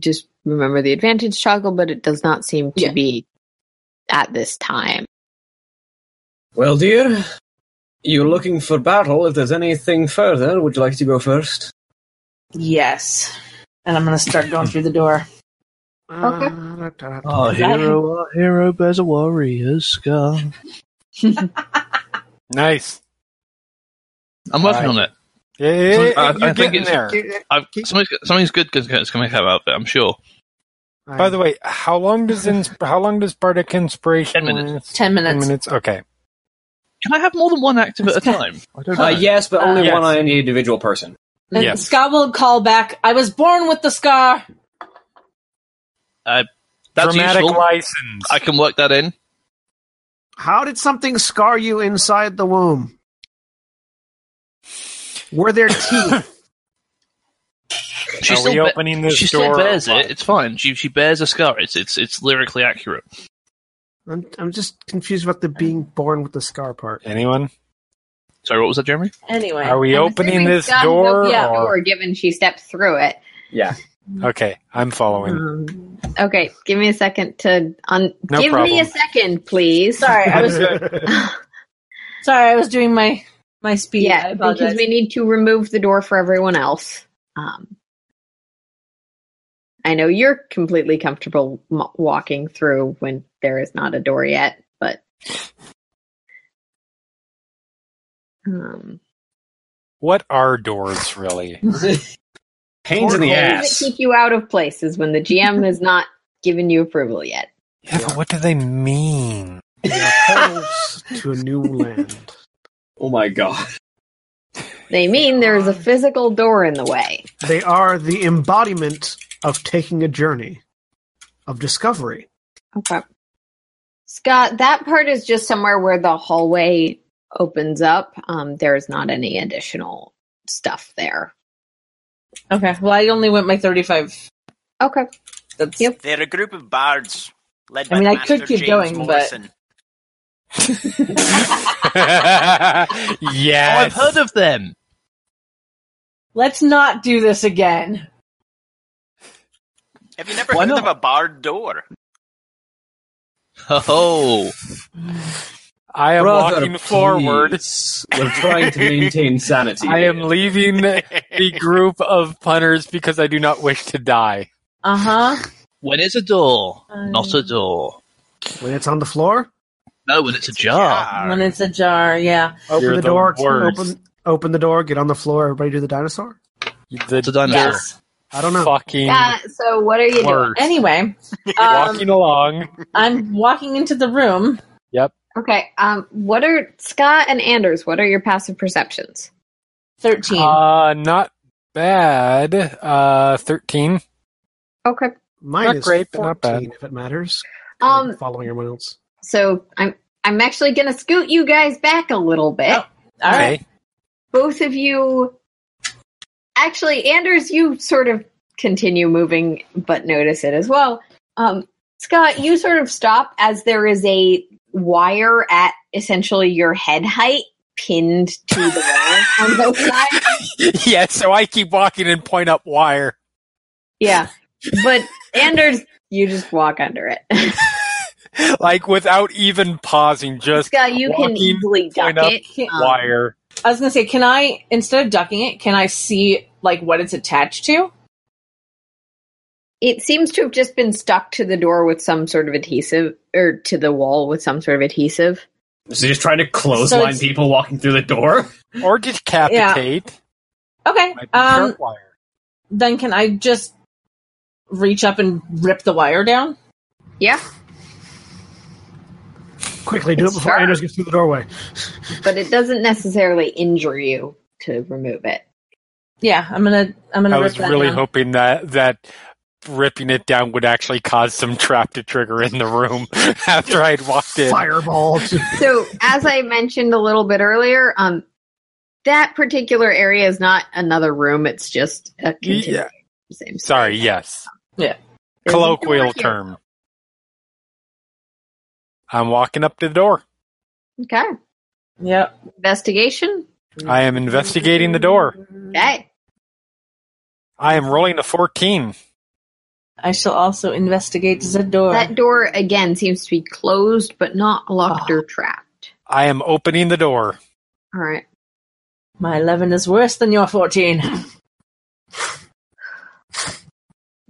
Just remember the advantage toggle, but it does not seem to
Yeah.
be at this time.
Well, dear, you're looking for battle. If there's anything further, would you like to go first?
Yes. And I'm going to start going through the door.
okay
Oh,
hero,
hero, hero bears a warrior's scar.
Nice.
I'm working on it.
Yeah, yeah,
So,
yeah, you're
I- I think
getting
it's-
there.
I've, something's, something's good is going to come out of it, I'm sure.
By the way, how long does ins- how long does bardic inspiration
10 minutes.
last?
10
Ten
minutes.
minutes. Okay.
Can I have more than one active at a time? I don't know.
Uh, yes, but only
Yes.
one on any individual
*laughs*
person.
And
Yes.
Scott will call back, I was born with the scar.
That's
Dramatic
useful.
license.
I can work that in.
How did something scar you inside the womb? Were there
*laughs*
teeth?
She
Are
still,
we
be-
opening this
she
door?
still bears
or what?
it. It's fine. She she bears a scar. It's it's it's lyrically accurate.
I'm, I'm just confused about the being born with the scar
*laughs*
part.
Anyone?
Sorry, what was that, Jeremy?
Anyway.
Are we
I'm
opening
assuming
this
Scott will
door?
open the
or-
door, given she stepped through it.
Yeah.
Okay, I'm following.
Um, okay, give me a second to un-
No
give me a
problem.
second, please.
Sorry, I
*laughs*
was sorry, I was doing my my speed. I
yeah,
apologize.
because we need to remove the door for everyone else. Um, I know you're completely comfortable m- walking through when there is not a door yet, but um,
What are doors really?
Oh Pains in the
things that
ass.
keep you out of places when the GM has not given you approval yet.
Yeah, but what do they mean?
We are portals to a new land.
Oh my god.
They mean there is a physical door in the way.
They are the embodiment of taking a journey, of discovery.
Okay. Scott, that part is just somewhere where the hallway opens up. Um, there is not any additional stuff there.
Okay. Well, I only went my 35.
Okay.
That's
Yep.
They're a group of bards led by
I mean,
the
I
master
could keep
James
going, but-
Morrison.
Oh,
*laughs*
I've
yes.
heard of them.
Let's not do this again.
Have you never
Why
heard
not?
of a barred door?
Oh,
I am
Brother,
walking forward.
please. We're trying to maintain sanity.
I am
*laughs*
leaving the group of punters because I do not wish to die.
Uh huh.
when it's a door,
Um.
not a door.
When it's on the floor,
No, when it's a jar.
Jar.
When it's a jar, yeah.
open
You're
the
the
door,
worst.
open open the door, get on the floor, everybody do the dinosaur.
The
It's a dinosaur.
Yes.
I don't know.
fucking
Yeah, so what are you doing?
worst.
Anyway, um,
*laughs* walking along.
I'm walking into the room.
Yep.
Okay, um, what are Scott and Anders? What are your passive perceptions?
13.
Uh, not bad. Uh, thirteen.
Okay,
Mine
Not
is
great, but
14,
not bad.
if it matters. I'm
um,
following everyone else.
so I'm I'm actually gonna scoot you guys back a little bit.
Oh. All right.
Okay.
both of you actually anders you sort of continue moving but notice it as well um, scott you sort of stop as there is a wire at essentially your head height pinned to the wall on both sides
*laughs* yeah, so I keep walking and point up wire.
yeah but anders you just walk under it *laughs*
like without even pausing, just
scott you can
walking,
easily duck
point up.
it
Can-
um,
wire.
I was going to say, can I, instead of ducking it, can I see, like, what it's attached to?
it seems to have just been stuck to the door with some sort of adhesive or to the wall with some sort of adhesive
So you're just trying to
So
clothesline
it's-
people walking through the door?
Or decapitate.
Okay.
Might be
Um,
sharp wire.
then can I just reach up and rip the wire down?
yeah
Quickly, do it
It's
before
sharp.
Anders gets through the doorway.
but it doesn't necessarily injure you to remove it.
Yeah, I'm gonna. I'm gonna.
I
rip
was
that
really
down.
hoping that that ripping it down would actually cause some trap to trigger in the room *laughs* after I'd walked in.
Fireball.
So, as I mentioned a little bit earlier, um, that particular area is not another room; it's just a continuation.
Yeah.
of the Same space.
Sorry, yes.
There's a
Colloquial
door here.
term. I'm walking up to the door.
Okay,
Yep.
investigation.
I am investigating the door.
Okay,
I am rolling a 14.
I shall also investigate the door.
that door again seems to be closed, but not locked or trapped.
I am opening the door.
All right.
My eleven is worse than your fourteen.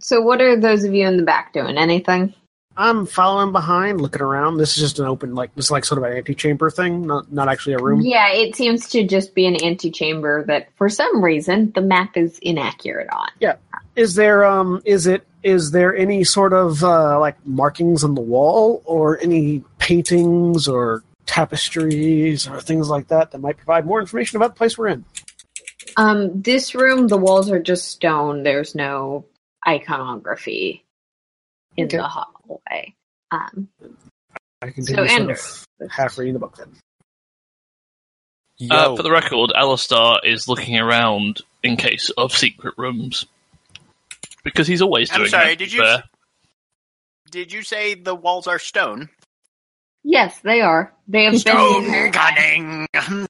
So, what are those of you in the back doing? Anything?
I'm following behind, looking around. This is just an open, like this, is like sort of an antechamber thing, not not actually a room.
Yeah, it seems to just be an antechamber that, for some reason, the map is inaccurate on.
Is there um is it is there any sort of uh, like markings on the wall or any paintings or tapestries or things like that that might provide more information about the place we're in?
Um, this room, the walls are just stone. There's no iconography in
Okay.
the hallway. Um,
I can
So, Anders.
half reading the book then.
Uh,
Yo.
for the record, Alistar is looking around in case of secret rooms because he's always
I'm
doing
sorry,
that, to
did
be
you-
fair.
Did you say the walls are stone?
yes, they are. They have been. in
Stone
there.
cutting.
*laughs*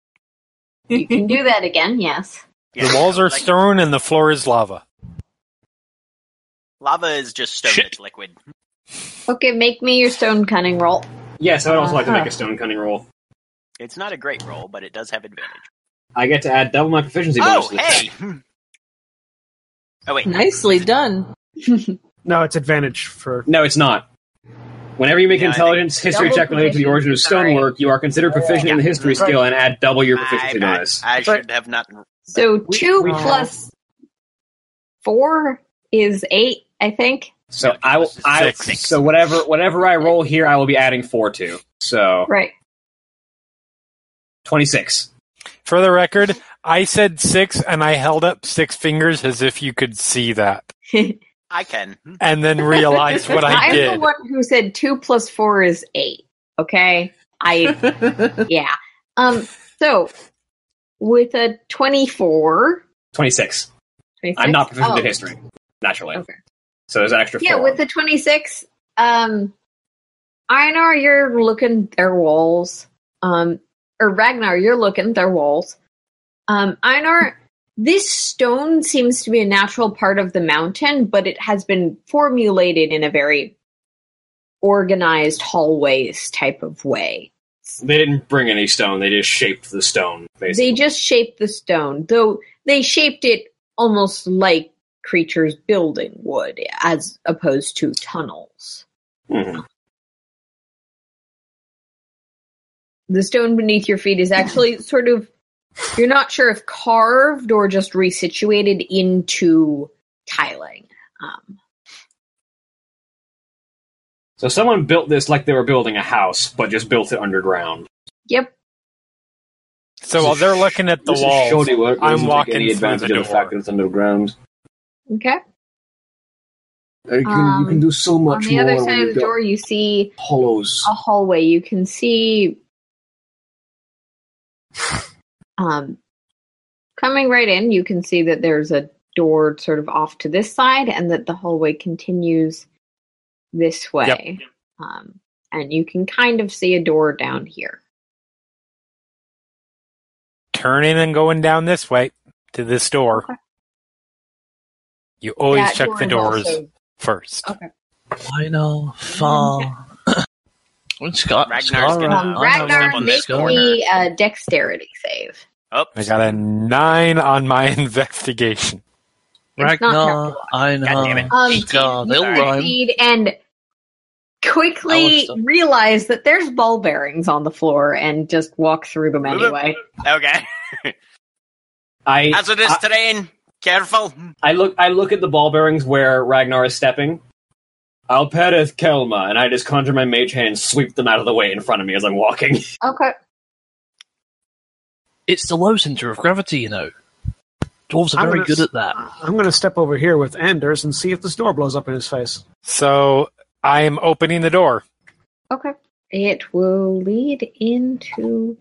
You can do that again. Yes.
the walls are stone and the floor is lava.
Lava is just stone
Shit.
that's liquid.
Okay, make me your stone cunning roll.
Yes, I would also like to
Uh-huh.
make a stone cunning roll.
It's not a great roll, but it does have advantage.
I get to add double my proficiency bonus.
Oh,
to the
hey!
attack.
Oh, wait.
Ah, Nicely done.
No, it's advantage for
No, it's not. Whenever you make
Yeah, I
an
think-
intelligence history
Double
check related to the origin of
proficiency, sorry.
stonework, you are considered proficient in the
Yeah.
history
Right.
skill and add double your
I,
proficiency
I,
bonus.
I
That's right.
should have not.
So
We-
two
we-
plus four is eight, I think.
So I will. I
Six.
so whatever whatever I roll here, I will be adding four to. So
Right.
twenty six.
For the record, I said six and I held up six fingers as if you could see that.
I can.
Hmm.
And then realized what I
*laughs* I'm the
did.
one who said two plus four is
*laughs*
eight. Okay. I yeah. Um. So with a 24.
26.
26?
I'm not proficient
Oh,
in history, naturally.
Okay.
So there's an extra
Yeah,
four.
with the 26, um, Einar, you're looking their walls. Um, or Ragnar, you're looking their walls. Um, Einar, this stone seems to be a natural part of the mountain, but it has been formulated in a very organized hallways type of way.
They didn't bring any stone. They just shaped the stone, basically.
They just shaped the stone, though they shaped it almost like creatures building would, as opposed to tunnels.
Mhm.
the stone beneath your feet is actually sort of you're not sure if carved or just resituated into tiling. Um,
So someone built this like they were building a house, but just built it underground.
yep.
So while they're looking at the
This is
walls,
shoddy work. It
I'm
doesn't take
walking
any
through
advantage
the
of the
door.
fact that it's underground.
Okay.
Uh, you can-
Um,
you can do so much
On the
more
other
when
side
you've
of the
got
door, you see
hollows.
a hallway. You can see um, coming right in. You can see that there's a door sort of off to this side, and that the hallway continues this way. Um, and you can kind of see a door down here.
turning and going down this way to this door.
Okay.
You always
That
check the
is
doors
also
first.
Final *laughs* fall. Scott,
Ragnar's
Scar-
gonna-
Um,
Uh, Ragnar's
Ragnar,
on
make
this
me a dexterity save.
Oh,
I got a nine on my *laughs* investigation.
It's not
Ragnar,
terrible.
Einar,
Goddammit.
Um,
Scar.
you
They'll rhyme.
succeed and
Our
quickly
stuff.
realize that there's ball bearings on the floor and just walk through them
Move it.
anyway.
okay.
I
Hazardous
uh,
terrain. Careful.
I look I look at the ball bearings where Ragnar is stepping. Alpereth Kelma, and I just conjure my mage hand and sweep them out of the way in front of me as I'm walking. *laughs*
Okay.
It's the low center of gravity, you know. Dwarves are
I'm
very
gonna
good
s-
at that.
I'm going to step over here with Anders and see if this door blows up in his face.
So I'm opening the door.
Okay. It will lead into.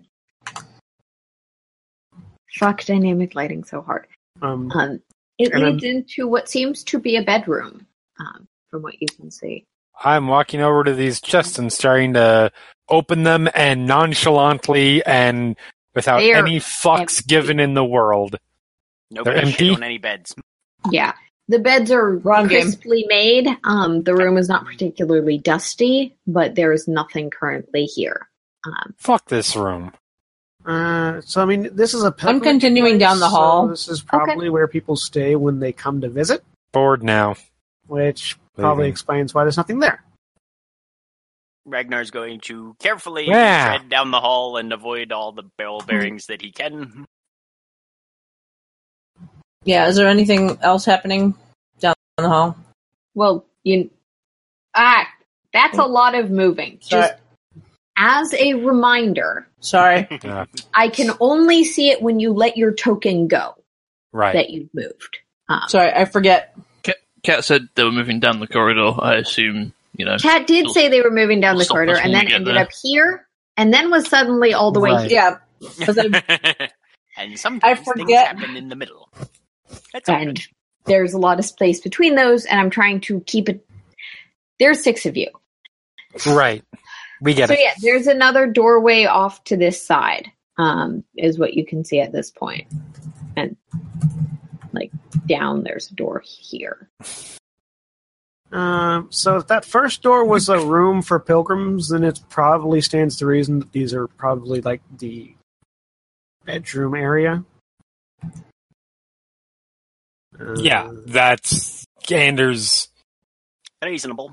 Fuck dynamic lighting so hard.
Um,
Um, it
And I'm-
leads into what seems to be a bedroom, um, from what you can see.
I'm walking over to these chests and starting to open them and nonchalantly and without
They are
any fucks
empty.
given in the world.
No
They're
shit
empty?
on any beds.
Yeah. The beds are
Wrong game.
crisply made. Um, the room is not particularly dusty, but there is nothing currently here. Um,
Fuck this room.
uh, so I mean, this is a.
I'm continuing down the
so
hall.
this is probably where people stay when they come to visit,
Bored now.
which probably
Leaving.
explains why there's nothing there.
Ragnar's going to carefully
Yeah.
tread down the hall and avoid all the
*laughs*
barrel bearings that he can.
Yeah, is there anything else happening down the hall?
well, you. Ah, that's a lot of moving. Just
Sorry.
as a reminder, *laughs*
Sorry.
Yeah,
I can only see it when you let your token go
right.
that you've moved. Um,
Sorry, I forget.
Cat said they were moving down the corridor. I assume, you know.
Cat did say they were moving down the
Stop
corridor
us
and
when we
then
get
ended
there.
up here and then was suddenly all the way
Right.
here.
Yeah. 'cause I-
*laughs* and sometimes things
forget.
happen in the middle. That's all
and there's a lot of space between those and i'm trying to keep it there's six of you
Right. We get
so
it.
yeah there's another doorway off to this side um is what you can see at this point and like down there's a door here
Um, so if that first door was a room for pilgrims, then it probably stands to reason that these are probably like the bedroom area. Uh,
Yeah, that's Anders.
reasonable.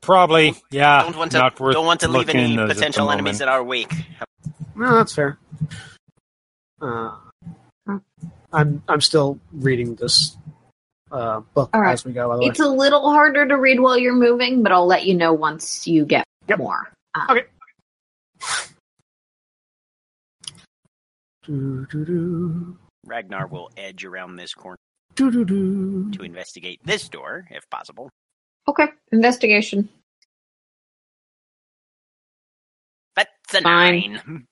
Probably, yeah.
Don't want to
not worth
don't want to leave
looking
any
in those at the
potential enemies
moment.
in our wake.
No, that's fair. Uh, I'm I'm still reading this uh, book
All right.
as we go. By the way,
it's a little harder to read while you're moving but i'll let you know once you get
Yep.
more Um,
Doo, doo, doo.
Ragnar will edge around this corner
Doo, doo, doo.
to investigate this door, if possible.
okay investigation
That's a
Fine.
nine.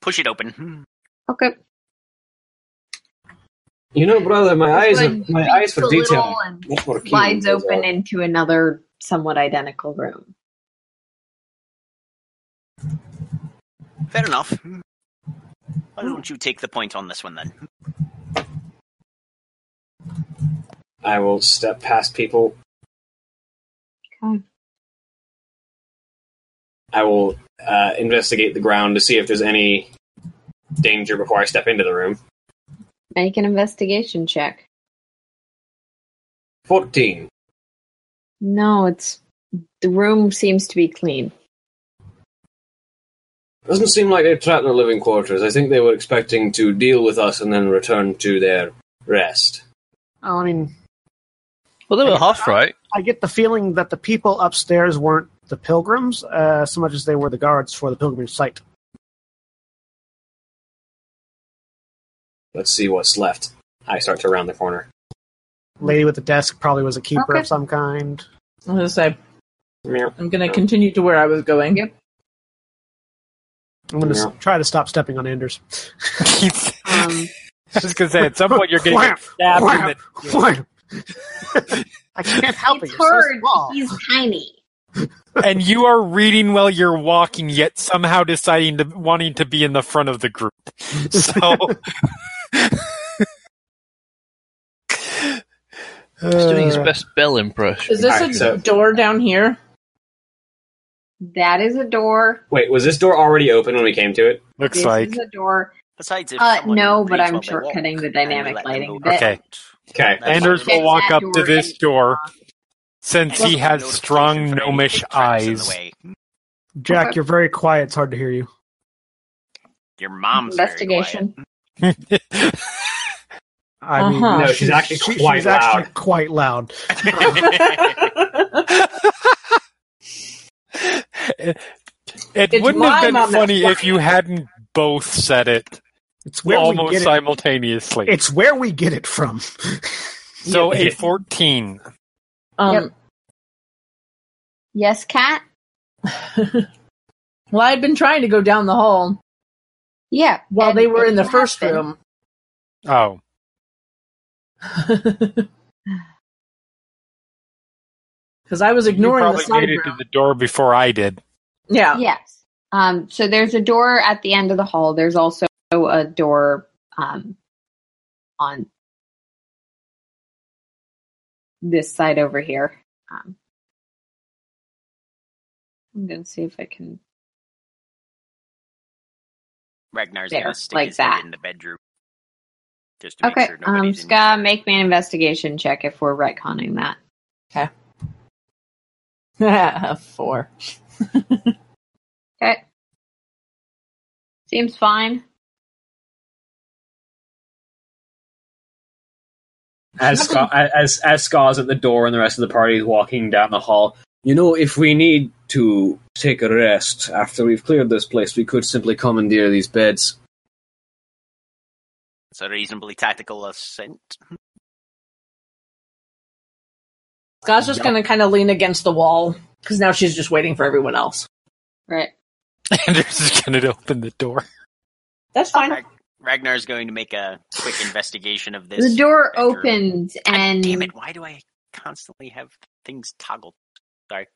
push it open.
Okay.
You know, brother, my eyes, are,
Wood
my eyes for
creaks a little
detail
and Slides open into another somewhat identical room.
Fair enough. Why don't you take the point on this one then?
I will step past people.
Okay.
I will uh, investigate the ground to see if there's any danger before I step into the room.
Make an investigation check.
Fourteen.
No, it's the room seems to be clean.
Doesn't seem like they trapped their living quarters. I think they were expecting to deal with us and then return to their rest.
Oh, I mean,
Well, they were half right.
I get the feeling that the people upstairs weren't the pilgrims uh, so much as they were the guards for the pilgrimage site.
Let's see what's left. I start to round the corner.
Lady with the desk probably was a keeper
Okay.
of some kind.
I'm gonna say
Meow.
I'm gonna continue to where I was going.
Yep.
I'm going to
Yeah.
try to stop stepping on Anders.
*laughs* Um,
*laughs* I was going to say, at some point you're
*laughs*
getting
Wham!
stabbed in
Wham!
the
Wham! I can't help
it's
it.
hard.
You're so small.
He's
*laughs*
tiny.
and you are reading while you're walking, yet somehow deciding to wanting to be in the front of the group.
*laughs*
So,
He's doing
Uh,
his best Bell impression.
Is this
Alright,
a
so-
door down
*laughs*
here? *laughs*
That is a door.
Wait, was this door already open when we came to it?
looks
this
like
is a door.
Besides, if
Uh,
someone
no, but
reads
I'm
while they
shortcutting
walk,
the
and we
dynamic
let them
lighting
go
a bit.
down.
Okay.
That's
Anders
fine.
will walk
that
up to
door
this
and-
door since
Any
he has
notification
strong
for any
gnomish
big traps in the
eyes.
way.
Jack,
Okay.
you're very quiet. It's hard to hear you.
Your mom's very
Investigation.
I
Uh-huh.
mean,
No, she's actually
she-
quite
she's actually
loud.
quite loud.
quiet.
It, it
It's
wouldn't have
my
been
mom that's
funny if you hadn't both said it
It's where we
almost
get it.
simultaneously.
It's where we get it from. *laughs*
so a fourteen.
um,
Yes, cat.
Well, I had been trying to go down the hall
Yeah.
while
and
they were
it
in the first
happened.
room.
Oh,
Because I was
you
ignoring the
probably
side
made it to
room.
the door before I did.
Yeah. *laughs*
Yes. Um, so there's a door at the end of the hall. There's also a door um, on this side over here. Um, I'm going to see if I can.
Ragnar's
There,
gonna stick
like
his head
that.
in the bedroom. Just to
Okay.
make sure
Um,
nobody's in.
Ska, make me an investigation check if we're retconning that.
Four.
Okay. Seems fine.
As Scar- as as Scar's at the door and the rest of the party is walking down the hall.
You know, if we need to take a rest after we've cleared this place, we could simply commandeer these beds.
It's a reasonably tactical ascent.
Scott's just going to kind of lean against the wall because now she's just waiting for everyone else.
Right.
Anders is going to open the door.
That's fine.
Rag- Ragnar's going to make a quick investigation of this.
The door
bedroom.
opens
God
and
damn it! Why do I constantly have things toggled? Sorry.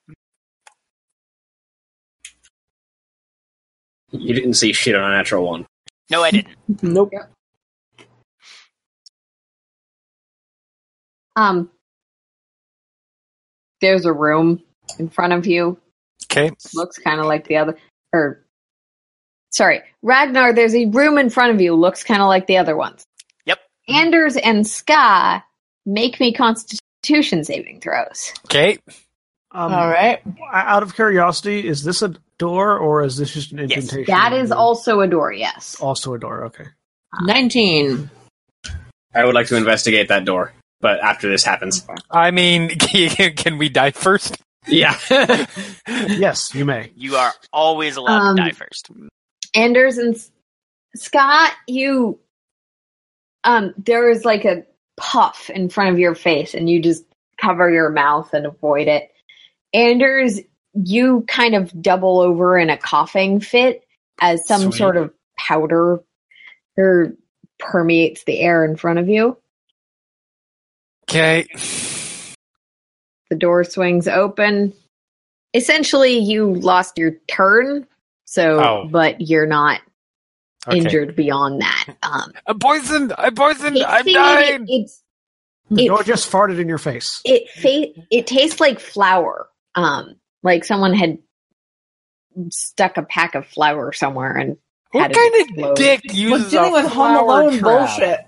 You didn't see shit on a natural one.
No, I didn't.
Nope.
um there's a room in front of you.
Okay,
Looks kind of like the other or sorry, Ragnar, there's a room in front of you. Looks kind of like the other ones.
Yep.
Anders and Ska make me constitution saving throws.
okay.
Um,
All right.
Out of curiosity, is this a door or is this just an
Yes.
indentation?
That is also a door, yes.
also a door. Okay.
19.
I would like to investigate that door, but after this happens,
I mean, *laughs* can we die first?
yeah. *laughs*
Yes, you may.
You are always allowed
Um,
to die *laughs* first.
Anders and S- Scott, you um there is like a puff in front of your face and you just cover your mouth and avoid it. Anders, you kind of double over in a coughing fit as some
Sweet.
sort of powder or permeates the air in front of you.
Okay.
The door swings open. Essentially, you lost your turn, so
Oh.
but you're not
Okay.
injured beyond that. Um,
I'm poisoned. I'm poisoned. I'm
tasting it,
dying.
it,
The
it-
door just farted in your face.
it fa- it tastes like flour. Um, like someone had stuck a pack of flour somewhere, and
What
had it
kind of
explode.
dick uses
dealing
a
with Home
flower
Alone
trap?
bullshit.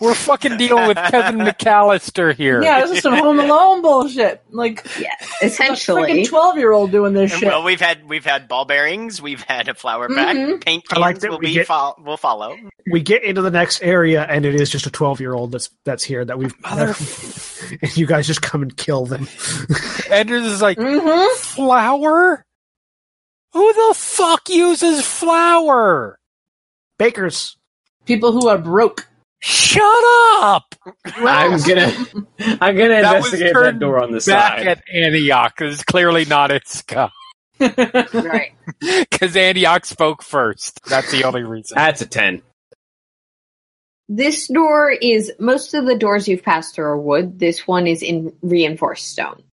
We're fucking dealing with
*laughs*
Kevin McAllister here.
Yeah, this is
*laughs*
some Home Alone bullshit. Like
*laughs* yeah,
a
essentially,
twelve year old doing this shit.
Well, we've had we've had ball bearings, we've had a flower pack,
Mhm.
paint
I
cans
like that
will
we
be
get-
fol- will follow. *laughs*
We get into the next area, and it is just a twelve-year-old that's that's here that we've.
Mother-
*laughs* and you guys just come and kill them. *laughs*
Anders is like,
Mm-hmm.
flower? Who the fuck uses flour?
Bakers.
People who are broke. *laughs*
Shut up!
I'm
*laughs*
gonna, I'm gonna
That was
investigate that
turned
door on the
Back
side.
at Antioch. It's clearly not Itzka.
*laughs* right.
Because Antioch spoke first. That's the only reason.
That's a ten.
This door is most of the doors you've passed through are wood. This one is in reinforced stone.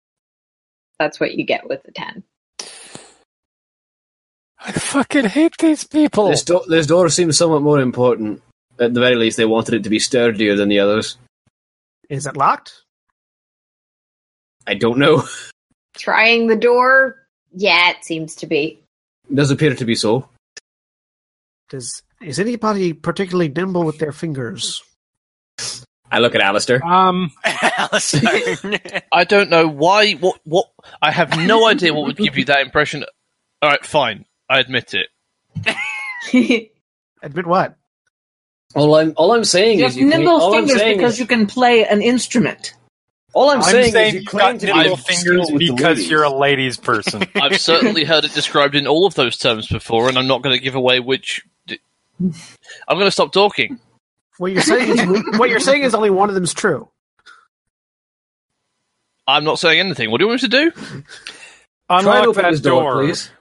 That's what you get with the ten.
I fucking hate these people.
This, do- this door seems somewhat more important. At the very least, they wanted it to be sturdier than the others.
Is it locked?
I don't know.
Trying the door, yeah, it seems to be.
does appear to be so.
Does is anybody particularly nimble with their fingers?
I look at Alistair.
Um,
Oh, *laughs* Alistar.
I don't know why. What? What? I have no idea what would give you that impression. All right, fine. I admit it.
Admit what?
All I'm, all I'm saying
You
is
have
you
nimble
claim, all I'm
fingers
saying
because
is,
you can play an instrument.
all I'm,
I'm
saying,
saying
is you
you've
claim
got
to be
nimble
both
fingers
skilled with the
because
ladies.
you're a ladies
*laughs*
person.
I've certainly heard it described in all of those terms before, and I'm not going to give away which. d- I'm going to stop talking.
What you're saying is what you're saying is only one of them's true.
I'm not saying anything. What do you want me to do?
Try and
Unlock
open
that
this door,
door.
please.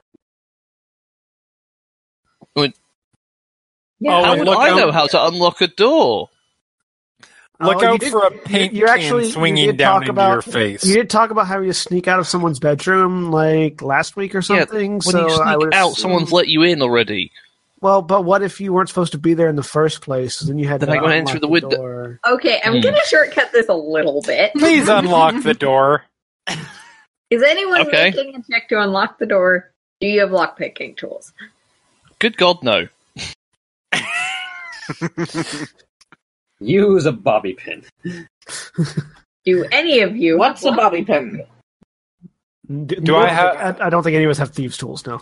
Oh,
how
and
would
look
I
out.
know how to unlock a door?
Look
Oh, you
out
did-
for a
you-
paint
you actually-
can
you
swinging
did
down
talk
into
about-
your face.
You did talk about how you sneak out of someone's bedroom like last week or something.
When
so
you
I
sneak
would
out,
assume-
someone's let you in already.
Well, but what if you weren't supposed to be there in the first place? Then you had
Then
to
I went in
unlock
through the window.
door.
okay, I'm
Hmm.
gonna shortcut this a little bit.
*laughs* Please
*laughs*
unlock the door.
Is anyone
Okay.
making a check to unlock the door? Do you have lock picking tools?
Good God, no.
Use a bobby pin.
Do any of you?
What's a
have lock-
bobby pin?
Do,
I have-
I, I don't think any of us have thieves' tools. No.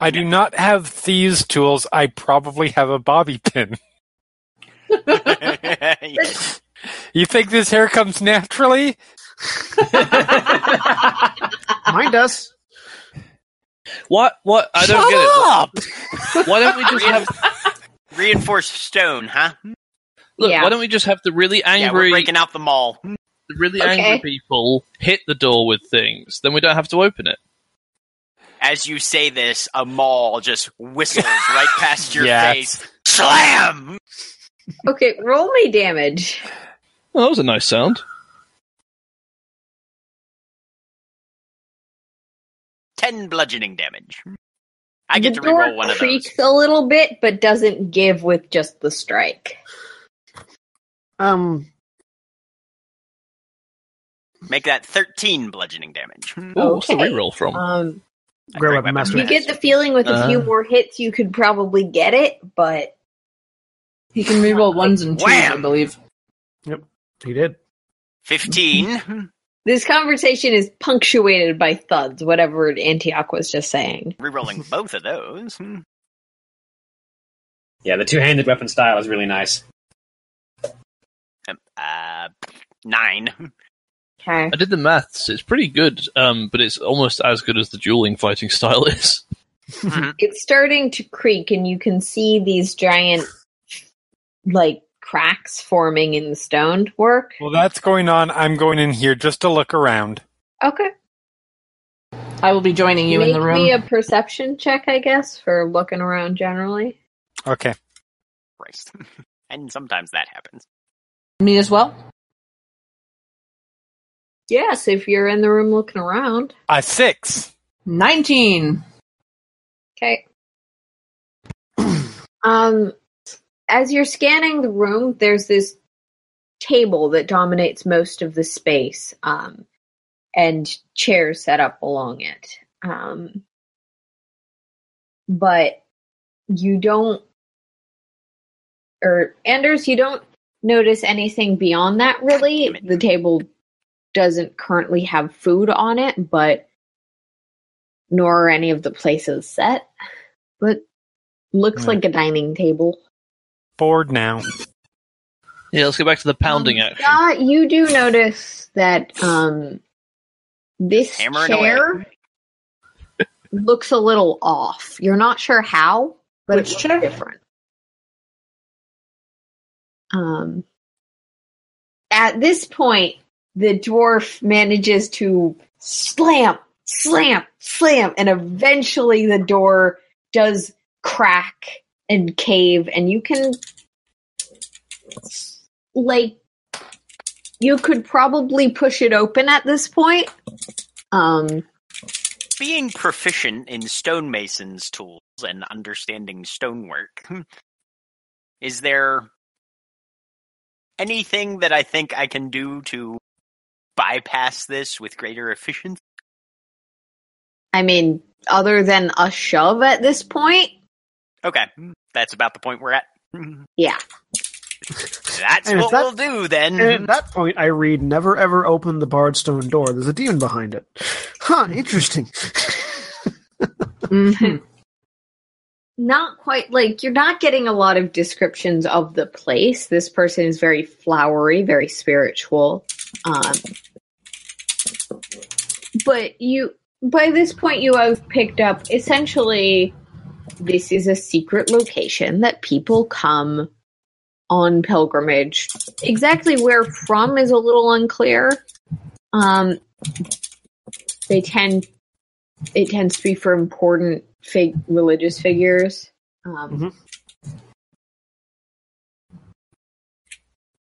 I do not have thieves' tools. I probably have a bobby pin. You think this hair comes naturally?
Mind
*laughs*
us.
What? What? I don't
Shut up!
get it. Why don't we just have?
Reinforced stone, huh?
Look,
Yeah.
why don't we just have the really
Yeah, we're
angry,
breaking out the mall.
the really
Okay.
angry people hit the door with things? Then we don't have to open it.
As you say this, a mall just whistles right
*laughs*
past your
Yes.
face. Slam!
Okay, roll me damage.
Well, that was a nice sound.
Ten bludgeoning damage. I get
the
to
door
reroll one of those.
creaks a little bit, but doesn't give with just the strike.
Um.
Make that thirteen bludgeoning damage.
Ooh, What's the
Okay.
reroll from?
Um,
I
Great
crack
weapon
my
master.
you
back.
get the feeling with a few
Uh.
more hits, you could probably get it, but
He can reroll ones and twos, I
Wham!
believe.
He did.
fifteen.
this conversation is punctuated by thuds, whatever Antioch was just saying.
*laughs* Rerolling both of those. Um,
Yeah, the two-handed weapon style is really nice.
Uh, nine.
Okay.
I did the maths. It's pretty good, um, but it's almost as good as the dueling fighting *laughs* style is.
It's starting to creak, and you can see these giant, like, cracks forming in the stonework.
Well, that's going on. I'm going in here just to look around.
Okay.
I will be joining you
Make
in the room.
me a perception check, I guess, for looking around generally.
Okay.
Christ. and sometimes that happens.
Me as well.
Yes, if you're in the room looking around.
A six.
19.
Okay. um, as you're scanning the room, there's this table that dominates most of the space, um, and chairs set up along it. Um, but you don't, or Anders, you don't notice anything beyond that really.
Damn it.
The table doesn't currently have food on it, but nor are any of the places set. But looks
Yeah.
like a dining table.
Bored now.
Yeah, let's get back to the pounding
Um,
action.
Uh, you do notice that um, this
Hammering
chair
away.
*laughs* looks a little off. You're not sure how, but
Which
it looks
chair?
different. Um, at this point, the dwarf manages to slam, slam, slam, and eventually the door does crack and cave, and you can like you could probably push it open at this point. Um,
Being proficient in stonemason's tools and understanding stonework, is there anything that I think I can do to bypass this with greater efficiency?
I mean, other than a shove at this point,
Okay, that's about the point we're at.
yeah.
That's
And if
what
that-
we'll do then.
Mm-hmm.
And at that point, I read, "Never ever open the barred stone door. There's a demon behind it." Huh? Interesting.
*laughs* Mhm.
Not quite like you're not getting a lot of descriptions of the place. This person is very flowery, very spiritual. Um, but you, by this point, you have picked up essentially this is a secret location that people come on pilgrimage. Exactly where from is a little unclear. Um, they tend it tends to be for important fig- religious figures. Um,
Mhm.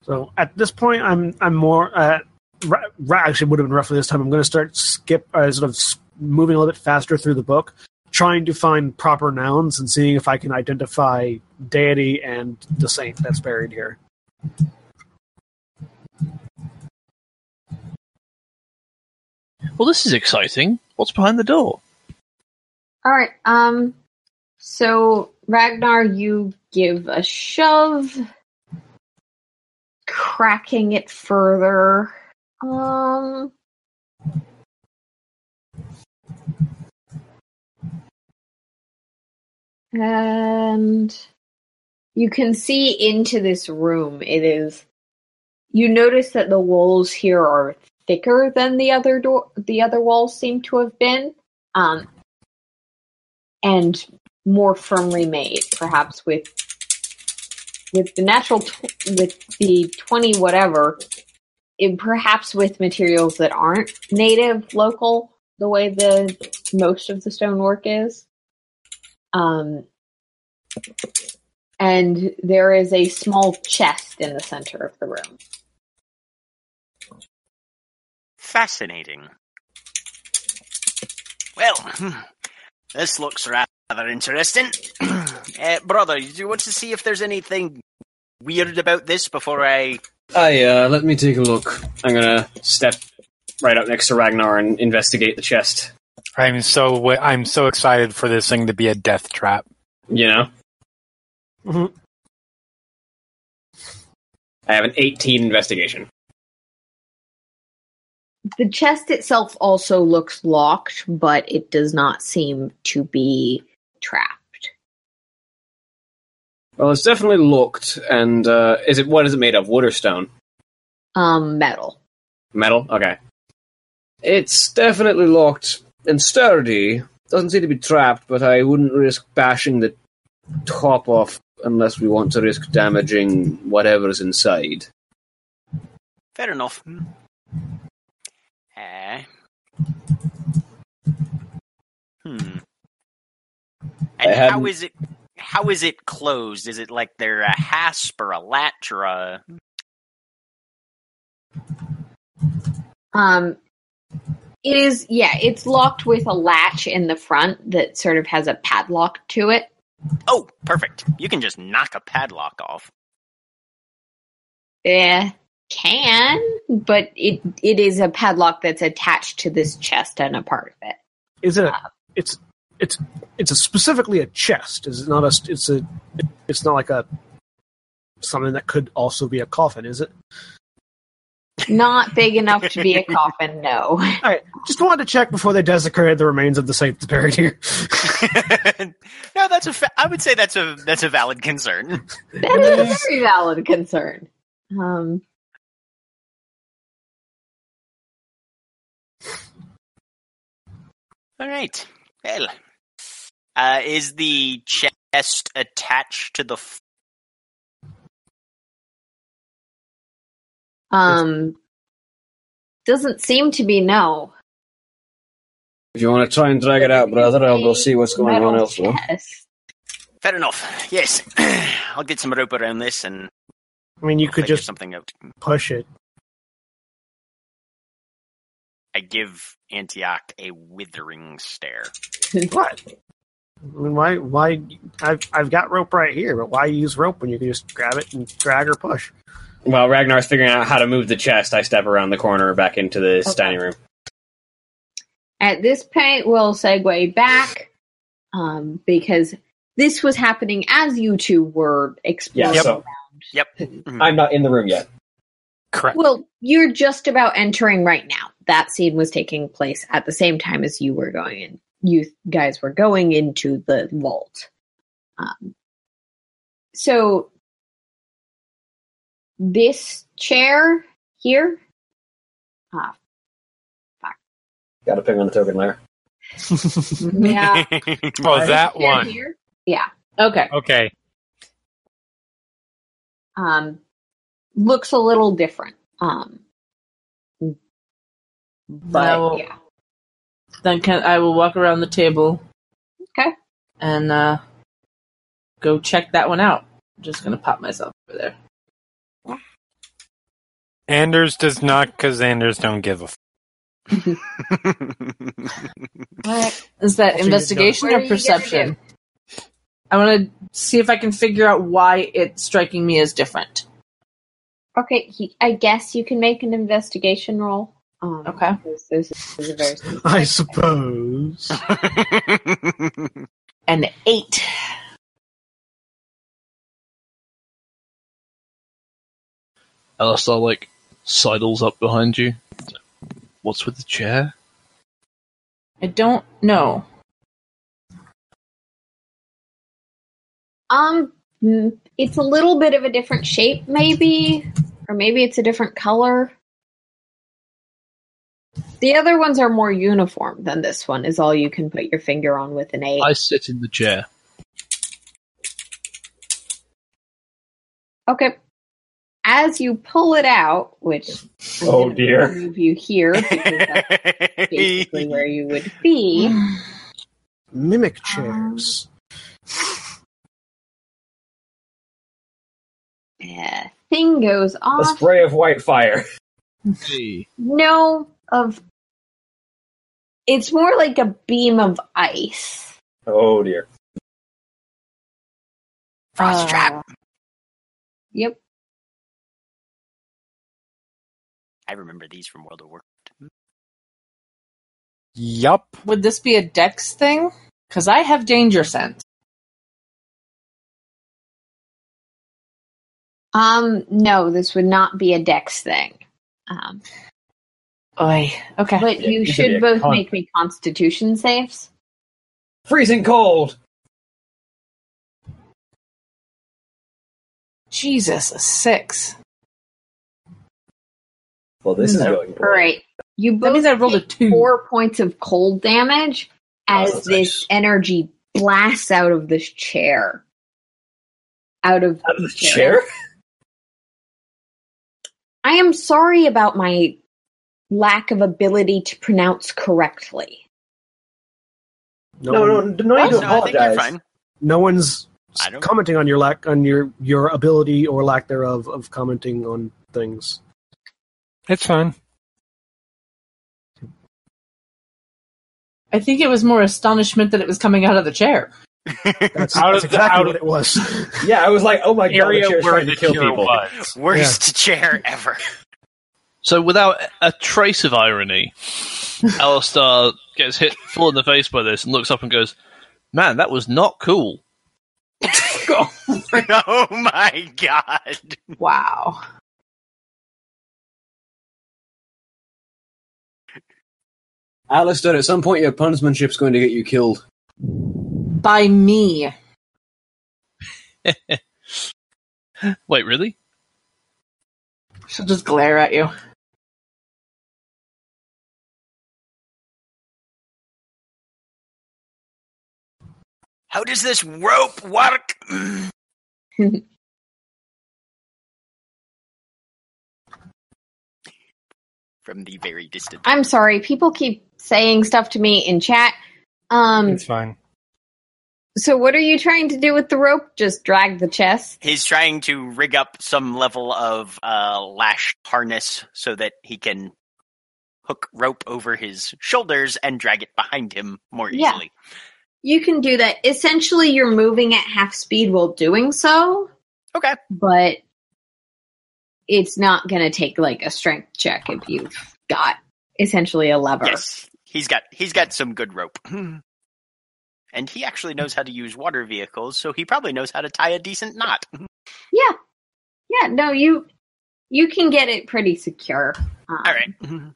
So at this point, I'm I'm more uh, ra- ra- actually would have been roughly this time. I'm going to start skip uh, sort of s- moving a little bit faster through the book, trying to find proper nouns and seeing if I can identify deity and the saint that's buried here.
Well, this is exciting. What's behind the door?
All right. Um. So Ragnar, you give a shove, cracking it further. Um. And you can see into this room. It is. You notice that the walls here are thicker than the other door. The other walls seem to have been. Um, and more firmly made, perhaps with with the natural tw- with the twenty whatever, and perhaps with materials that aren't native local the way the most of the stonework is. Um, and there is a small chest in the center of the room.
Fascinating. Well, *laughs* hmm, this looks rather interesting. *clears throat* uh, brother, do you want to see if there's anything weird about this before I.
I uh, let me take a look. I'm gonna step right up next to Ragnar and investigate the chest.
I'm so w- I'm so excited for this thing to be a death trap.
You know,
Mhm.
I have an 18 investigation.
The chest itself also looks locked, but it does not seem to be trapped.
Well, it's definitely locked. And uh, is it what is it made of? Wood or stone?
Um, metal.
Metal? Okay. It's definitely locked and sturdy. Doesn't seem to be trapped, but I wouldn't risk bashing the top off unless we want to risk damaging whatever's inside.
Fair enough. Hmm. Uh, hmm. And Hmm.
hadn't-
how is it. How is it closed? Is it like they're a hasp or a latch or a?
Um, it is, yeah, it's locked with a latch in the front that sort of has a padlock to it.
Oh, perfect! You can just knock a padlock off.
Eh, can, but it it is a padlock that's attached to this chest and a part of it.
Is it? A, it's it's it's a specifically a chest. Is it not a? It's a. It's not like a something that could also be a coffin, is it?
Not big enough to
*laughs*
be a coffin, no.
All right, just wanted to check before they desecrated the remains of the saint that's buried here. *laughs*
*laughs* no, that's a. Fa- I would say that's a that's a valid concern.
That is a very valid concern. Um,
All right. Well, uh, is the chest attached to the f-
um, doesn't seem to be no.
If you want to try and drag it out, brother, I'll go see what's going on
Metal
elsewhere.
chest.
Fair enough. Yes, *clears throat* I'll get some rope around this and
I mean, you could
figure
just
something out.
push it.
I give Antioch a withering stare.
What? I mean, why? Why? I've I've got rope right here, but why use rope when you can just grab it and drag or push?
While Ragnar's figuring out how to move the chest, I step around the corner back into the dining room.
At this point, we'll segue back um, because this was happening as you two were
Yeah,
exploring.
so
Yep.
I'm not in the room yet.
Correct.
Well, you're just about entering right now. That scene was taking place at the same time as you were going in. You guys were going into the vault. Um, so, this chair here, uh,
*laughs*
Got a ping on the token layer.
yeah,
Oh, that
This chair
one.
here, yeah, okay,
Okay.
um, looks a little different. Um, but
I will-
yeah,
Then can I will walk around the table.
Okay.
And uh, go check that one out. I'm just gonna pop myself over there.
Anders does not because Anders don't
*laughs*
give a. F-
Is that
Also, you
investigation
don't-
or
Where are you gonna
perception? I want to see if I can figure out why it's striking me as different.
okay. He, I guess you can make an investigation roll. Um,
Okay.
because This is a very
I suppose.
An eight.
Alistair like sidles up behind you. What's with the chair?
I don't know.
Um, mm, it's a little bit of a different shape, maybe, or maybe it's a different color. The other ones are more uniform than this one. Is all you can put your finger on with an eight.
I sit in the chair.
okay. As you pull it out, which I'm
Oh,
gonna
dear.
move you here because that's
*laughs*
basically where you would be.
Mimic
Um,
chairs.
Yeah. Thing goes
A
off.
spray of white fire. *laughs*
Hey.
No, of it's more like a beam of ice.
Oh dear.
Frost trap.
Yep.
I remember these from World of Warcraft.
yup.
Would this be a dex thing? Because I have danger sense.
Um, no, this would not be a dex thing. Um,
Oy. Okay.
but
*laughs* Yeah,
you
this would be
should
a
both
con-
make me constitution saves.
Freezing cold.
Jesus, a six.
Well, this is
No.
going
All right. You
That
both
means I rolled a
take
two.
four points of cold damage as
that's
this
Oh, nice.
energy blasts out of this chair. Out of
out of the chair.
I am sorry about my lack of ability to pronounce correctly.
No, one-
no, no,
Oh,
no, I think you're fine.
no one's
I don't-
commenting on your lack on your your ability or lack thereof of commenting on things.
It's fine.
I think it was more astonishment that it was coming out of the chair.
*laughs*
That's, that's
Out of the-
exactly
out
what
of-
it was. *laughs*
Yeah, I was like, oh my god,
Area
the chair's
where
trying
the
to kill
cure
people.
was.
Worst *laughs* chair
*laughs*
ever.
So, without a trace of irony, Alistar gets hit full in the face by this and looks up and goes, Man, that was not cool.
oh my god.
Wow.
Alistair, at some point your puntsmanship's going to get you killed.
By me.
Wait, really?
She'll just glare at you.
How does this rope work? Mm. *laughs* From the very distant.
I'm sorry, people keep saying stuff to me in chat. Um,
It's fine.
so what are you trying to do with the rope? Just drag the chest?
He's trying to rig up some level of uh, lash harness so that he can hook rope over his shoulders and drag it behind him more
Yeah.
easily.
You can do that. Essentially, you're moving at half speed while doing so,
Okay.
but it's not going to take like a strength check if you've got essentially a lever.
Yes, he's got he's got some good rope, *laughs* and he actually knows how to use water vehicles, so he probably knows how to tie a decent knot.
Yeah. Yeah, no, you you can get it pretty secure. Um,
All right.
Mm-hmm.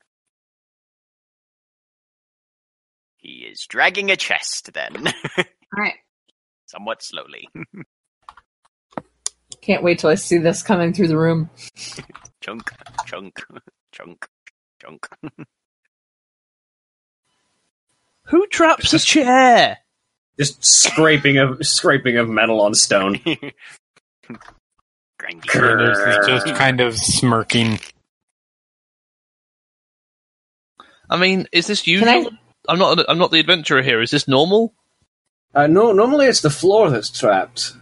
He is dragging a chest, then, *laughs*
All right.
somewhat slowly.
Can't wait till I see this coming through the room.
Chunk, chunk, chunk, chunk. *laughs*
Who traps *laughs* a chair?
Just scraping of scraping of metal on stone.
Grindy.
Anders is just kind of smirking.
I mean, is this
Can
usual?
I?
I'm not. I'm not the adventurer here. Is this normal?
Uh, no, normally it's the floor that's trapped.
*laughs*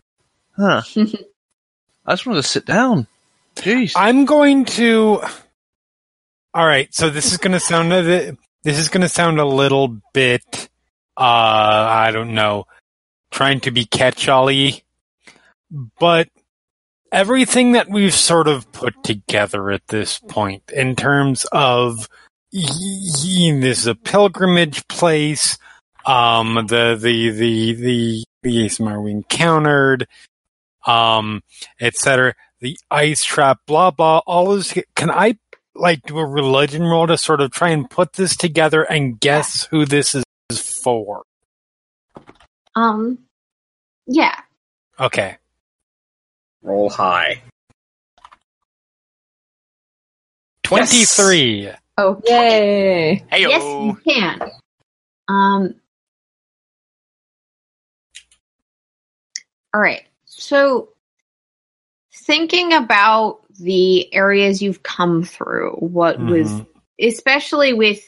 Huh. I just wanted to sit down. Jeez.
I'm going to. All right, so this is going to sound a bit, this is going to sound a little bit uh I don't know, trying to be catch-all-y, but everything that we've sort of put together at this point in terms of y- y- this is a pilgrimage place, um the the the the the ASMR we encountered, um etc the ice trap, blah blah. All those. Can I like do a religion roll to sort of try and put this together and guess who this is for?
Um yeah.
Okay,
Roll high.
twenty three.
Okay.
Yay!
Hey,
Yes, you can. Um, all right. So, thinking about the areas you've come through, what was
Mhm.
especially with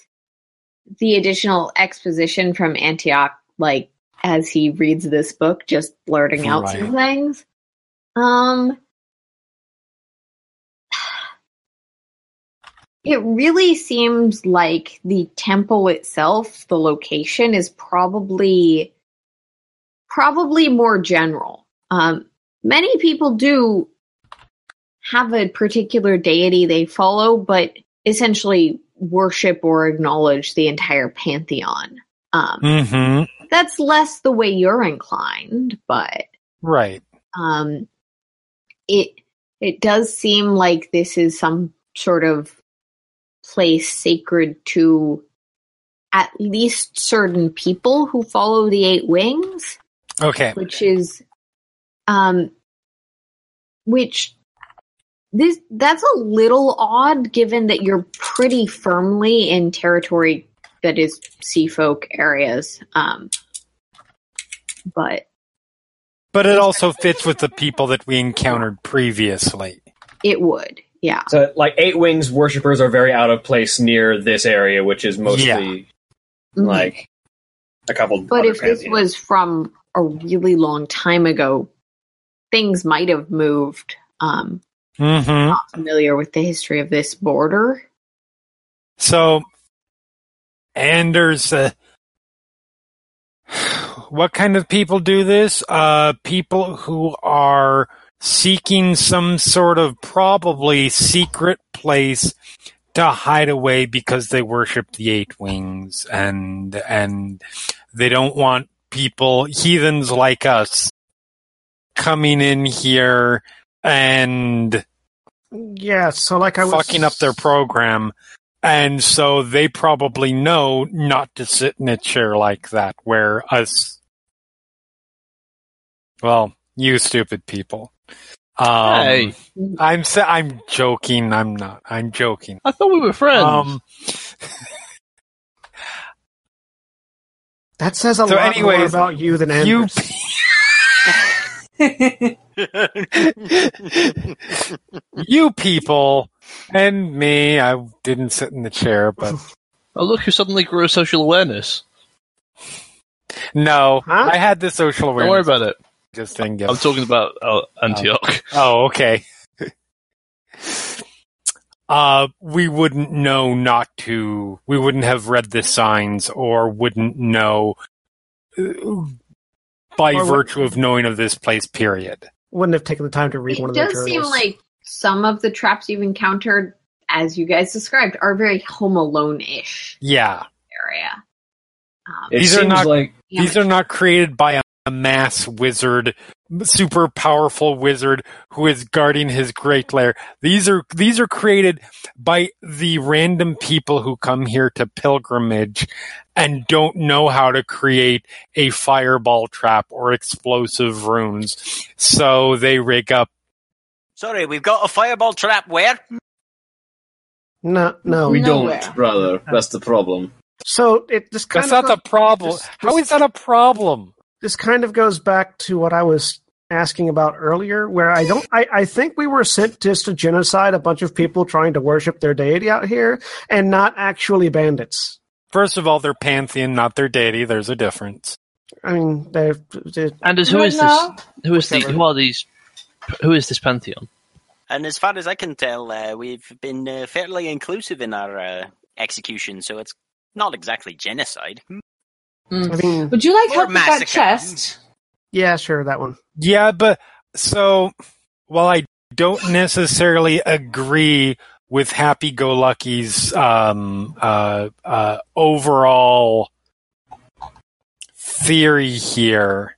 the additional exposition from Antioch, like as he reads this book, just blurting out some things. Um, it really seems like the temple itself, the location is probably probably more general. Um, many people do have a particular deity they follow, but essentially worship or acknowledge the entire pantheon. Um,
Mm-hmm.
that's less the way you're inclined, but
Right.
um, it it does seem like this is some sort of place sacred to at least certain people who follow the eight wings,
Okay.
which is um, which this that's a little odd given that you're pretty firmly in territory that is sea folk areas. Um, but
But it also fits with the people that we encountered previously.
it would, yeah.
So, like eight wings worshippers are very out of place near this area, which is mostly
Mhm.
like a couple.
But
other
if this
pantheons.
was from a really long time ago, things might have moved. Um,
Mm-hmm.
not familiar with the history of this border.
So, Anders, uh, what kind of people do this? Uh, people who are seeking some sort of probably secret place to hide away because they worship the eight wings and and they don't want people heathens like us coming in here and
Yeah, so like I was
fucking up their program. And so they probably know not to sit in a chair like that where us, well, you stupid people. Um,
Hey.
I'm, sa- I'm joking. I'm not. I'm joking.
I thought we were friends.
Um,
That says a
So
lot more
anyways,
about you than Anders.
you you people and me, I didn't sit in the
*laughs*
chair, but
oh, look who suddenly grew a social awareness.
no,
Huh?
I had the social
Don't worry
awareness
about it.
just thing.
I'm
yes.
talking about uh, Antioch.
Oh, okay. uh, we wouldn't know not to. We wouldn't have read the signs, or wouldn't know uh, by
Or what-
virtue of knowing of this place. Period.
Wouldn't have taken the time to read one
It
of their
does
journals.
seem like some of the traps you've encountered, as you guys described, are very home alone ish
Yeah,
area. Um,
It
These are
seems
not-
like
yeah.
these are not created by a, a mass wizard, super powerful wizard who is guarding his great lair. These are these are created by the random people who come here to pilgrimage and don't know how to create a fireball trap or explosive runes. So they rig up.
*laughs* Sorry, we've got a fireball trap. Where?
no, no.
we
Nowhere.
don't, brother. That's the problem.
So it this kind
That's
of
not the
goes-
problem.
this-
How
this-
is that a problem?
this kind of goes back to what I was asking about earlier, where I don't I, I think we were sent just to genocide a bunch of people trying to worship their deity out here and not actually bandits.
First of all, they're pantheon, not their deity. There's a difference.
I mean, they they
Anders, who
Right
is
now?
this? Who is the?
Whichever.
Who are these? Who is this pantheon?
And as far as I can tell, uh, we've been uh, fairly inclusive in our uh, execution, so it's not exactly genocide.
Hmm.
I mean,
Would you like
Or
help with that
massacre.
chest?
yeah, sure, that one.
Yeah, but so while I don't necessarily agree with Happy Go Lucky's um, uh, uh, overall theory here,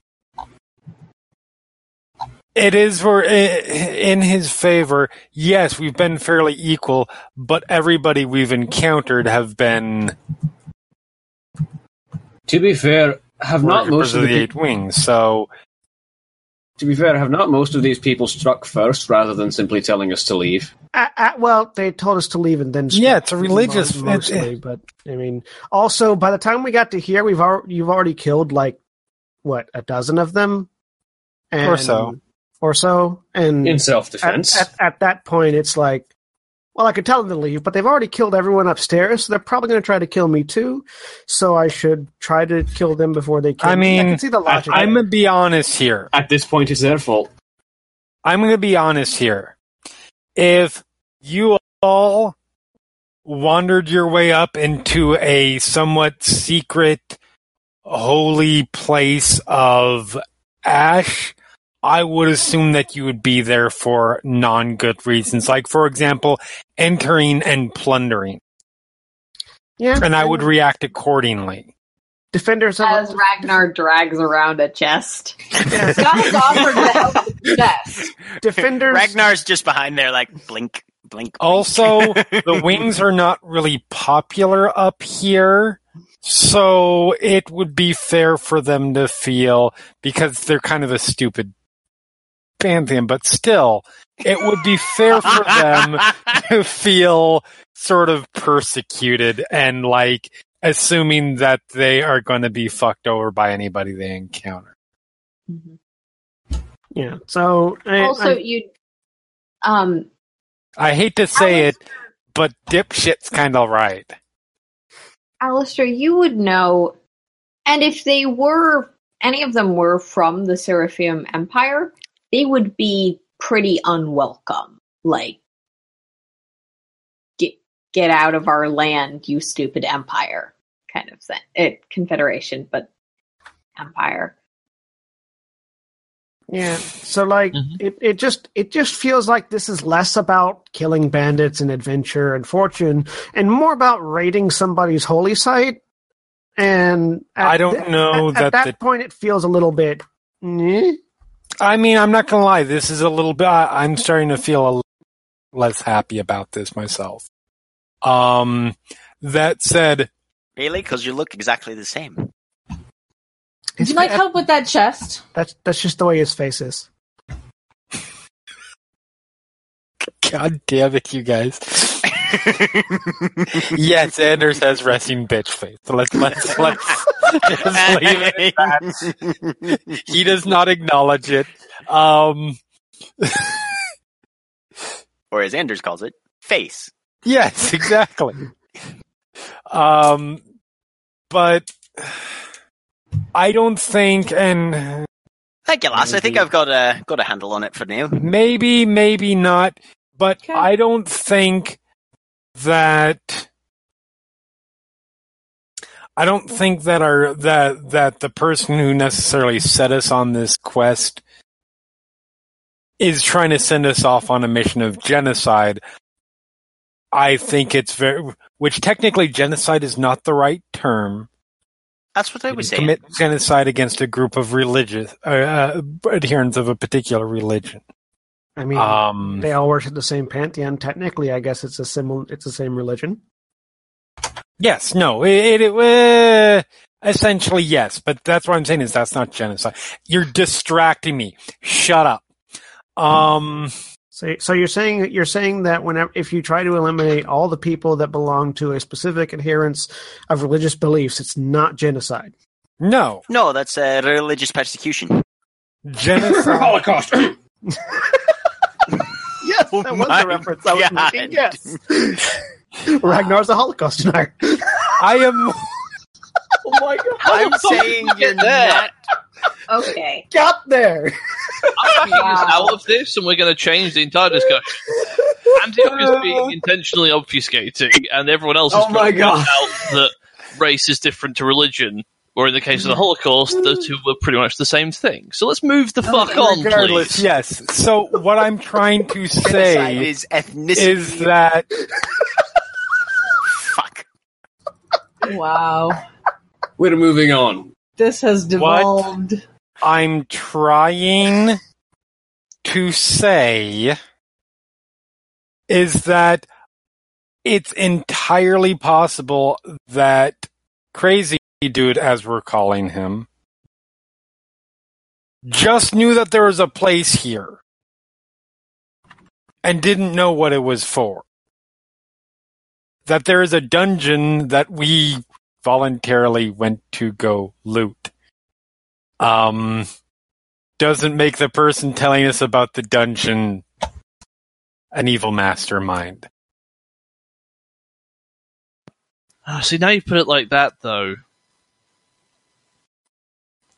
it is for in his favor. Yes, we've been fairly equal, but everybody we've encountered have been
To be fair, have not most
worshippers
of
of
the
the Eight
people.
Wings. So
To be fair, have not most of these people struck first rather than simply telling us to leave?
Uh, uh, well, they told us to leave and then struck
Yeah, it's a religious-
mo- mostly, but I mean, also by the time we got to here, we've al- you've already killed like what a dozen of them, and,
Or so.
or so, and
In self
at,
defense.
at, at that point, it's like, well, I could tell them to leave, but they've already killed everyone upstairs, so they're probably going to try to kill me too. So I should try to kill them before they kill
I
me. I
mean,
can see the logic.
I'm
there.
gonna be honest here.
At this point, it's their fault.
I'm going to be honest here. If you all wandered your way up into a somewhat secret, holy place of ash, I would assume that you would be there for non good reasons. Like, for example, entering and plundering.
yeah,
And I would react accordingly.
defenders of
As Ragnar drags around a chest, *laughs*
yeah,
Scott has offered to help with the chest.
defenders.
Ragnar's just behind there, like blink, blink. blink.
Also, the wings are not really popular up here. So it would be fair for them to feel because they're kind of a stupid pantheon, but still, it would be fair
*laughs*
for them to feel sort of persecuted and like assuming that they are going to be fucked over by anybody they encounter.
Yeah, so I,
also
I,
you, um,
I hate to say it,
Alistair-
but dipshit's kind of right.
Alistair, you would know, and if they were any of them were from the Seraphim Empire, they would be pretty unwelcome. Like, get get out of our land, you stupid empire, kind of thing. It, Confederation, but empire.
Yeah. So like
Mhm.
Mm-hmm.
it, it just it just feels like this is less about killing bandits and adventure and fortune and more about raiding somebody's holy site. And at
I don't
th-
know
at, at
that
that
the-
point it feels a little bit eh?
I mean, I'm not gonna lie. This is a little bit. I, I'm starting to feel a l- less happy about this myself. Um, that said,
Really? Because you look exactly the same.
Would you like help with that chest?
that's that's just the way his face is.
God damn it, you guys. yes, Anders has resting bitch face. So let's
*laughs*
let's let's just leave it. He does not acknowledge it. Um,
*laughs* or as Anders calls it, face.
yes, exactly. Um, but I don't think, and
Thank you, lass. I think I've got a got a handle on it for now.
maybe, maybe not. But
Okay.
I don't think that I don't think that our that that the person who necessarily set us on this quest is trying to send us off on a mission of genocide. I think it's very, which technically genocide is not the right term
That's what I was saying.
commit genocide against a group of religious uh, uh, adherents of a particular religion.
I mean
Um,
they all worship the same pantheon. Technically, I guess it's a similar it's the same religion.
yes, no, it, it uh, essentially yes, but that's what I'm saying is that's not genocide. You're distracting me. Shut up. Um,
So, so you're saying you're saying that whenever if you try to eliminate all the people that belong to a specific adherence of religious beliefs, it's not genocide.
no,
No, that's uh, religious persecution.
genocide.
Holocaust.
Yes, that was
Oh my
the reference I was
God.
making. Yes, *laughs* Ragnar's a Holocaust denier.
I am.
oh my god.
I'm saying
*laughs*
you're not.
Okay.
Got there.
I'm taking us
Wow.
out of this, and we're going to change the entire
*laughs*
discussion. Antioch is being intentionally obfuscating, and everyone else is
Oh my
trying to
God.
point out that race is different to religion. Or in the case of the Holocaust, the two were pretty much the same thing. So let's move the
Oh,
fuck on,
Regardless,
please.
yes. So what I'm trying to
Genocide
say
is ethnicity.
is that
fuck?
Wow.
We're moving on. *laughs*
This has devolved.
I'm trying to say is that it's entirely possible that crazy dude, as we're calling him, just knew that there was a place here and didn't know what it was for. That there is a dungeon that we voluntarily went to go loot um, doesn't make the person telling us about the dungeon an evil mastermind.
Ah, see, now you put it like that, though.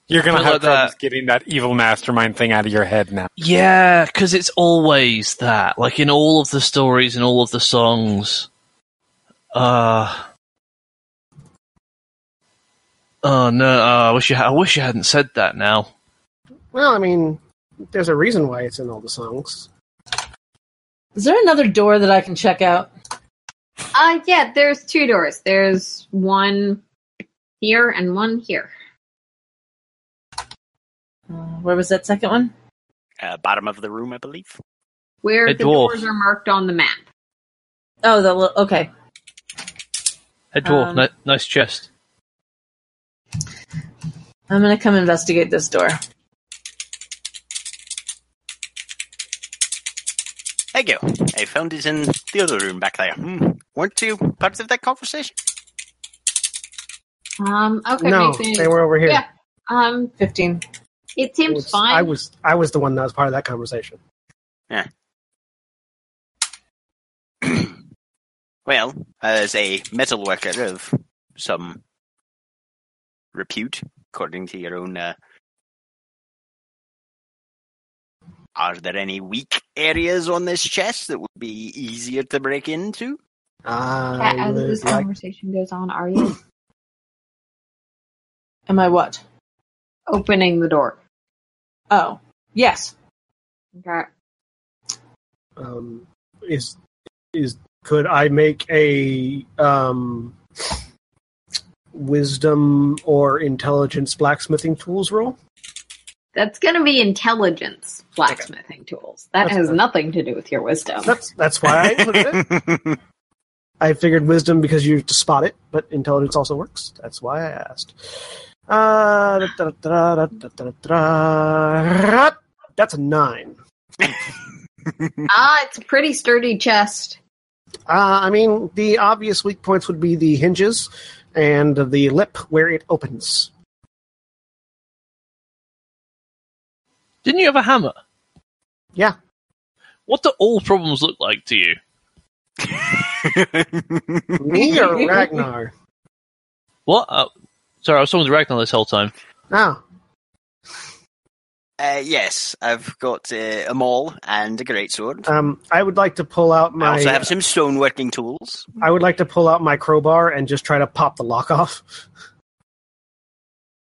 You're gonna
Put it
have
like
problems
that.
getting that evil mastermind thing out of your head now.
Yeah, because it's always that. Like in all of the stories and all of the songs. Uh. Oh no! uh, I wish you. Ha- I wish you hadn't said that. Now,
Well, I mean, there's a reason why it's in all the songs.
Is there another door that I can check out?
Uh, yeah, there's two doors. There's one here and one here.
Uh, where was that second one?
Uh, bottom of the room, I believe.
Where
A
the
dwarf.
doors are marked on the map.
Oh, the little, okay.
head dwarf,
Um,
ni- nice chest.
I'm gonna come investigate this door.
There you go. I found it in the other room back there. Hmm. Weren't you part of that conversation?
Um, okay.
no,
make me-
they were over here.
Yeah. Um,
Fifteen.
it seems
Oops,
fine.
I was I was the one that was part of that conversation.
Well, as a metalworker of some repute, according to your own uh, Are there any weak areas on this chest that would be easier to break into?
I
Kat, as
would
this
like-
conversation goes on, are you *clears throat*
Am I what?
opening the door?
Oh, yes.
Okay.
um, is is could I make a um, wisdom or intelligence blacksmithing tools roll?
That's going to be intelligence blacksmithing tools. That
That's
has
fine.
nothing to do with your wisdom.
That's that's why I included it. I figured wisdom because you have to spot it, but intelligence also works. That's why I asked. Uh, da- da- da- da- da- da- da- da. That's a nine.
ah, it's a pretty sturdy chest.
Uh, I mean, the obvious weak points would be the hinges and the lip where it opens.
Didn't you have a hammer?
Yeah.
What do all problems look like to you?
Me or Ragnar?
What? Uh, sorry, I was talking to Ragnar this whole time.
No.
Uh, yes, I've got uh, a maul and a greatsword.
Um, I would like to pull out
I
my.
also have some stoneworking tools.
I would like to pull out my crowbar and just try to pop the lock off.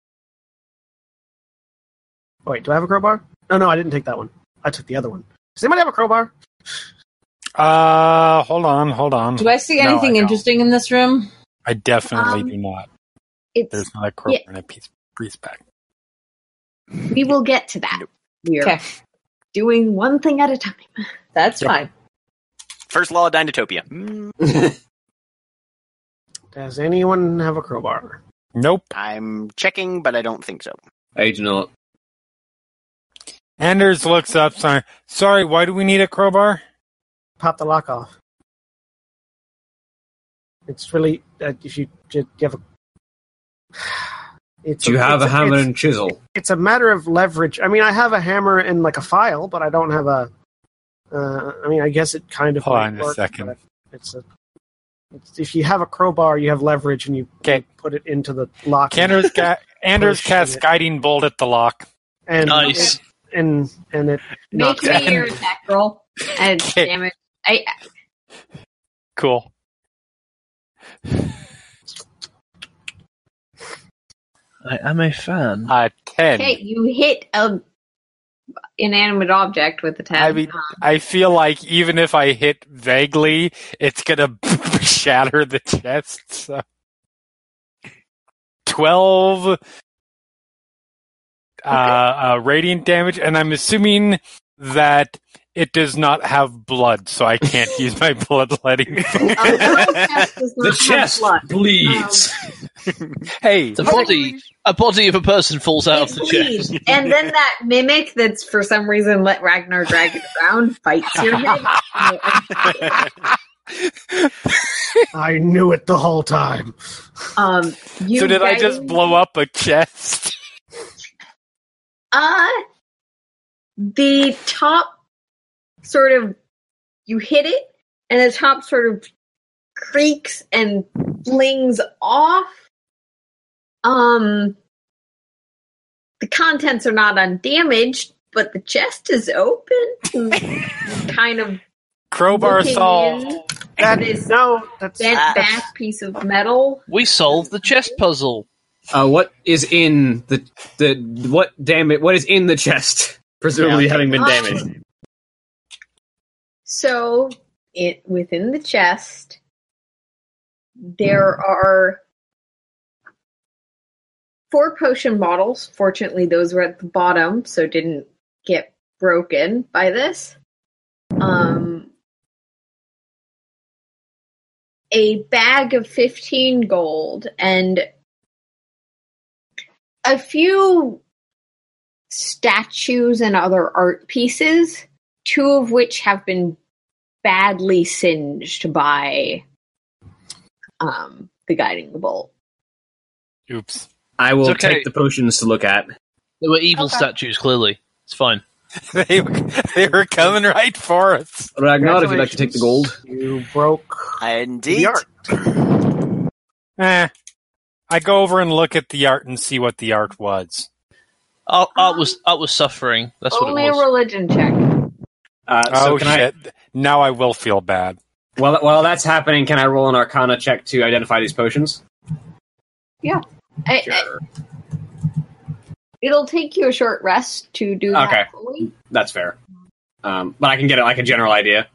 *laughs* Oh, wait, do I have a crowbar? No, no, I didn't take that one. I took the other one. Does anybody have a crowbar?
Uh, hold on, hold on.
Do I see
No, I
anything
don't.
interesting in this room?
I definitely
Um,
do not.
It's
There's not a crowbar and a piece grease pack.
we will get to that. We're
Okay,
doing one thing at a time.
that's fine.
First law of Dinotopia. Hmm,
Does anyone have a crowbar?
Nope.
I'm checking, but I don't think so.
I do not.
Anders looks up. Sorry, sorry. Why do we need a crowbar?
Pop the lock off. It's really uh, if you just give a. It's
Do you have a
it's
hammer
it's-
and chisel?
it's a matter of leverage. I mean, I have a hammer and like a file, but I don't have a. Uh, I mean, I guess it kind of.
Hold
might
on a
work,
second.
but It's a. It's, if you have a crowbar, you have leverage, and you
Okay.
put it into the lock.
Anders, ga- Anders
Push
casts
it.
guiding bolt at the lock.
and
Nice.
it- and and it. knocks
Make me
it.
your attack roll. And
Okay.
damage. I,
Cool.
I am a fan.
Uh, ten.
okay, you hit a inanimate object with a ten.
I mean, I feel like even if I hit vaguely, it's gonna *laughs* shatter the chest. So. Twelve uh, uh, radiant damage, and I'm assuming that it does not have blood, so I can't use my *laughs* bloodletting.
Um, the
*laughs*
chest does not
The
have
chest
blood.
bleeds.
hey,
The body, a body of a person falls
Oh,
out of
It
the chest.
bleeds, and then that mimic that's for some reason let Ragnar drag it around bites your
*laughs*
head.
I knew it the whole time.
Um, you
so did I
guys-
just blow up a chest? *laughs*
Uh, the top sort of you hit it, and the top sort of creaks and flings off. Um, the contents are not undamaged, but the chest is open.
*laughs*
kind of
Crowbar
looking
solved.
in
That
This-
no, that's
bent
Ah.
back piece of metal.
We solved the chest puzzle.
Uh, what is in the the what damn it? What is in the chest? Presumably
Yeah,
having been
Um,
damaged.
So, it within the chest, there are four potion bottles. Fortunately, those were at the bottom, so didn't get broken by this. Um, a bag of fifteen gold and a few statues and other art pieces two of which have been badly singed by um, the guiding bolt.
Oops.
I will
It's okay.
take the potions to look at.
They were evil statues, clearly. It's fine.
They, they were coming right for us.
Ragnar, if you'd like to take the gold.
You broke the
Indeed.
art.
Eh. I go over and look at the art and see what the art was.
Art, Art
Um,
was Art was suffering. That's what
Only
it
a
was.
religion check.
Uh, so
oh
can I,
shit! Now I will feel bad.
while, while that's happening, can I roll an Arcana check to identify these potions?
I- I- it'll take you a short rest to do
Okay.
that fully.
That's fair. Um, but I can get like a general idea.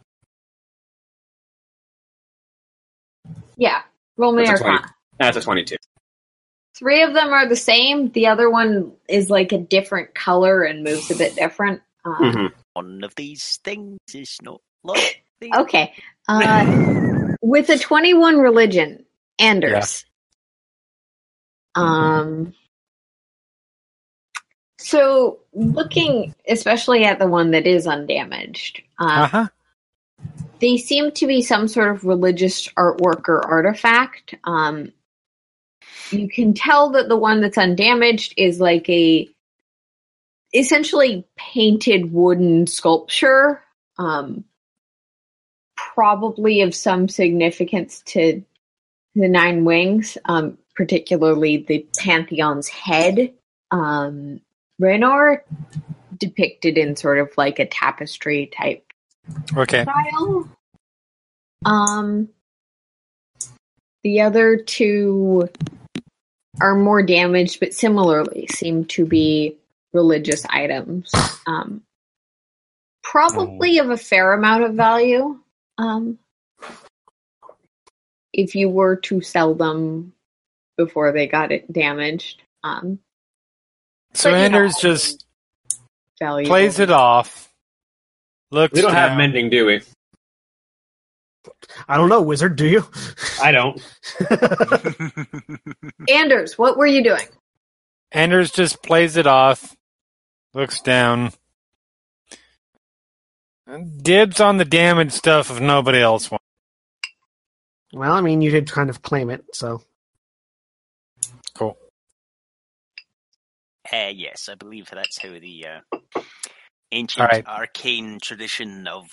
Yeah. Roll me
That's a 20.
Arcana.
That's a twenty-two.
Three of them are the same. The other one is like a different color and moves a bit different. Uh,
Mm-hmm.
Mhm.
One of these things is not love.
Okay. Uh, with a 21 religion, Anders. Um, so, looking especially at the one that is undamaged,
Uh
uh,
huh.
they seem to be some sort of religious artwork or artifact. Um, you can tell that the one that's undamaged is like a essentially painted wooden sculpture, um, probably of some significance to the Nine Wings, um, particularly the Pantheon's head. Um, Raynor depicted in sort of like a tapestry type
Okay.
style. Um, the other two are more damaged, but similarly seem to be religious items. Um, probably
Oh.
of a fair amount of value. Um, if you were to sell them before they got it damaged, um, But,
So
you know,
Anders just
value
plays it off. Looks.
We don't have
down.
mending, do we?
I don't know, wizard, do you?
I don't.
Anders, what were you doing?
Anders just plays it off, looks down. Dibs on the damaged stuff if nobody else wants.
well, I mean, you did kind of claim it, so.
Uh, yes, I believe that's how the uh, ancient
Alright.
arcane tradition of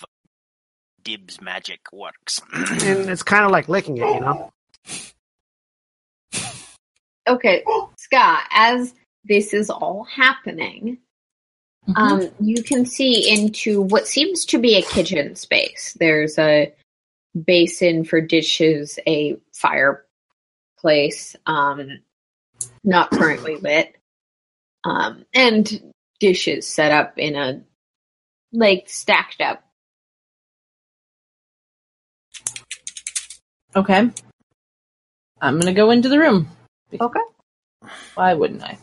dibs magic works. *clears throat*
And it's kind of like licking it, you know?
okay, Scott, as this is all happening, um, you can see into what seems to be a kitchen space. There's a basin for dishes, a fireplace, um, not currently lit, um, and dishes set up in a like stacked up.
Okay. I'm gonna go into the room.
Okay.
Why wouldn't I?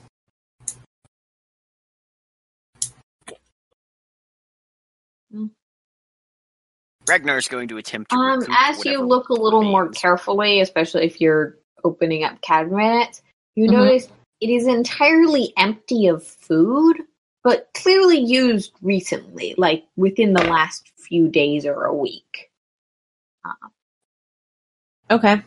Ragnar's going to attempt to
Um,
recoup
as you
whatever
look a little more
remains.
carefully, especially if you're opening up cabinets, you
Mhm.
notice it is entirely empty of food, but clearly used recently, like within the last few days or a week.
Okay.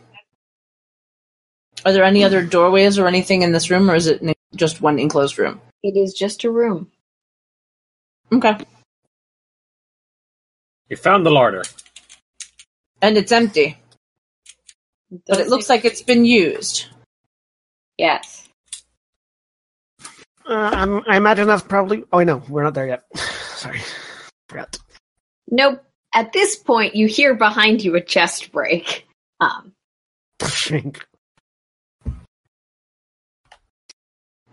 Are there any other doorways or anything in this room, or is it n- just one enclosed room?
It is just a room.
Okay.
You found the larder.
And it's empty, but it looks like it's been used.
yes.
Uh, I'm, I imagine that's probably. Oh, I know, we're not there yet. *sighs* Sorry. Forgot.
Nope. At this point, you hear behind you a chest break. *laughs* Um,
Shrink.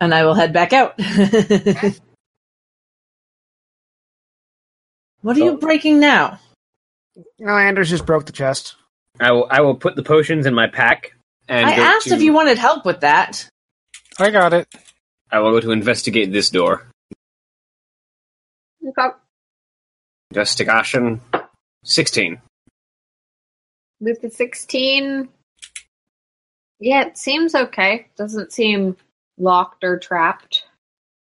And I will head back out. *laughs* what are you breaking now?
No, Anders just broke the chest.
I will. I will put the potions in my pack. And
I
go
asked
to-
if you wanted help with that.
I got it.
I will go to investigate this door.
okay.
Investigation sixteen.
with the 16 yeah it seems okay doesn't seem locked or trapped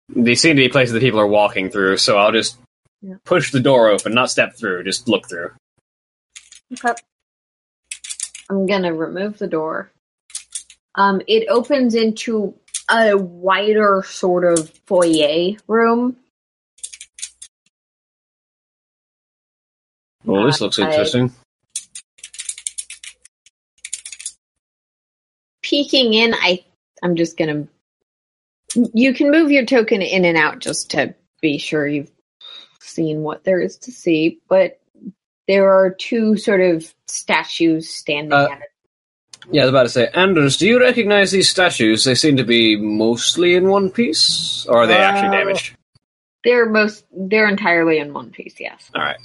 They seem to be places that people are walking through, so I'll just
Yeah.
push the door open, not step through, just look through.
okay i'm gonna remove the door um it opens into a wider sort of foyer room
Well, this looks
I-
interesting.
peeking in i i'm just gonna You can move your token in and out just to be sure you've seen what there is to see, but there are two sort of statues standing
Uh,
at it.
Yeah, I was about to say, Anders, do you recognize these statues? They seem to be mostly in one piece, or are they actually
Uh,
damaged?
They're most they're entirely in one piece, yes.
All right.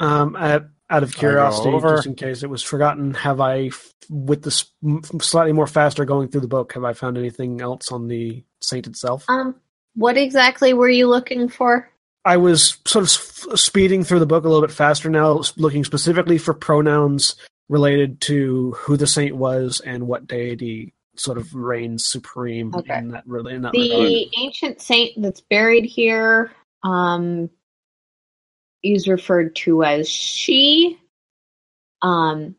Um, I, out of
go
curiosity,
over.
just in case it was forgotten, have I, f- with the s- m- slightly more faster going through the book, have I found anything else on the saint itself?
Um what exactly were you looking for?
I was sort of s- speeding through the book a little bit faster now, s- looking specifically for pronouns related to who the saint was and what deity sort of reigns supreme
Okay.
in that really in that regard.
The ancient saint that's buried here um, is referred to as she. Um,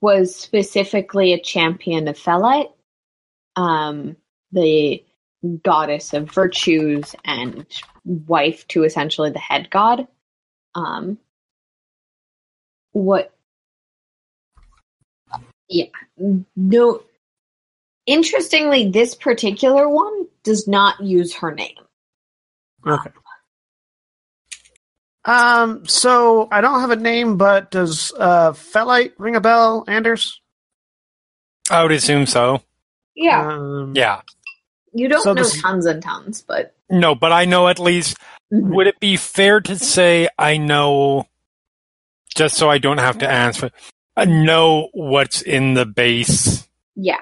was specifically a champion of Felite, um, the goddess of virtues and wife to essentially the head god. Um, what? Yeah. No, Interestingly, this particular one does not use her name. uh,
Okay. Um. So I don't have a name, but does uh, Felite ring a bell, Anders?
I would assume so. Uh,
Um,
Yeah.
You don't
So
know
this-
tons and tons, but
No, but I know at least.
Mm-hmm.
Would it be fair to say I know, just so I don't have
Mm-hmm.
to answer, I know what's in the base?
yeah.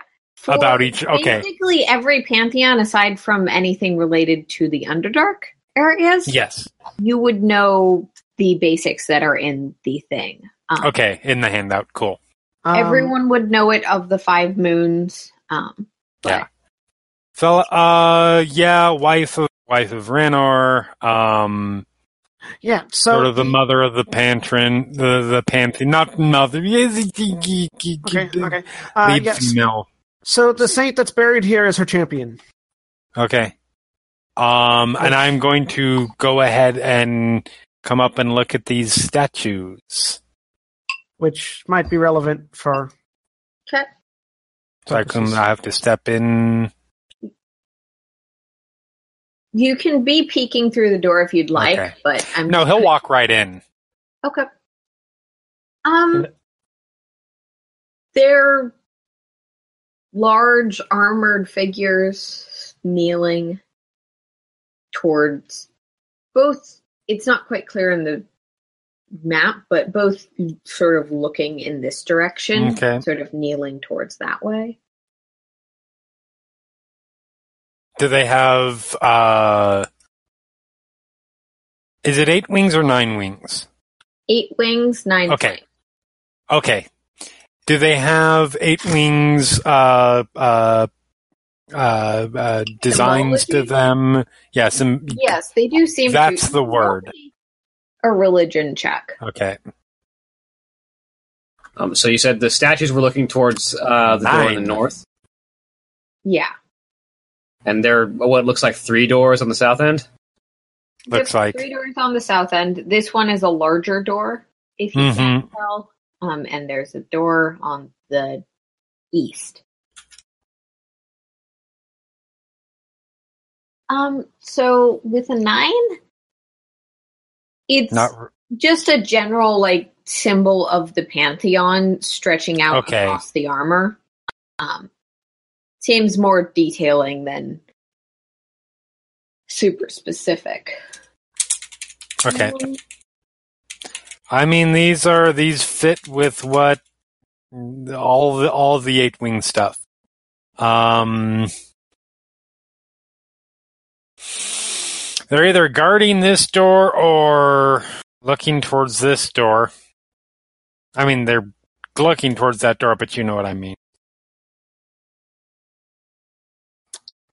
About each- okay.
Basically, every pantheon, aside from anything related to the Underdark areas,
Yes.
you would know the basics that are in the thing. Um,
Okay, in the handout. Cool.
um,
Everyone would know it of the Five Moons. Um, but
Yeah. So, uh, yeah, wife of wife of Ranor, um,
Yeah. So
sort of the mother of the pantrin, the the pantheon, not mother, okay,
Okay. Okay. Uh,
lead
yes.
female.
So the saint that's buried here is her champion.
Okay. Um, and I'm going to go ahead and come up and look at these statues.
which might be relevant for.
Okay.
So I can, I have to step in.
You can be peeking through the door if you'd like,
Okay.
but I'm
No, he'll walk right in.
Okay. Um, they're large armored figures kneeling towards both. It's not quite clear in the map, but both sort of looking in this direction,
Okay.
sort of kneeling towards that way.
Do they have, uh, is it eight wings or nine wings?
Eight wings, nine.
Okay.
flanks.
Okay. Do they have eight wings uh uh uh, uh designs to
Symbology?
them? Yeah, some
Yes, they do seem. to-
That's the word.
A religion check.
Okay.
Um, so you said the statues were looking towards uh, the door in the
Nine.
north,
Yeah.
and there are what looks like three doors on the south end.
Looks
There's
like.
three doors on the south end. This one is a larger door, if
Mm-hmm.
you can tell. Um, and there's a door on the east. Um, so with a nine, it's
Not r-
just a general like symbol of the pantheon stretching out
Okay.
across the armor. Um, seems more detailing than super specific.
okay.
Um,
I mean these are these fit with what all the all the eight wing stuff. Um They're either guarding this door or looking towards this door. I mean, they're looking towards that door, but you know what I mean.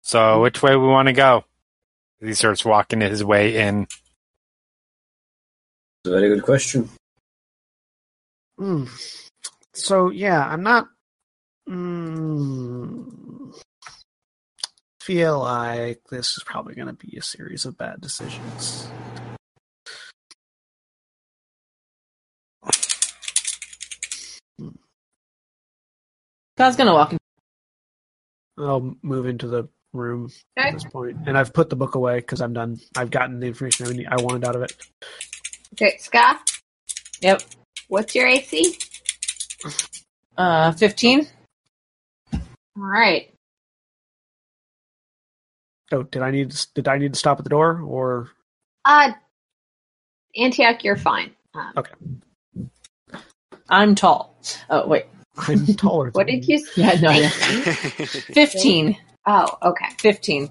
So, which way we want to go? He starts walking his way in.
Very good question.
Hmm. So yeah, I'm not. Mm, feel like this is probably going to be a series of bad decisions.
God's gonna walk in.
I'll move into the room at
Okay.
this point, and I've put the book away because I'm done. I've gotten the information I, need, I wanted out of it.
Okay, Scott,
Yep.
what's your AC?
Uh, 15?
All right.
Oh, did I need did I need to stop at the door or *laughs*
Uh, Antioch, you're fine. Um,
Okay.
I'm tall. Oh, wait. *laughs*
I'm taller?
What
than
did you say?
Yeah, no, yeah.
*laughs* That's
15.
Oh, okay.
15.
All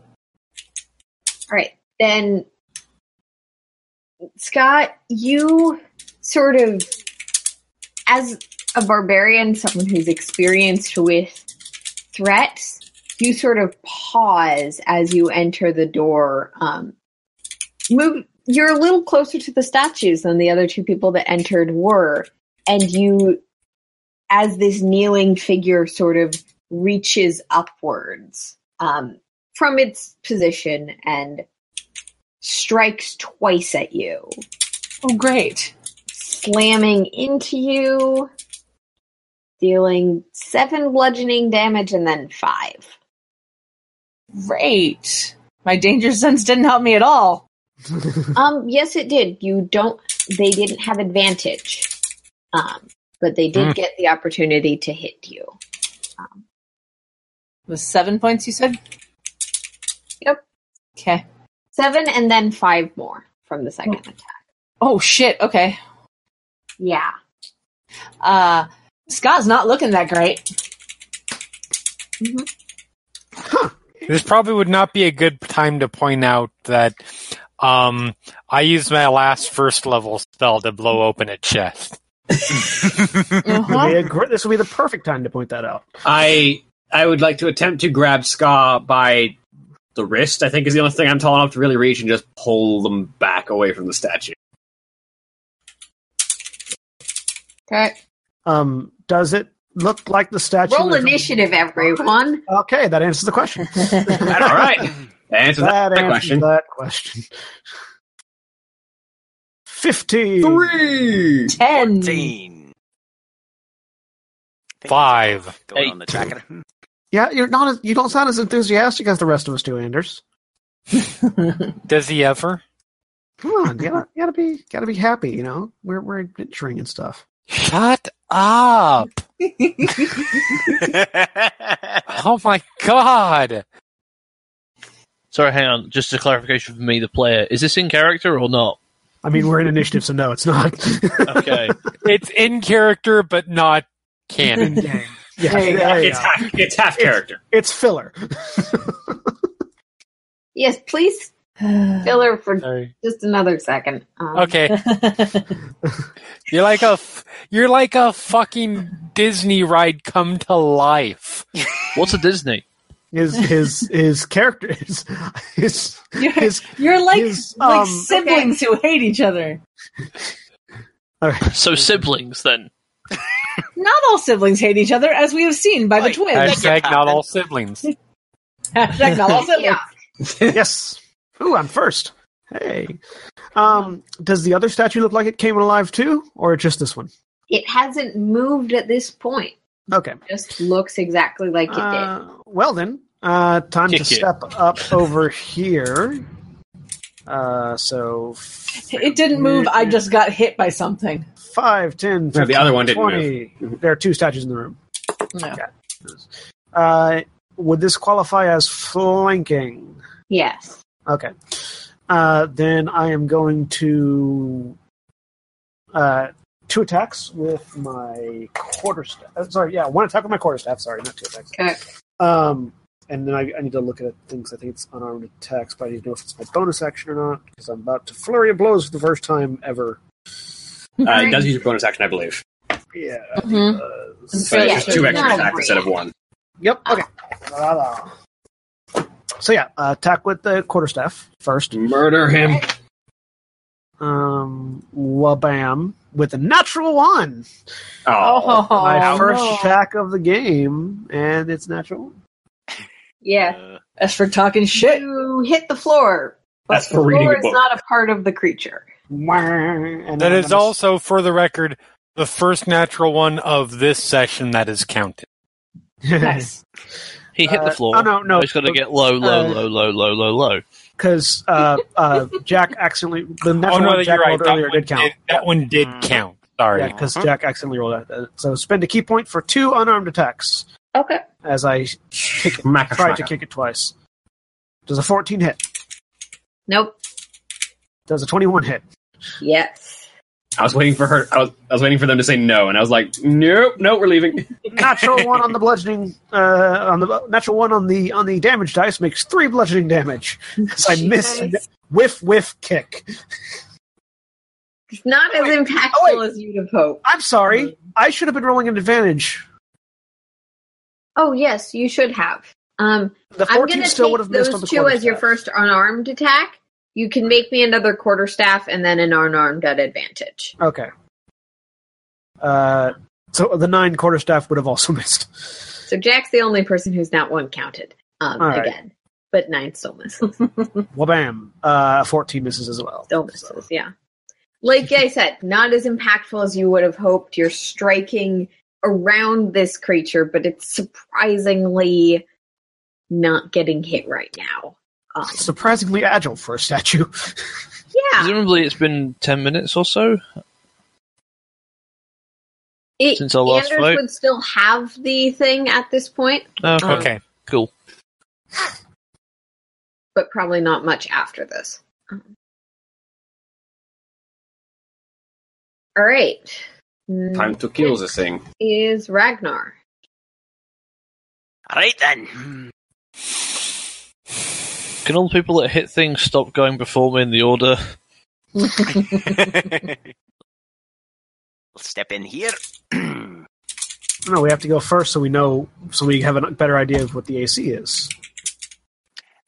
right. Then, Scott, you sort of, as a barbarian, someone who's experienced with threats, you sort of pause as you enter the door. Um, move. You're a little closer to the statues than the other two people that entered were, and you, as this kneeling figure sort of reaches upwards, um, from its position and strikes twice at you,
Oh, great.
slamming into you, dealing seven bludgeoning damage and then five.
*laughs*
Great. My danger sense didn't help me at all.
Um, yes, it did. You don't. They didn't have advantage, um, but they
Hmm.
did get the opportunity to hit you.
It was seven points, you said?
Yep.
Okay.
Seven and then five more from the second
Hmm.
attack.
Oh, shit. Okay.
Yeah.
Uh, Scott's not looking
*laughs*
that great.
This probably would not be a good time to point out that um, I used my last first level spell to blow open a chest.
This would be
Uh-huh.
a gr- this would be the perfect time to point that out.
I I would like to attempt to grab Ska by the wrist. I think is the only thing I'm tall enough to really reach, and just pull them back away from
*laughs*
the statue.
Okay.
Um, does it look like the statue?
Roll
is-
initiative, everyone.
Okay, that answers the question.
*laughs* All right, that answers
*laughs*
that,
that answers
question.
that question. Fifteen.
Three.
Ten.
Five.
Going on the track.
*laughs* Yeah, you're not. As, you don't sound as enthusiastic as the rest of us do, Anders.
Does he ever?
Come on, you gotta, you gotta be, gotta be happy. You know, we're we're adventuring and stuff.
Shut up! *laughs* Oh my god!
Sorry, hang on. Just a clarification for me, the player. Is this in character or not?
I mean, we're in initiative, so no, it's not. *laughs*
Okay.
It's in character, but not *laughs* canon.
yeah, yeah,
There you go.
yeah.
It's half. It's half character.
It's filler.
Yes, please fill her for
Sorry.
just another second. Um,
Okay, you're like a f- you're like a fucking Disney ride come to life.
*laughs* What's a Disney?
His his his character is his
*laughs* You're,
his.
you're like,
His,
like
um,
siblings who hate each other.
all right.
So siblings then.
Not all siblings hate each other, as we have seen by the *laughs*
Right.
twins.
Hashtag not all siblings.
*laughs*
Hashtag not all siblings.
yeah.
yes. Ooh, I'm first. Hey. Um, does the other statue look like it came alive too, or just this one?
It hasn't moved at this point.
Okay.
Just looks exactly like it did.
Uh, well then, uh, time
Kick
to
it.
step up over here. Uh, so
It didn't move. I just got hit by something.
five, ten,
No,
15,
the other one didn't
20. There are two statues in the room.
No.
Uh, would this qualify as flanking?
Yes.
Okay. Uh, then I am going to uh, two attacks with my quarterstaff. uh, Sorry, yeah, one attack with my quarterstaff. Sorry, not two attacks.
Okay.
Um, and then I, I need to look at things. I think it's unarmed attacks, but I need to know if it's my bonus action or not because I'm about to flurry of blows for the first time ever.
Uh, it does use your bonus action, I believe.
Yeah.
Mhm.
uh,
So
Mm-hmm. Yeah,
it's just two
it's
extra
not a
attacks instead of
brand.
one.
Yep. Okay. La, la, la. So yeah, uh, attack with the quarterstaff first.
Murder him.
Um, wabam with a natural one.
Oh,
*laughs*
my first
no.
attack of the game, and it's natural.
Yeah.
Uh,
That's for
*laughs*
talking shit.
You hit the floor. but
That's
the
for reading
floor
a
is
book.
not a part of the creature.
Wah, And
That
I'm
is
gonna- *laughs*
also, for the record, the first natural one of this session that is counted.
Nice.
He hit
Uh,
the floor.
oh, no, no.
He's got to get low, low,
Uh,
low, low, low, low, low.
because uh, uh, Jack accidentally the
Oh
natural
no,
one Jack
you're right.
rolled
That
earlier
one
did count.
did, that one did
Mm.
count. Sorry.
Yeah, because
Mhm.
Jack accidentally rolled it. Uh, So spend a key point for two unarmed attacks
Okay.
as I kick it,
Maca
tried to
fraca.
kick it twice. Does a 14 hit?
Nope.
Does a 21 hit?
Yes.
I was waiting for her. I was, I was waiting for them to say no, and I was like, nope, no, we're leaving.
Natural one on the bludgeoning, uh, on the natural one on the on the damage dice makes three bludgeoning damage. As I miss,
Jesus.
whiff, whiff, kick.
It's not as impactful
oh,
as you'd have hoped.
I'm sorry. I should have been rolling an advantage.
Oh yes, you should have. Um,
The
I'm
14
gonna
still would
take
have missed on
those
the
two as your
quarterstaff.
first unarmed attack. You can make me another quarterstaff and then an unarmed at advantage.
Okay. Uh, so the nine quarterstaff would have also *laughs* missed.
So Jack's the only person who's not one counted. Um,
All right.
again, but nine still *laughs* misses.
Well, bam. Uh, 14 misses as well.
Still misses. Yeah. Like I said, not as impactful as you would have hoped. You're striking around this creature, but it's surprisingly not getting hit right now. Um,
Surprisingly agile for a statue. *laughs* ah.
yeah,
Presumably, it's been ten minutes or so.
it,
since our last
Anders
fight-
would still have the thing at this point.
Oh,
Uh,
Um,
okay.
cool.
but probably not much after this. Um, All right.
Time
Next
to kill this thing.
is Ragnar.
All right then.
Can all the people that hit things stop going before me in the order?
We'll step in here. *clears throat*
No, we have to go first so we know, so we have a better idea of what the AC is.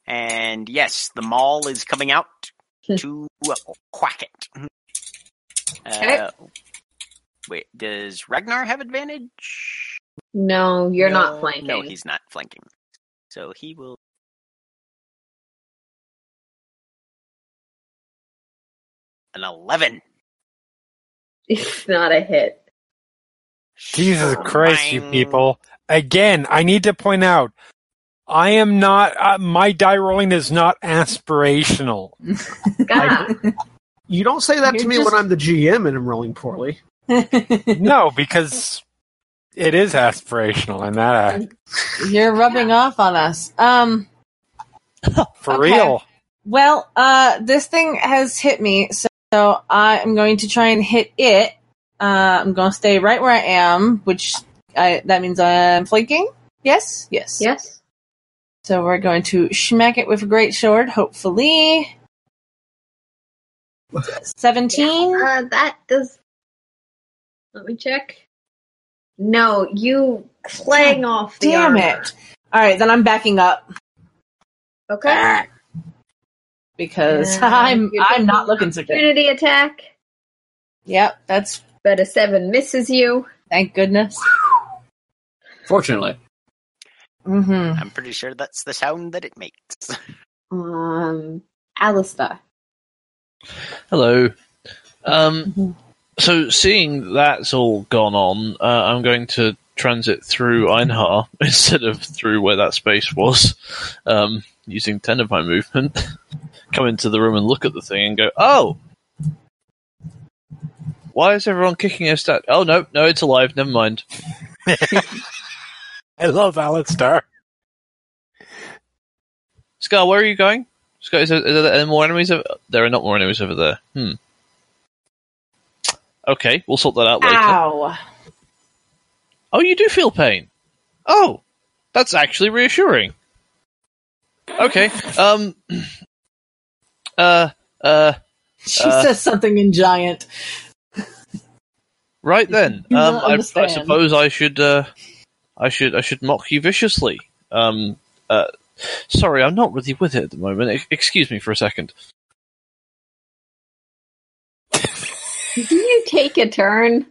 and yes, the mall is coming out to uh, quack it. Hmm. Uh, wait, does Ragnar have advantage?
No, you're not
No,
flanking.
No, he's not flanking. So he will. An 11.
*laughs* it's not a hit.
Jesus Christ, you
Boing.
people. Again, I need to point out I am not, uh, my die rolling is not aspirational.
God.
You don't say that to
You're
me
just-
when I'm the GM and I'm rolling poorly.
no, because it is aspirational and that,
You're rubbing off on us. Um.
uh, for
Okay.
real.
Well, uh, this thing has hit me, so, so I am going to try and hit it. Uh, I'm going to stay right where I am, which I, that means I'm flanking. Yes,
*laughs*
yes,
yes.
So we're going to smack it with a great sword, hopefully. Seventeen.
Uh, that does. Let me check. No, you clang off the
Damn
armor.
it! All right, then I'm backing up
Okay.
because
Yeah,
I'm
you're
I'm not
getting
looking so good.
Trinity attack.
Yep, that's
But a seven misses you.
thank goodness.
Fortunately,
hmm
I'm pretty sure that's the sound that it makes. *laughs*
Um, Alistair.
Hello. Um, so, seeing that's all gone on, uh, I'm going to transit through Einhar *laughs* instead of through where that space was, um, using 10 of my movement. *laughs* Come into the room and look at the thing and go, oh! Why is everyone kicking a stat? Oh, no, no, it's alive, never mind.
I love Alistar.
Scar, where are you going? Scar, is there, is there more enemies? Over- there are not more enemies over there. Hmm. Okay, we'll sort that out later.
Ow!
Oh, you do feel pain. Oh, that's actually reassuring. Okay. Um. *clears throat* Uh. Uh.
She
Uh,
says something in giant.
Right then.
do
Um.
not
I, I
understand.
suppose I should. Uh, I should. I should mock you viciously. Um. Uh. Sorry, I'm not really with it at the moment. E- excuse me for a second.
Do you take a turn?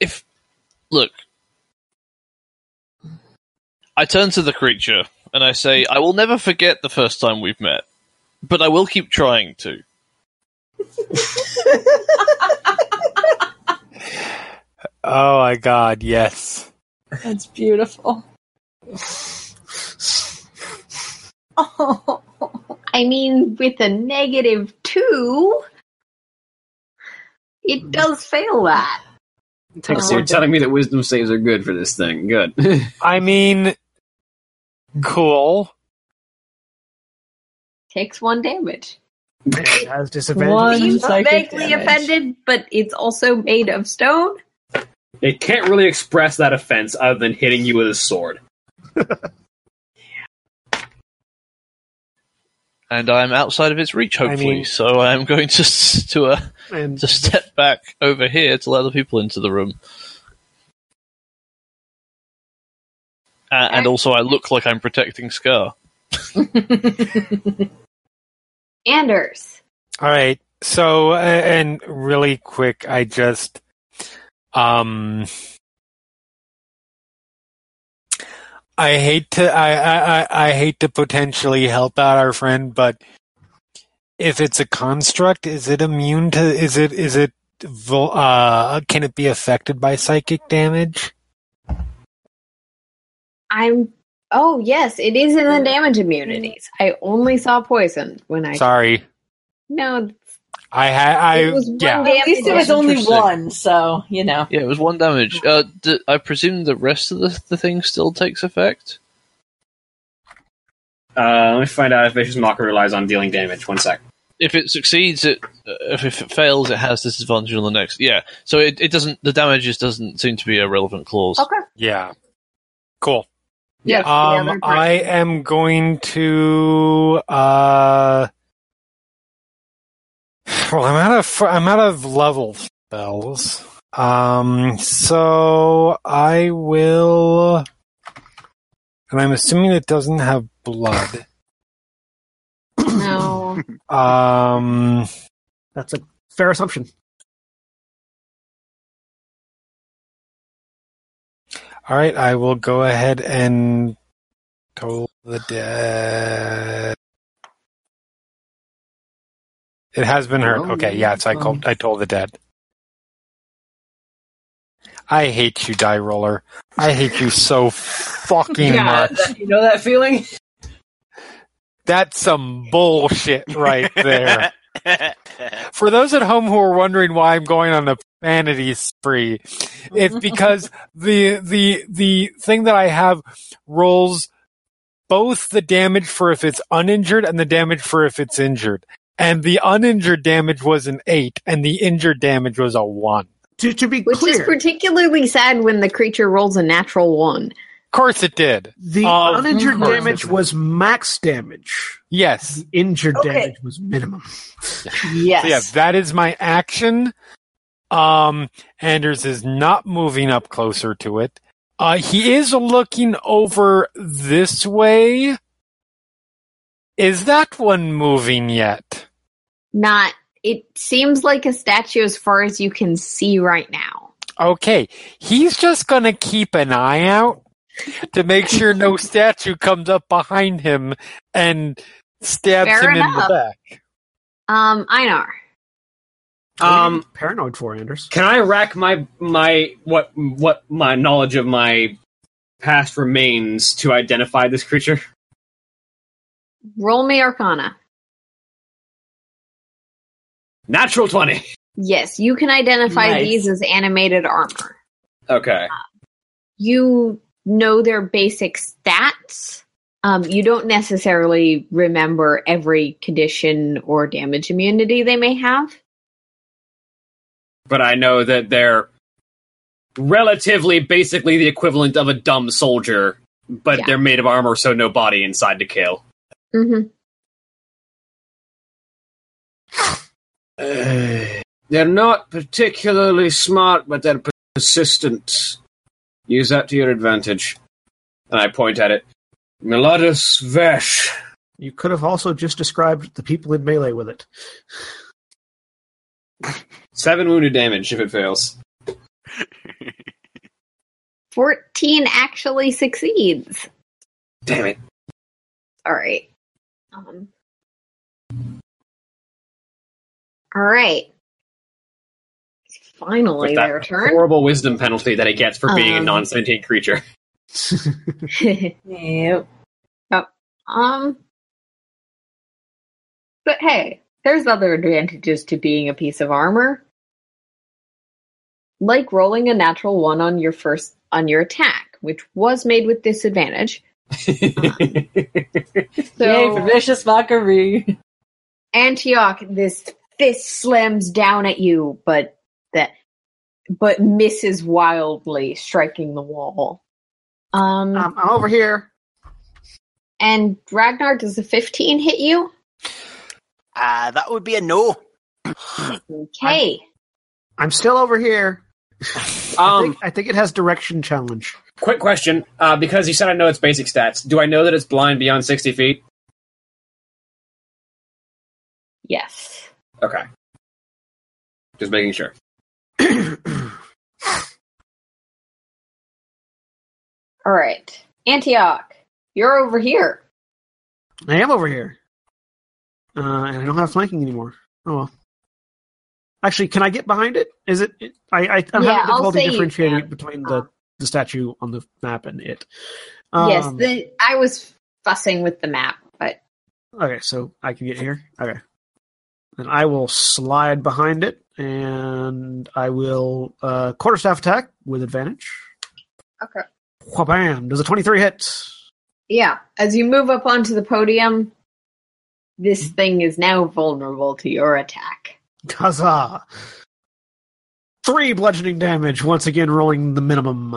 If look, I turn to the creature and I say, "I will never forget the first time we've met, but I will keep trying to."
Oh my god, yes. Oh
That's beautiful. Oh,
I mean, with a negative two, it does fail that.
Okay,
Oh. *laughs*
so you're telling me that wisdom saves are good for this thing. Good. *laughs* All
I mean, cool.
Takes one damage.
It has disadvantage.
One
Seems
psychic
vaguely
damage.
offended, but it's also made of stone.
It can't really express that offense other than hitting you with a sword.
and I'm outside of its reach,
I
hopefully.
mean-
so I'm going to s- to *laughs* uh,
And
to step back over here to let other people into the room. Uh, and also, I look like I'm protecting Scar.
Anders.
All right. So, a- and really quick, I just, um, I hate to, I, I, I, I hate to potentially help out our friend, but if it's a construct, is it immune to? Is it, is it, vul- uh, can it be affected by psychic damage?
I'm. Oh, yes, it is in the damage immunities. I only saw poison when I.
Sorry,
No,
I had, I
It was one
yeah.
damage.
at least it was
That's
only
interesting.
one, so you know.
Yeah, it was one damage. Uh, d I I presume the rest of the, the thing still takes effect.
Uh, let me find out if Vicious Mocker relies on dealing damage. One sec.
If it succeeds, it uh, if, if it fails, it has disadvantage on the next. Yeah, so it, it doesn't. The damage just doesn't seem to be a relevant clause.
Okay.
Yeah. Cool.
*laughs*
Yes, the other
Um,
person.
I am going to. Uh, well, I'm out of fr- I'm out of level spells. Um, so I will, and I'm assuming it doesn't have blood.
No.
Um,
that's a fair assumption.
all right, I will go ahead and toll the dead. It has been hurt.
Roll
Okay, yeah, it's I called, I told the dead. I hate you, die roller. I hate you
*laughs*
so fucking much.
you know that feeling?
That's some bullshit right there.
Uh,
For those at home who are wondering why I'm going on a vanity spree, it's because the the the thing that I have rolls both the damage for if it's uninjured and the damage for if it's injured. And the uninjured damage was an eight, and the injured damage was a one.
To, to be
*coughs* Which is
clear,
particularly sad when the creature rolls a natural one.
Of course, it did.
the
Of
uninjured
course it
damage
did.
was max damage.
yes.
Injured
Okay.
damage was minimum.
Yes.
So yeah, that is my action. Um, Anders is not moving up closer to it. Uh, he is looking over this way. Is that one moving yet?
Not. It seems like a statue as far as you can see right now.
Okay, he's just gonna keep an eye out to make sure
*laughs*
no statue comes up behind him and stabs
Fair
him in
enough.
the back.
Um, Einar.
Um,
paranoid for Anders.
Can I rack my my what what my knowledge of my past remains to identify this creature?
Roll me Arcana.
Natural twenty.
Yes, you can identify
Nice.
these as animated armor.
Okay.
You know their basic stats. Um, you don't necessarily remember every condition or damage immunity they may have.
But I know that they're relatively basically the equivalent of a dumb soldier, but
Yeah.
they're made of armor so no body inside to kill.
hmm
they're not particularly smart, but they're persistent. Use that to your advantage. And I point at it. Melodus Vesh.
You could have also just described the people in melee with it.
Seven wounded damage if it fails.
14 actually succeeds.
Damn it.
All right. Um, all right. Finally,
With
their
that
turn.
horrible wisdom penalty that it gets for being a
Um,
non sentient creature.
*laughs*
Yep.
um, but hey, there's other advantages to being a piece of armor, like rolling a natural one on your first on your attack, which was made with disadvantage.
Yay for vicious mockery.
Antioch, this fist slams down at you, but that but misses wildly, striking the wall. Um,
Um, I'm over here.
and Ragnar, does a fifteen hit you?
Uh, that would be a no.
Okay.
I'm still over here. *laughs* I,
um,
think, I think it has direction challenge. *clears throat*
quick question, uh, because you said I know its basic stats. Do I know that it's blind beyond sixty feet?
yes.
Okay, just making sure.
All right, Antioch, you're over here.
I am over here. Uh, and I don't have flanking anymore. Oh well. Actually, can I get behind it? Is it? it I, I, I'm
Yeah, I'll
having difficulty
say you
differentiating
can.
between the, the statue on the map and it.
yes,
Um,
the, I was fussing with the map, but
Okay, so I can get here. Okay. And I will slide behind it, and I will uh, quarterstaff attack with advantage.
Okay.
Wha-bam! Does a 23 hit?
yeah, as you move up onto the podium, this thing is now vulnerable to your attack.
Huzzah! Three bludgeoning damage, once again rolling the minimum.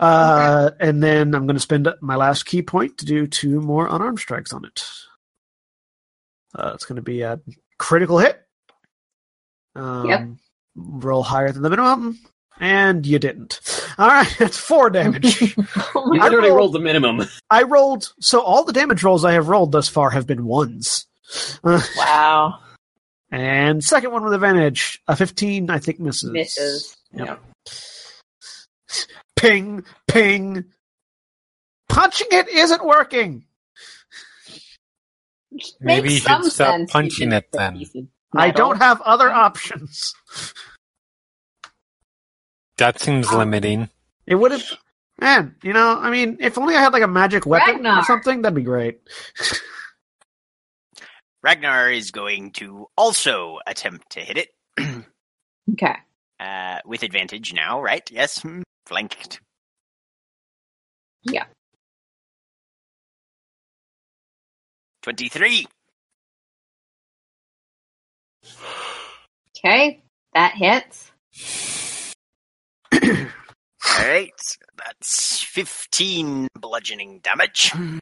Uh, And then I'm going to spend my last key point to do two more unarmed strikes on it. Uh, it's going to be a critical hit. Um,
Yep.
Roll higher than the minimum, and you didn't. All right, *laughs* that's four damage.
*laughs* Oh
You
my
literally
rolled-
rolled the minimum. *laughs*
I rolled, so all the damage rolls I have rolled thus far have been ones. Uh,
Wow.
and second one with advantage, a 15, I think misses.
misses.
ping, ping. Punching it isn't working.
Maybe you should
some
stop
sense
punching
using
it
the
then.
piece of
I
metal.
don't have other options. *laughs*
That
Um,
seems limiting.
It would have, man. You know, I mean, if only I had like a magic weapon or
Ragnar.
something, that'd be great.
Ragnar is going to also attempt to hit it
Okay.
uh, with advantage now, right? Yes, hmm, flanked.
Yeah.
Twenty-three.
Okay. That hits.
All right, that's fifteen bludgeoning damage. Hmm,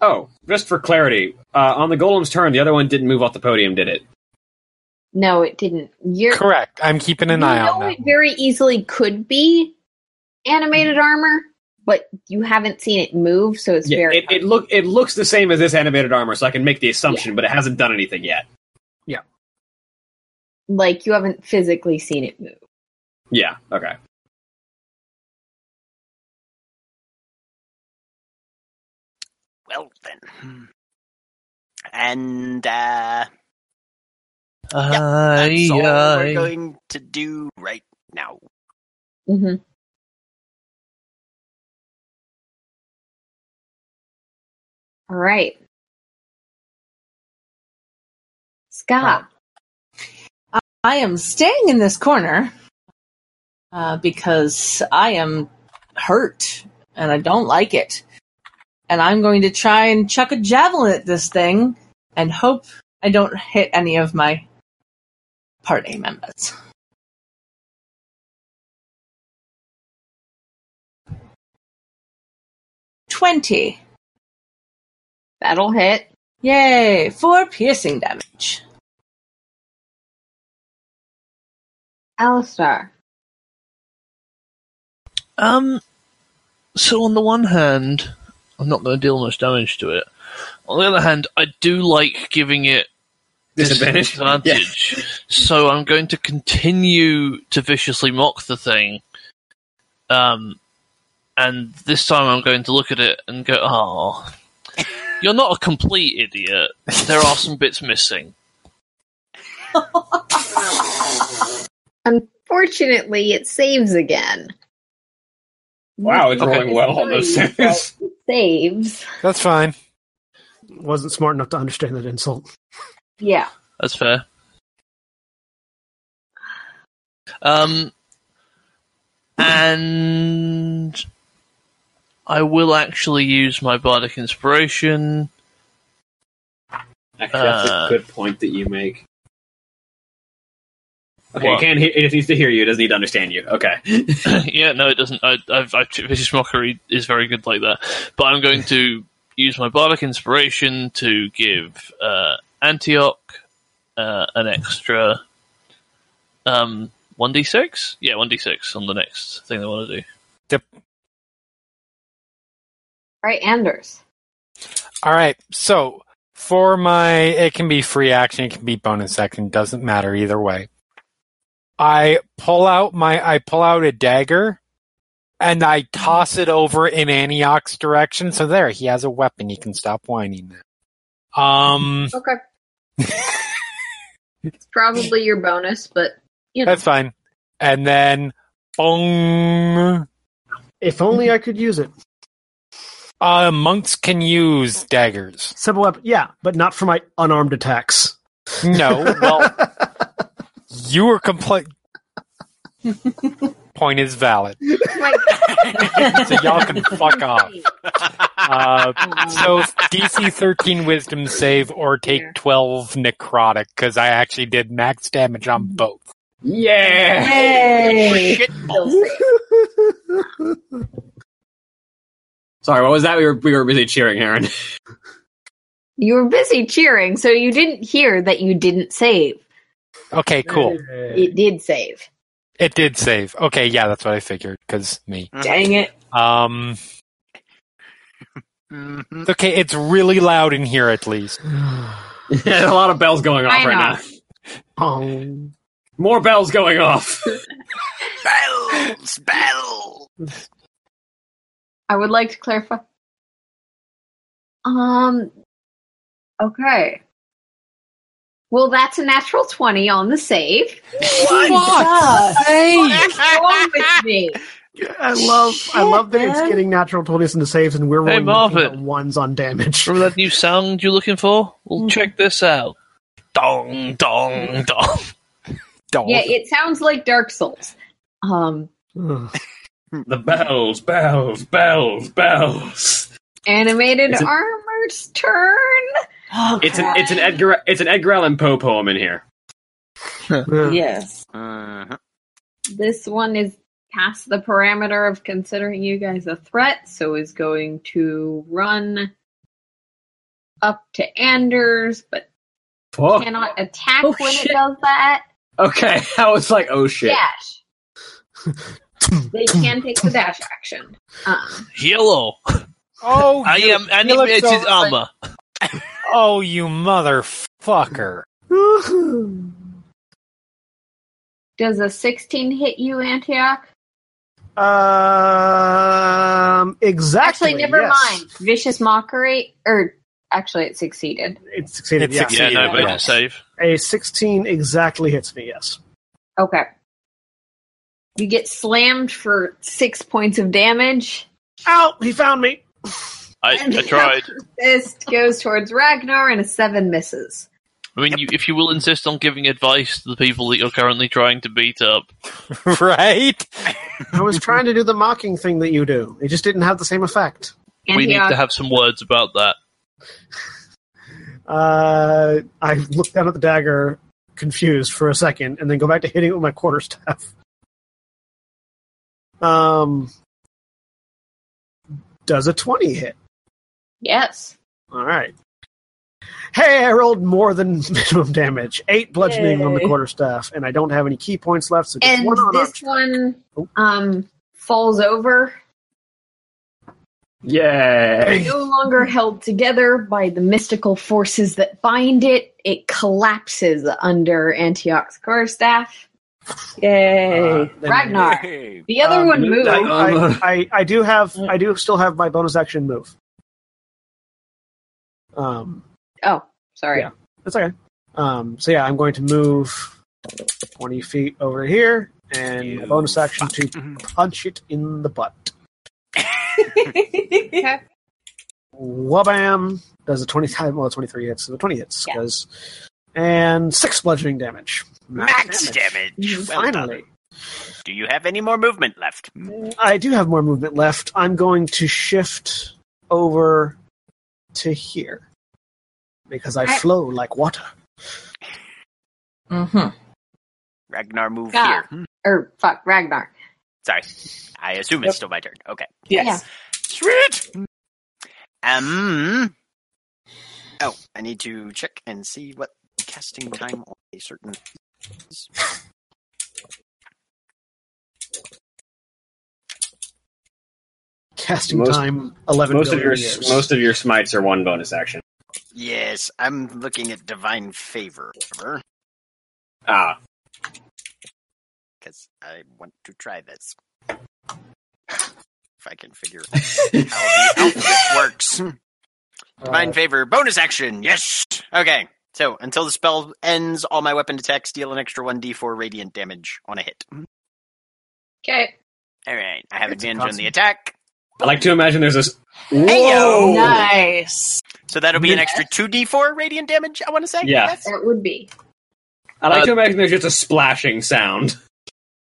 Oh, just for clarity, uh, on the golem's turn, the other one didn't move off the podium, did it?
No, it didn't. You're
Correct. I'm keeping an
you
eye
know
on that.
it very easily could be animated armor, but you haven't seen it move, so it's
Yeah,
very
it, it look it looks the same as this animated armor, so I can make the assumption, but it hasn't done anything yet.
like you haven't physically seen it move.
Yeah. Okay.
Well then, hmm. and uh, that's all we're going to do right now.
hmm All right, Scott.
I am staying in this corner uh, because I am hurt and I don't like it. And I'm going to try and chuck a javelin at this thing and hope I don't hit any of my party members. Twenty.
That'll hit.
Yay! Four piercing damage.
Alistar.
Um, so on the one hand, I'm not going to deal much damage to it. On the other hand, I do like giving it
Disadvantage.
disadvantage. so I'm going to continue to viciously mock the thing. Um, and this time I'm going to look at it and go, "Oh, you're not a complete idiot. There are some bits missing."
Fortunately, it saves again.
Wow, it's
Okay.
going well on those
Three,
saves.
so it saves.
That's fine.
Wasn't smart enough to understand that insult.
Yeah.
That's fair. Um, and I will actually use my bardic inspiration. *laughs*
Actually, that's
Uh,
a good point that you make. Okay,
What?
it can he- it just needs to hear you. It doesn't need to understand you. Okay. *laughs*
yeah, no, it doesn't. I, I've, I've, vicious mockery is very good like that. But I'm going to use my bardic inspiration to give uh, Antioch uh, an extra um one d six. Yeah, one d six on the next thing they want to do.
All right, Anders.
All right. So for my, it can be free action, it can be bonus action, doesn't matter either way. I pull out my, I pull out a dagger, and I toss it over in Antioch's direction. So there, he has a weapon. He can stop whining now. Um,
Okay.
*laughs*
it's probably your bonus, but you know.
that's fine. And then, bong.
If
Mm-hmm.
only I could use it.
Uh, monks can use daggers.
Simple weapon, yeah, but not for my unarmed attacks.
No, well, you were complete. Point is valid.
Like,
*laughs* So y'all can fuck off. Uh, so DC 13 Wisdom save or take
Yeah.
12 necrotic because I actually did max damage on
Mm-hmm.
both.
yeah.
Yay!
Shit
still
balls.
safe.
Sorry, what was that? We were we were busy cheering, Aaron. *laughs*
you were busy cheering, so you didn't hear that you didn't save.
Okay, cool.
It did save.
It did save. Okay, yeah, that's what I figured because me.
Dang it.
Um,
Mhm.
okay, it's really loud in here at least.
There's a lot of bells going off
I
right
know.
now.
Oh,
Pong.
More bells going off.
Battles, battle.
I would like to clarify. Um. Okay. Well, that's a natural twenty on the save.
Hey!
What's wrong with me?
I love, I love that it's
man.
getting natural twenties into saves, and we're
Hey,
rolling nothing
Marvin.
but ones on damage.
Remember that new sound you're looking for?
Hmm.
Well, check this out. Dong, dong, dong.
Oh,
Don't.
Yeah, it sounds like Dark Souls. Um, *laughs*
Ugh.
the bells, bells, bells, bells.
animated
Is it-
armor's turn.
Oh,
It's an
crap.
it's an Edgar it's an Edgar Allan Poe poem in here.
Ugh.
Yes.
Uh-huh.
This one is past the parameter of considering you guys a threat, so is going to run up to Anders, but
Fuck.
cannot attack
Oh,
when
shit.
it does that.
Okay, I was like, oh shit.
Dash. they can take the dash action. Um,
Yellow.
Oh,
I
you-
am
he looks
animated
over-
armor.
Oh, you motherfucker.
does a 16 hit you, Antioch?
um, exactly.
Actually, never
yes.
mind. Vicious mockery, or actually, it succeeded.
It succeeded.
It
yeah.
succeeded.
yeah, no, but it
yes.
didn't save.
A sixteen exactly hits me. Yes.
Okay. You get slammed for six points of damage.
Ow! He found me.
I, I tried.
This goes towards Ragnar, and a seven misses.
I mean, you, if you will insist on giving advice to the people that you're currently trying to beat up,
right?
I was trying to do the mocking thing that you do. It just didn't have the same effect.
we need
Antioch,
to have some words about that.
Uh, I look down at the dagger, confused for a second, and then go back to hitting it with my quarterstaff. Um, does a twenty hit?
yes.
All right. Hey, I rolled more than *laughs* minimum damage. Eight bludgeoning on the
Yay.
quarterstaff, and I don't have any key points left, so just
And
one on
this one
Oh.
um, falls over
Yay.
no longer held together by the mystical forces that bind it, it collapses under Antioch's core staff.
Yay.
Uh, then-
Ragnar.
*laughs*
Yay.
The other
Um,
one moved. *laughs*
I, I, I, I do have I do still have my bonus action move. Um,
oh, sorry.
Yeah. that's okay. Um, so yeah, I'm going to move twenty feet over here and my bonus action to punch it in the butt.
Okay.
Wabam! Does a 25, *laughs* well, 23 hits, so the 20 hits.
Yeah.
Cause, and six bludgeoning damage.
Max damage. Well done.
Finally.
Do you have any more movement left? Hmm.
I do have more movement left. I'm going to shift over to here because I,
I-
flow like water.
Mm-hmm.
Ragnar, move
Ah.
here. Hmm.
Or fuck, Ragnar.
Sorry. I assume it's still my turn. Okay.
Yes.
Sweet. Um. Oh, I need to check and see what casting time on a certain is.
Casting
Most-
time, 11
Most of your
billion years.
most of your smites are one bonus action.
Yes, I'm looking at divine favor
Ah,
because I want to try this. If I can figure out how the alphabet works. Divine favor, bonus action. Yes. Okay. So until the spell ends, all my weapon attacks deal an extra one d4 radiant damage on a hit.
Okay.
All right, I have
It's a
advantage on the
constant.
attack.
I like to imagine there's this.
Heyo!
Whoa!
Nice.
So that'll be an
Min-
extra 2d4 radiant damage, I want to say.
Yeah.
Yes?
That would be.
I like
Uh,
to imagine there's just a splashing sound.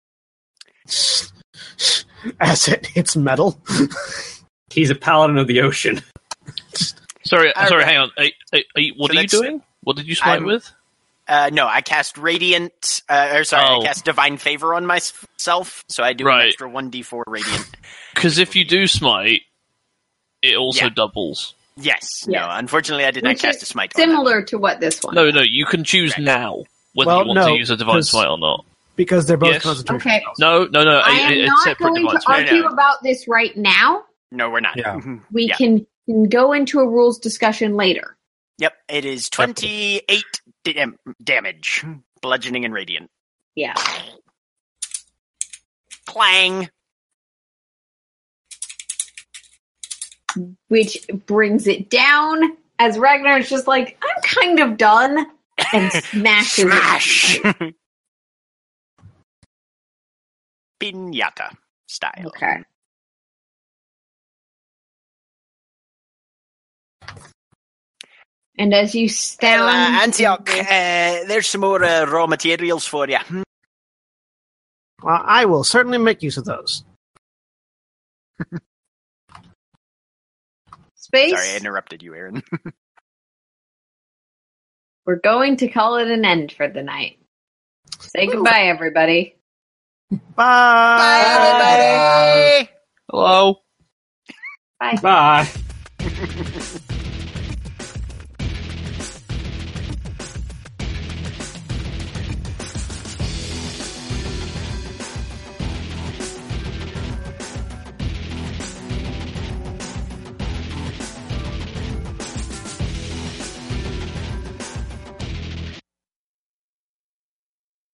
*laughs* As it hits metal.
He's a paladin of the ocean.
Sorry,
All
sorry.
right.
Hang on. Are, are, are you- what
So
are you
that's-
doing? What did you smite
I'm-
with?
Uh, no, I cast radiant. Uh, or sorry,
Oh.
I cast divine favor on myself, so I do
Right.
an extra 1d4 radiant.
Because if you do smite, it also
Yeah.
doubles.
*laughs*
yes.
Yes.
No, unfortunately, I did
Which
not cast
is
a smite. on that one.
Similar to what this one.
No, no. You can choose
Right.
now whether
Well,
you want
no,
to use a divine
'cause-
smite or not.
because they're both
Yes.
concentration.
Okay.
No, no, no.
I
a- a-
am
a
not
separate
going to
divine smite.
argue
No.
about this right now.
No, we're not. Mm-hmm.
Yeah.
We
Yeah.
can, can go into a rules discussion later.
Yep, it is 28 dam- damage, bludgeoning and radiant.
Yeah.
Clang!
Which brings it down as Ragnar is just like, I'm kind of done.
*laughs*
And smashes it.
Smash! *laughs* Pinata style.
Okay. And as you
Well,
stand,
uh, Antioch, uh, there's some more uh, raw materials for you.
Well, I will certainly make use of those.
space,
Sorry, I interrupted you, Aaron.
we're going to call it an end for the night. Say goodbye, everybody.
Bye.
Bye, everybody!
Hello.
Bye.
Bye.